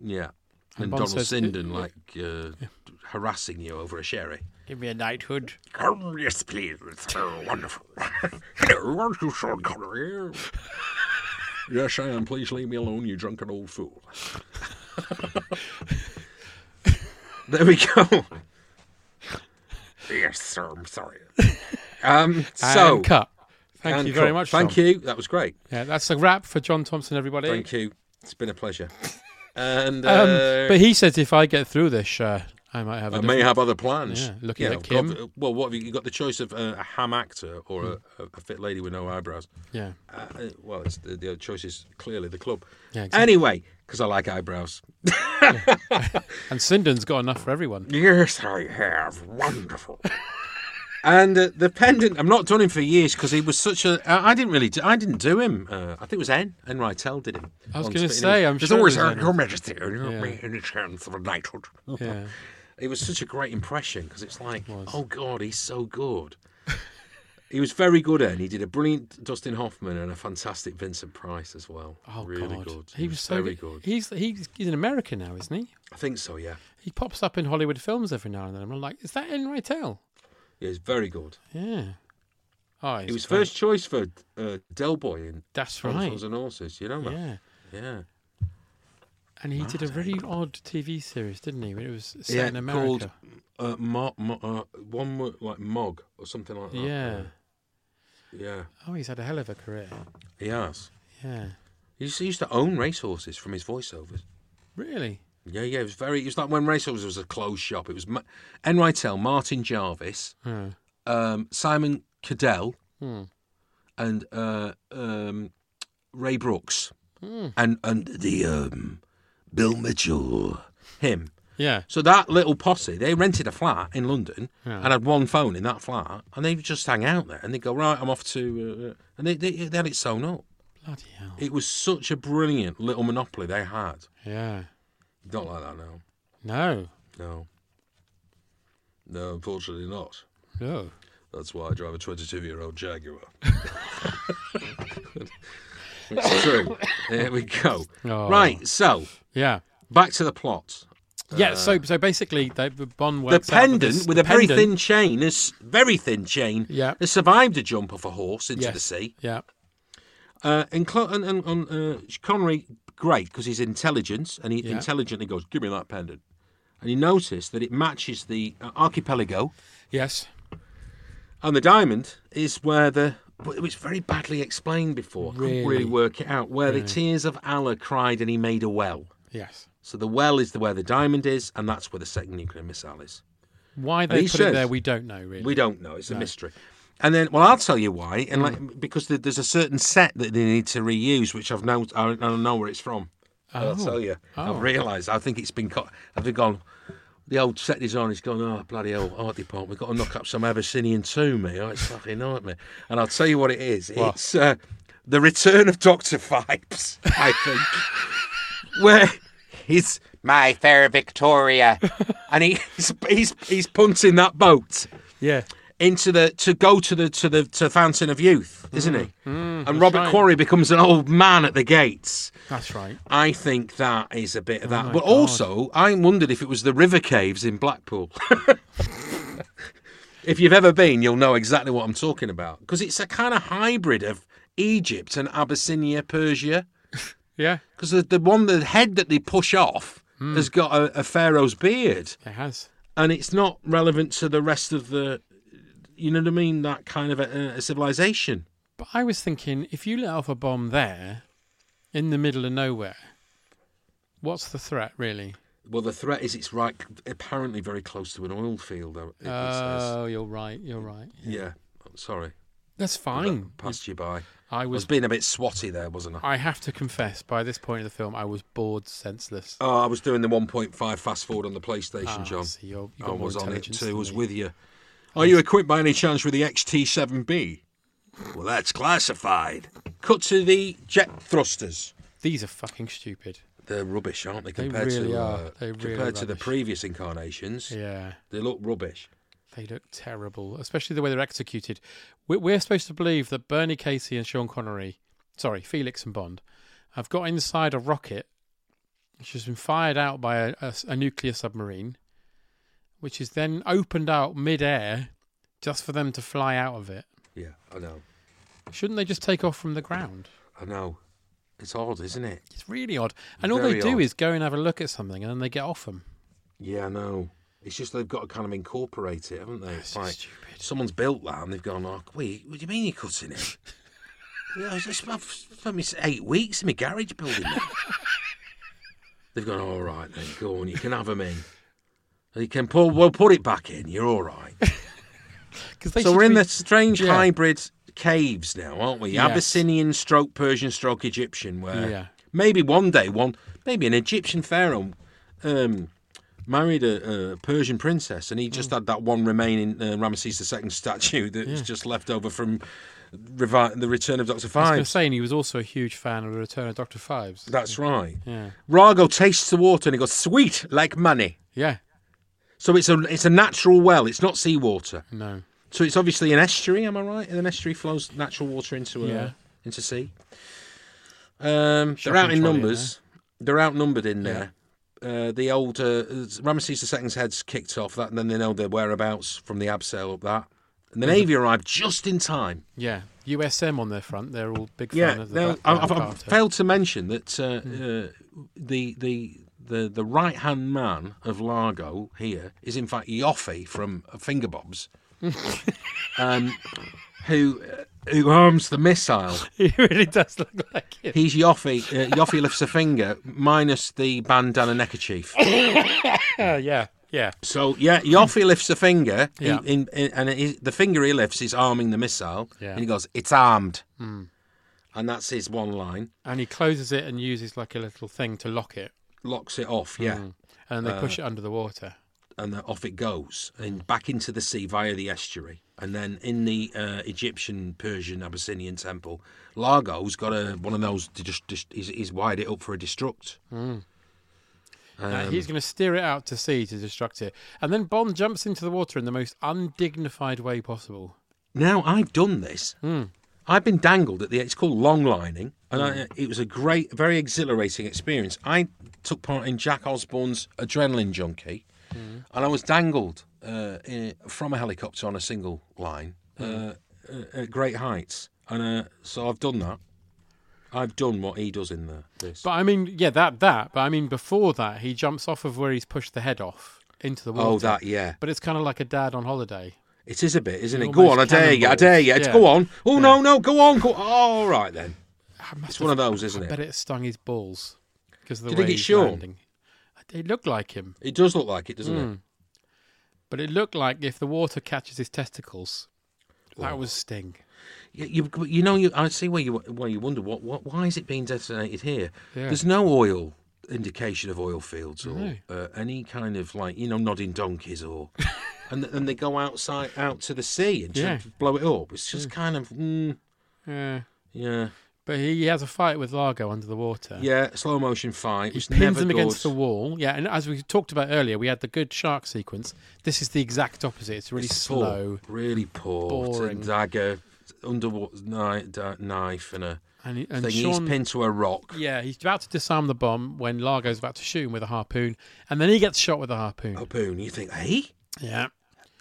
Speaker 2: Yeah.
Speaker 3: And
Speaker 2: And,
Speaker 3: Bond
Speaker 2: Donald
Speaker 3: says-
Speaker 2: Sinden, like, uh, harassing you over a sherry.
Speaker 3: Give me a knighthood.
Speaker 2: Oh, yes, please. It's so wonderful. Hello, aren't you Sean Connery? yes, I am. Please leave me alone, you drunken old fool. there we go. yes, sir. I'm sorry. Um, so,
Speaker 3: and cut. Thank
Speaker 2: and
Speaker 3: you very
Speaker 2: cut.
Speaker 3: much.
Speaker 2: Thank
Speaker 3: Tom.
Speaker 2: you. That was great.
Speaker 3: Yeah, that's a wrap for John Thompson, everybody.
Speaker 2: Thank you. It's been a pleasure. And
Speaker 3: Um,
Speaker 2: uh,
Speaker 3: but he says if I get through this, uh, I might have. a
Speaker 2: I may
Speaker 3: different-
Speaker 2: have other plans.
Speaker 3: Yeah, looking at
Speaker 2: God,
Speaker 3: Kim.
Speaker 2: uh, well, what have you, you got the choice of uh, a ham actor or a,
Speaker 3: Hmm.
Speaker 2: a, a fit lady with no eyebrows?
Speaker 3: Yeah.
Speaker 2: Uh, well, it's the, the choice is clearly the club.
Speaker 3: Yeah, exactly.
Speaker 2: Anyway, because I like eyebrows.
Speaker 3: And Sinden's got enough for everyone.
Speaker 2: Yes, I have. Wonderful. and uh, the pendant, I'm not done him for years because he was such a. I I didn't really. Do, I didn't do him. Uh, I think it was N. N. Rytel did him.
Speaker 3: I was
Speaker 2: on
Speaker 3: gonna
Speaker 2: Spitting Image.
Speaker 3: say, I'm
Speaker 2: There's
Speaker 3: sure it
Speaker 2: always
Speaker 3: was
Speaker 2: uh,
Speaker 3: N.
Speaker 2: Your Majesty, you
Speaker 3: Yeah.
Speaker 2: yeah. me any chance of a knighthood.
Speaker 3: Yeah.
Speaker 2: It was such a great impression because it's like, oh God, he's so good. he was very good at, and he did a brilliant Dustin Hoffman and a fantastic Vincent Price as well.
Speaker 3: Oh
Speaker 2: really
Speaker 3: God.
Speaker 2: good.
Speaker 3: He was so
Speaker 2: very
Speaker 3: good.
Speaker 2: good.
Speaker 3: He's he's he's in America now, isn't he?
Speaker 2: I think so. Yeah,
Speaker 3: He pops up in Hollywood films every now and then. I'm like, is that in Rytel?
Speaker 2: he was very good.
Speaker 3: Yeah. Oh,
Speaker 2: He was
Speaker 3: great.
Speaker 2: first choice for uh, Del Boy in
Speaker 3: That's
Speaker 2: Right.
Speaker 3: right.
Speaker 2: Sons and Horses. You know that?
Speaker 3: Yeah.
Speaker 2: yeah.
Speaker 3: And he did a very odd TV series, didn't he? It was set in America.
Speaker 2: called uh, Mo- Mo- uh, one word like Mog or something like that.
Speaker 3: yeah.
Speaker 2: yeah,
Speaker 3: Oh, he's had a hell of a career.
Speaker 2: he has.
Speaker 3: Yeah.
Speaker 2: He used, he used to own racehorses from his voiceovers.
Speaker 3: Really?
Speaker 2: Yeah, yeah, it was very. It was like when Racehorses was a closed shop. It was Ma- Enritel, Martin Jarvis,
Speaker 3: Yeah.
Speaker 2: um, Simon Cadell,
Speaker 3: Hmm.
Speaker 2: and uh, um, Ray Brooks,
Speaker 3: Hmm.
Speaker 2: and and the um, Bill Mitchell, him.
Speaker 3: Yeah.
Speaker 2: So that little posse, they rented a flat in London
Speaker 3: Yeah.
Speaker 2: and had one phone in that flat, and they would just hang out there. And they would go right, I'm off to, uh, and they, they they had it sewn up.
Speaker 3: Bloody hell.
Speaker 2: It was such a brilliant little monopoly they had.
Speaker 3: Yeah.
Speaker 2: Not like that now.
Speaker 3: No.
Speaker 2: No. No, unfortunately not.
Speaker 3: No.
Speaker 2: That's why I drive a 22 year old Jaguar. It's true. there we go.
Speaker 3: Oh.
Speaker 2: Right, so
Speaker 3: Yeah.
Speaker 2: back to the plot.
Speaker 3: Yeah, so so basically, they, the Bond
Speaker 2: Uh, The
Speaker 3: works out that
Speaker 2: pendant
Speaker 3: this-
Speaker 2: with a
Speaker 3: the
Speaker 2: very
Speaker 3: pendant-
Speaker 2: thin chain, is very thin chain,
Speaker 3: Yeah.
Speaker 2: has survived a jump off a horse into
Speaker 3: yes,
Speaker 2: the sea.
Speaker 3: Yeah,
Speaker 2: Uh, and Cl- and, and, and uh, Connery, great, because he's intelligent, and he
Speaker 3: Yeah.
Speaker 2: intelligently goes, "Give me that pendant." And he noticed that it matches the uh, archipelago,
Speaker 3: yes,
Speaker 2: and the diamond is where the. But it was very badly explained before. Couldn't
Speaker 3: Really?
Speaker 2: really work it out. Where the tears of Allah cried, and he made a well.
Speaker 3: yes.
Speaker 2: So the well is the, where the diamond is, and that's where the second nuclear missile is.
Speaker 3: Why
Speaker 2: And
Speaker 3: they
Speaker 2: he
Speaker 3: put it
Speaker 2: says-
Speaker 3: there, we don't know really.
Speaker 2: We don't know. It's a mystery. And then, well, I'll tell you why. And like, because there- there's a certain set that they need to reuse, which I've known. I don't know where it's from. I'll tell you. I've realised. I think it's been cut. I've been gone. The old set design has gone. Oh bloody hell! Art department. We've got to knock up some Abyssinian tomb here. Oh, it's a fucking nightmare. And I'll tell you what it is. It's uh, the return of Doctor Fipes. I think. Where he's my fair Victoria, and he- he's he's he's punting that boat
Speaker 3: Yeah,
Speaker 2: into the to go to the to the to Fountain of Youth, isn't he? and Robert
Speaker 3: Mm. right.
Speaker 2: Quarry becomes an old man at the gates.
Speaker 3: that's right.
Speaker 2: I think that is a bit of that.
Speaker 3: Oh my
Speaker 2: but
Speaker 3: God.
Speaker 2: also, I wondered if it was the river caves in Blackpool. if you've ever been, you'll know exactly what I'm talking about because it's a kind of hybrid of Egypt and Abyssinia, Persia.
Speaker 3: Yeah,
Speaker 2: Because the, the one, the head that they push off
Speaker 3: Hmm.
Speaker 2: has got a, a pharaoh's beard
Speaker 3: it has.
Speaker 2: and it's not relevant to the rest of the you know what i mean that kind of a, a civilization
Speaker 3: But I was thinking, if you let off a bomb there, in the middle of nowhere, what's the threat really?
Speaker 2: well the threat is it's right apparently very close to an oil field it- it says.
Speaker 3: Oh, you're right. You're right.
Speaker 2: yeah Oh, sorry
Speaker 3: That's fine.
Speaker 2: passed you by
Speaker 3: I
Speaker 2: i was
Speaker 3: was.
Speaker 2: being a bit swatty there wasn't i
Speaker 3: I have to confess, by this point in the film, I was bored senseless.
Speaker 2: oh i was doing the 1.5 fast forward on the playstation
Speaker 3: Ah,
Speaker 2: john
Speaker 3: so you're- you've
Speaker 2: i
Speaker 3: got more
Speaker 2: was on it
Speaker 3: intelligence
Speaker 2: too
Speaker 3: than
Speaker 2: I was
Speaker 3: me.
Speaker 2: with you are you equipped by any chance with the xt7b well that's classified cut to the jet thrusters
Speaker 3: These are fucking stupid.
Speaker 2: They're rubbish, aren't they?
Speaker 3: They
Speaker 2: Compared
Speaker 3: really
Speaker 2: to
Speaker 3: are.
Speaker 2: Uh,
Speaker 3: They're really
Speaker 2: compared to the
Speaker 3: rubbish.
Speaker 2: previous incarnations,
Speaker 3: Yeah.
Speaker 2: they look rubbish.
Speaker 3: They look terrible, especially the way they're executed. We- We're supposed to believe that Bernie Casey and Sean Connery, sorry, Felix and Bond, have got inside a rocket which has been fired out by a, a s- a nuclear submarine, which is then opened out midair just for them to fly out of it.
Speaker 2: Yeah, I know.
Speaker 3: Shouldn't they just take off from the ground?
Speaker 2: I know. It's odd, isn't it?
Speaker 3: It's really odd. And all they
Speaker 2: Very
Speaker 3: do
Speaker 2: odd.
Speaker 3: is go and have a look at something and then they get off them.
Speaker 2: Yeah, I know. It's just they've got to kind of incorporate it, haven't they? It's
Speaker 3: so
Speaker 2: like
Speaker 3: stupid.
Speaker 2: someone's built that and they've gone, oh, wait, what do you mean you're cutting it? yeah, it's just about it's eight weeks in my garage building it. they've gone, all right, then, go on, you can have them in. You can put, we'll put it back in, you're all right.
Speaker 3: Cause they
Speaker 2: so
Speaker 3: should
Speaker 2: we're in
Speaker 3: be-
Speaker 2: the strange
Speaker 3: Yeah.
Speaker 2: hybrid caves now, aren't we?
Speaker 3: Yes.
Speaker 2: Abyssinian, stroke Persian, stroke Egyptian. Where
Speaker 3: Yeah.
Speaker 2: maybe one day, one maybe an Egyptian pharaoh um, married a, a Persian princess, and he
Speaker 3: Mm.
Speaker 2: just had that one remaining uh, Ramesses II statue that was just left over from revi- the Return of Doctor
Speaker 3: I was going
Speaker 2: Five.
Speaker 3: to say, and he was also a huge fan of the Return of Doctor Fives.
Speaker 2: That's right.
Speaker 3: yeah,
Speaker 2: Rago tastes the water and he goes sweet like money.
Speaker 3: yeah,
Speaker 2: So it's a it's a natural well. It's not seawater.
Speaker 3: no,
Speaker 2: So it's obviously an estuary, am I right? An estuary flows natural water into a,
Speaker 3: Yeah.
Speaker 2: into sea. Um, they're
Speaker 3: Shopping
Speaker 2: out in
Speaker 3: trolley
Speaker 2: numbers. They're outnumbered in there. Uh, the old uh, Ramesses II's head's kicked off that, and then they know their whereabouts from the abseil up that. And the navy arrived just in time.
Speaker 3: yeah. USM on their front, they're all big fan
Speaker 2: Yeah,
Speaker 3: of the. Hmm.
Speaker 2: now,
Speaker 3: Black-
Speaker 2: I-
Speaker 3: Black
Speaker 2: I've, I've
Speaker 3: Panther.
Speaker 2: failed to mention that uh, uh, the the the, the right hand man of Largo here is in fact Yoffe from Fingerbobs, um, who uh, who arms the missile.
Speaker 3: He really does look like it.
Speaker 2: He's Yoffe. Uh, Yoffe lifts a finger minus the bandana neckerchief.
Speaker 3: Yeah, yeah, yeah.
Speaker 2: So yeah, Yoffe lifts a finger, he-
Speaker 3: Yeah.
Speaker 2: in, in, and he, the finger he lifts is arming the missile,
Speaker 3: Yeah. Hmm.
Speaker 2: and he goes, "It's armed," and that's his one line.
Speaker 3: And he closes it and uses like a little thing to lock it,
Speaker 2: Locks it off. Yeah.
Speaker 3: Hmm. and they
Speaker 2: Uh,
Speaker 3: push it under the water.
Speaker 2: and then off it goes and back into the sea via the estuary and then in the uh, egyptian persian abyssinian temple largo's got a one of those to just, just he's, he's wired it up for a destruct
Speaker 3: Now,
Speaker 2: um,
Speaker 3: he's going to steer it out to sea to destruct it, and then Bond jumps into the water in the most undignified way possible. Hmm.
Speaker 2: now i've done this I've been dangled at the. It's called long lining, and I, it was a great, very exhilarating experience. I took part in Jack Osborne's Adrenaline Junkie,
Speaker 3: Hmm.
Speaker 2: and I was dangled uh, in, from a helicopter on a single line
Speaker 3: Hmm.
Speaker 2: uh, at- at great heights, and uh, so I've done that. I've done what he does in the this.
Speaker 3: But I mean, yeah, that that. But I mean, before that, he jumps off of where he's pushed the head off into the water.
Speaker 2: oh, that yeah,
Speaker 3: But it's kind of like a dad on holiday.
Speaker 2: it is a bit, isn't it?
Speaker 3: Almost
Speaker 2: Go on, I dare you, I
Speaker 3: cannonballs.
Speaker 2: dare you. It's
Speaker 3: Yeah.
Speaker 2: Go on. Oh no, no, go on, go. All right then.
Speaker 3: I must
Speaker 2: It's one of those, isn't
Speaker 3: I
Speaker 2: it?
Speaker 3: bet it stung his balls because of the
Speaker 2: Do you
Speaker 3: way
Speaker 2: think it's
Speaker 3: he's
Speaker 2: Sean?
Speaker 3: landing. It looked like him,
Speaker 2: It does look like it, doesn't
Speaker 3: Hmm.
Speaker 2: it?
Speaker 3: but it looked like if the water catches his testicles, that was sting.
Speaker 2: You, you, but you know, you, I see where you where you wonder what, what why is it being detonated here?
Speaker 3: Yeah.
Speaker 2: There's no oil indication of oil fields or uh, any kind of like you know nodding donkeys or, and th- and they go outside out to the sea and
Speaker 3: Yeah.
Speaker 2: to blow it up. It's just kind of mm,
Speaker 3: Yeah.
Speaker 2: yeah
Speaker 3: But he has a fight with Largo under the water.
Speaker 2: yeah slow motion fight.
Speaker 3: He
Speaker 2: which
Speaker 3: pins
Speaker 2: never
Speaker 3: him against the
Speaker 2: good.
Speaker 3: wall. Yeah, and as we talked about earlier, we had the good shark sequence. This is the exact opposite. It's really
Speaker 2: It's poor,
Speaker 3: slow,
Speaker 2: really poor, It's a
Speaker 3: boring.
Speaker 2: dagger, underwater knife, da- knife and a
Speaker 3: and, he- and
Speaker 2: thing.
Speaker 3: Sean.
Speaker 2: He's pinned to a rock.
Speaker 3: yeah, he's about to disarm the bomb when Largo's about to shoot him with a harpoon, and then he gets shot with a harpoon.
Speaker 2: Harpoon. You think, hey.
Speaker 3: Yeah,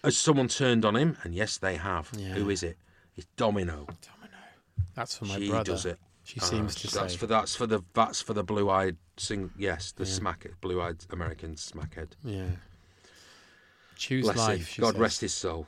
Speaker 2: Has someone turned on him? And yes, they have. Who is it? It's Domino.
Speaker 3: that's for my
Speaker 2: she
Speaker 3: brother.
Speaker 2: does it.
Speaker 3: She
Speaker 2: Ah,
Speaker 3: seems to
Speaker 2: that's
Speaker 3: say.
Speaker 2: for that's for the that's for the blue-eyed sing. Yes, the smack blue-eyed American smackhead.
Speaker 3: yeah. Choose
Speaker 2: Bless him.
Speaker 3: life. she
Speaker 2: God
Speaker 3: says.
Speaker 2: rest his soul.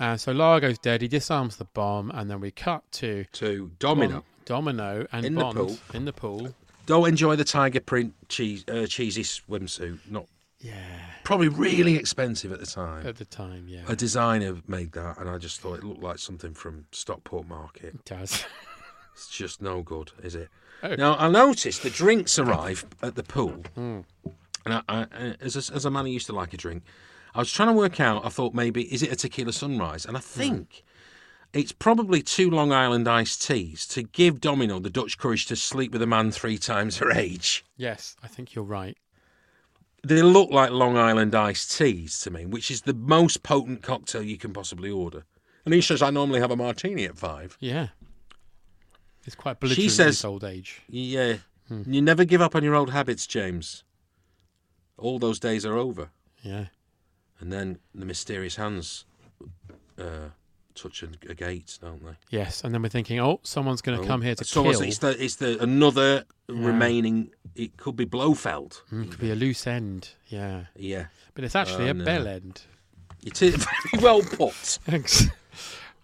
Speaker 3: Uh, so Largo's dead. He disarms the bomb, and then we cut to
Speaker 2: To Domino.
Speaker 3: Bon- Domino and
Speaker 2: In the
Speaker 3: Bond
Speaker 2: pool.
Speaker 3: in the pool.
Speaker 2: Don't enjoy the tiger print cheese, uh, cheesy swimsuit. Not
Speaker 3: Yeah,
Speaker 2: probably really expensive at the time.
Speaker 3: at the time. Yeah,
Speaker 2: a designer made that, and I just thought it looked like something from Stockport Market.
Speaker 3: it does.
Speaker 2: It's just no good, is it?
Speaker 3: Oh.
Speaker 2: Now I noticed the drinks arrive at the pool, and I, I, I- as a, as a man who used to like a drink, I was trying to work out. I thought maybe is it a tequila sunrise, and I think it's probably two Long Island iced teas to give Domino the Dutch courage to sleep with a man three times her age.
Speaker 3: yes, I think you're right.
Speaker 2: They look like Long Island iced teas to me, which is the most potent cocktail you can possibly order. And he says I normally have a martini at five.
Speaker 3: Yeah, it's quite belligerent in
Speaker 2: says-
Speaker 3: his old age.
Speaker 2: Yeah.
Speaker 3: Hmm.
Speaker 2: You never give up on your old habits, James. All those days are over.
Speaker 3: Yeah,
Speaker 2: And then the mysterious hands uh, touch a, a gate, don't they?
Speaker 3: yes. And then we're thinking, oh, someone's going to come here to
Speaker 2: so
Speaker 3: kill.
Speaker 2: it's- It's the, it's the another remaining. It could be Blofeld.
Speaker 3: Mm, could be a loose end. Yeah,
Speaker 2: Yeah.
Speaker 3: but it's actually
Speaker 2: Oh,
Speaker 3: a
Speaker 2: no.
Speaker 3: bell end.
Speaker 2: It is very well put.
Speaker 3: Thanks.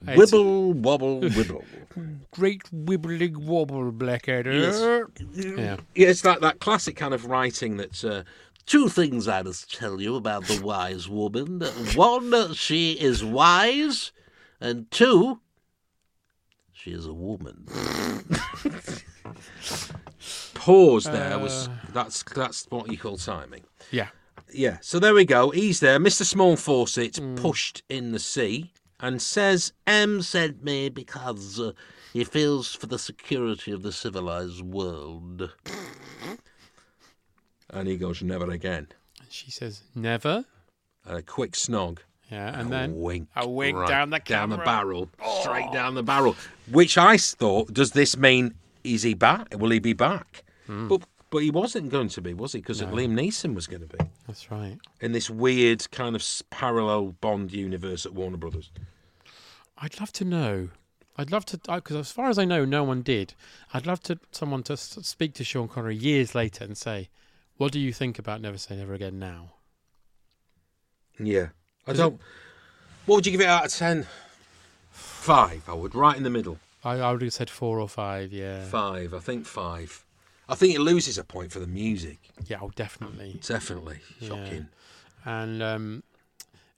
Speaker 3: It's
Speaker 2: Wibble, wobble, wibble.
Speaker 3: great wibbling wobble, Blackadder. Yeah.
Speaker 2: Yeah, it's like that classic kind of writing that's. Uh, Two things I must tell you about the wise woman. One, she is wise, and two, she is a woman. Pause there was that's that's what you call timing.
Speaker 3: Yeah.
Speaker 2: Yeah, so there we go. He's there. Mr. Small Fawcett
Speaker 3: Hmm.
Speaker 2: pushed in the sea and says, M sent me because uh, he feels for the security of the civilized world. and he goes, never again.
Speaker 3: And she says, never.
Speaker 2: And a quick snog.
Speaker 3: Yeah, and
Speaker 2: a
Speaker 3: then
Speaker 2: wink,
Speaker 3: a wink
Speaker 2: right
Speaker 3: down the
Speaker 2: down the
Speaker 3: camera. Oh.
Speaker 2: barrel, straight down the barrel. Which I s- thought, does this mean is he back? Will he be back?
Speaker 3: Hmm.
Speaker 2: But but he wasn't going to be, was he? Because Liam Neeson was going to be
Speaker 3: That's right.
Speaker 2: in this weird kind of s- parallel Bond universe at Warner Brothers.
Speaker 3: I'd love to know. I'd love to, because as far as I know, no one did. I'd love to someone to s- speak to Sean Connery years later and say, "What do you think about Never Say Never Again now?"
Speaker 2: Yeah, I
Speaker 3: Is
Speaker 2: don't. What would you give it out of ten? Five, I would. Right in the middle.
Speaker 3: I, I would have said four or five. Yeah,
Speaker 2: Five, I think five. I think it loses a point for the music.
Speaker 3: yeah, oh, definitely.
Speaker 2: Definitely shocking.
Speaker 3: And um,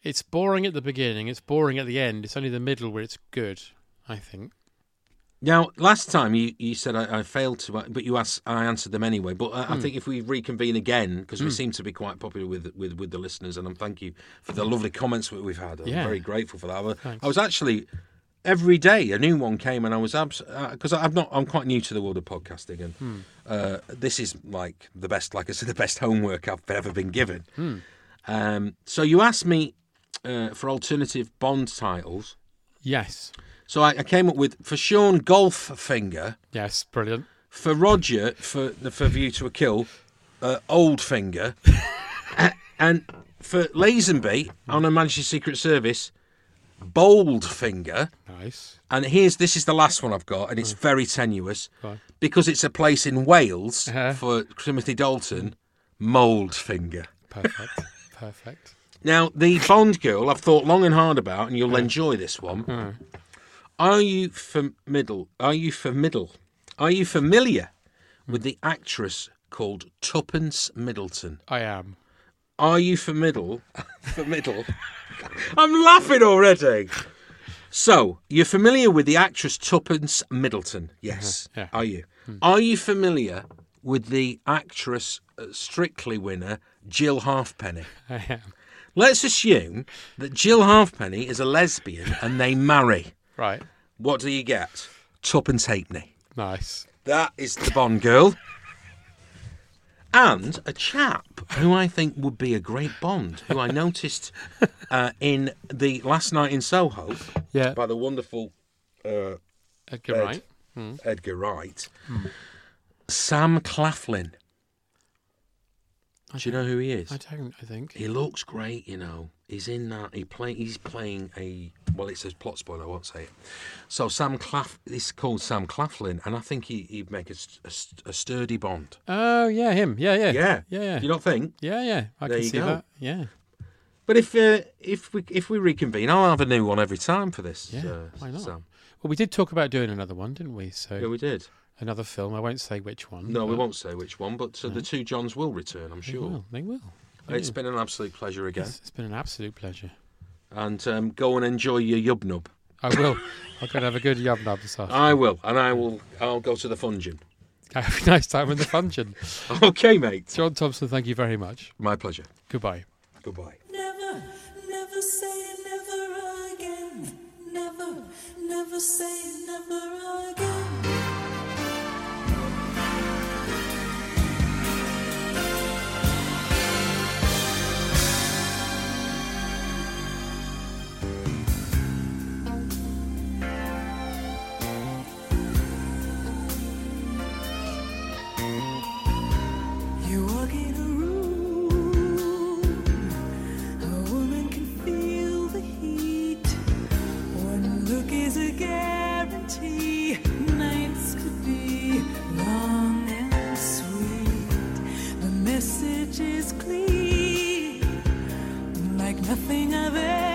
Speaker 3: it's boring at the beginning. It's boring at the end. It's only the middle where it's good. I think.
Speaker 2: Now, last time you, you said I, I failed to, but you asked, I answered them anyway. But I, I think if we reconvene again, because we seem to be quite popular with, with, with the listeners, and I'm thank you for the lovely comments we- we've had. I'm
Speaker 3: Yeah.
Speaker 2: very grateful for that. I, wa- I was actually every day a new one came, and I was because abs- uh, i have not, I'm quite new to the world of podcasting, and uh, this is like the best, like I said, the best homework I've ever been given. Um, so you asked me uh, for alternative Bond titles.
Speaker 3: Yes.
Speaker 2: So I, I came up with for Sean Golffinger,
Speaker 3: Yes, brilliant.
Speaker 2: for Roger for the for View to a Kill, uh, Old Finger, A- and for Lazenby on a Manchester Secret Service, Bold Finger.
Speaker 3: Nice.
Speaker 2: And here's this is the last one I've got, and it's very tenuous because it's a place in Wales
Speaker 3: Uh-huh.
Speaker 2: for Timothy Dalton, Mould Finger.
Speaker 3: Perfect. Perfect.
Speaker 2: Now, the Bond girl, I've thought long and hard about, and you'll enjoy this one. Are you familiar? Are you familiar? Are you familiar with the actress called Tuppence Middleton?
Speaker 3: I am.
Speaker 2: Are you familiar? familiar? I'm laughing already. So you're familiar with the actress Tuppence Middleton? Yes.
Speaker 3: Mm-hmm. Yeah. Hmm.
Speaker 2: Are you? Are you familiar with the actress uh, Strictly winner Jill Halfpenny?
Speaker 3: I am.
Speaker 2: Let's assume that Jill Halfpenny is a lesbian and they marry.
Speaker 3: Right.
Speaker 2: What do you get? Tuppence Halfpenny.
Speaker 3: Nice.
Speaker 2: That is the Bond girl. And a chap who I think would be a great Bond, who I noticed uh, in the last night in Soho
Speaker 3: Yeah.
Speaker 2: by the wonderful uh,
Speaker 3: Edgar
Speaker 2: Ed.
Speaker 3: Wright.
Speaker 2: Edgar Wright,
Speaker 3: Hmm.
Speaker 2: Sam Claflin. Do you know who he is?
Speaker 3: I don't. I think.
Speaker 2: He looks great, you know. He's in that. He play. He's playing a. Well, it's a plot spoiler. I won't say it. So Sam Claf. It's called Sam Claflin, and I think he, he'd make a, st- a st- a sturdy Bond.
Speaker 3: Oh yeah, him. Yeah, yeah.
Speaker 2: Yeah.
Speaker 3: Yeah. Yeah.
Speaker 2: You don't think?
Speaker 3: yeah, yeah. I
Speaker 2: There
Speaker 3: can
Speaker 2: you
Speaker 3: see
Speaker 2: go.
Speaker 3: that. Yeah.
Speaker 2: But if uh, if we if we reconvene, I'll have a new one every time for this.
Speaker 3: Yeah.
Speaker 2: uh,
Speaker 3: why not?
Speaker 2: Sam.
Speaker 3: Well, we did talk about doing another one, didn't we? So
Speaker 2: Yeah, we did.
Speaker 3: another film. I won't say which one.
Speaker 2: No, we
Speaker 3: but
Speaker 2: won't say which one, but uh, the two Johns will return. I'm
Speaker 3: They
Speaker 2: sure.
Speaker 3: will. They will.
Speaker 2: It's been an absolute pleasure again,
Speaker 3: It's- it's been an absolute pleasure.
Speaker 2: and um, go and enjoy your yub nub.
Speaker 3: I will. I'm gonna have a good yum nub this afternoon.
Speaker 2: I will, and I will. I'll go to the fungin.
Speaker 3: Have a nice time in the function.
Speaker 2: Okay, mate.
Speaker 3: John Thompson, thank you very much.
Speaker 2: My pleasure.
Speaker 3: Goodbye.
Speaker 2: Goodbye.
Speaker 5: Never, never say never again. Never, never say never again. You walk in a room. A woman can feel the heat. One look is a guarantee. Nights could be long and sweet. The message is clear, like nothing I've ever.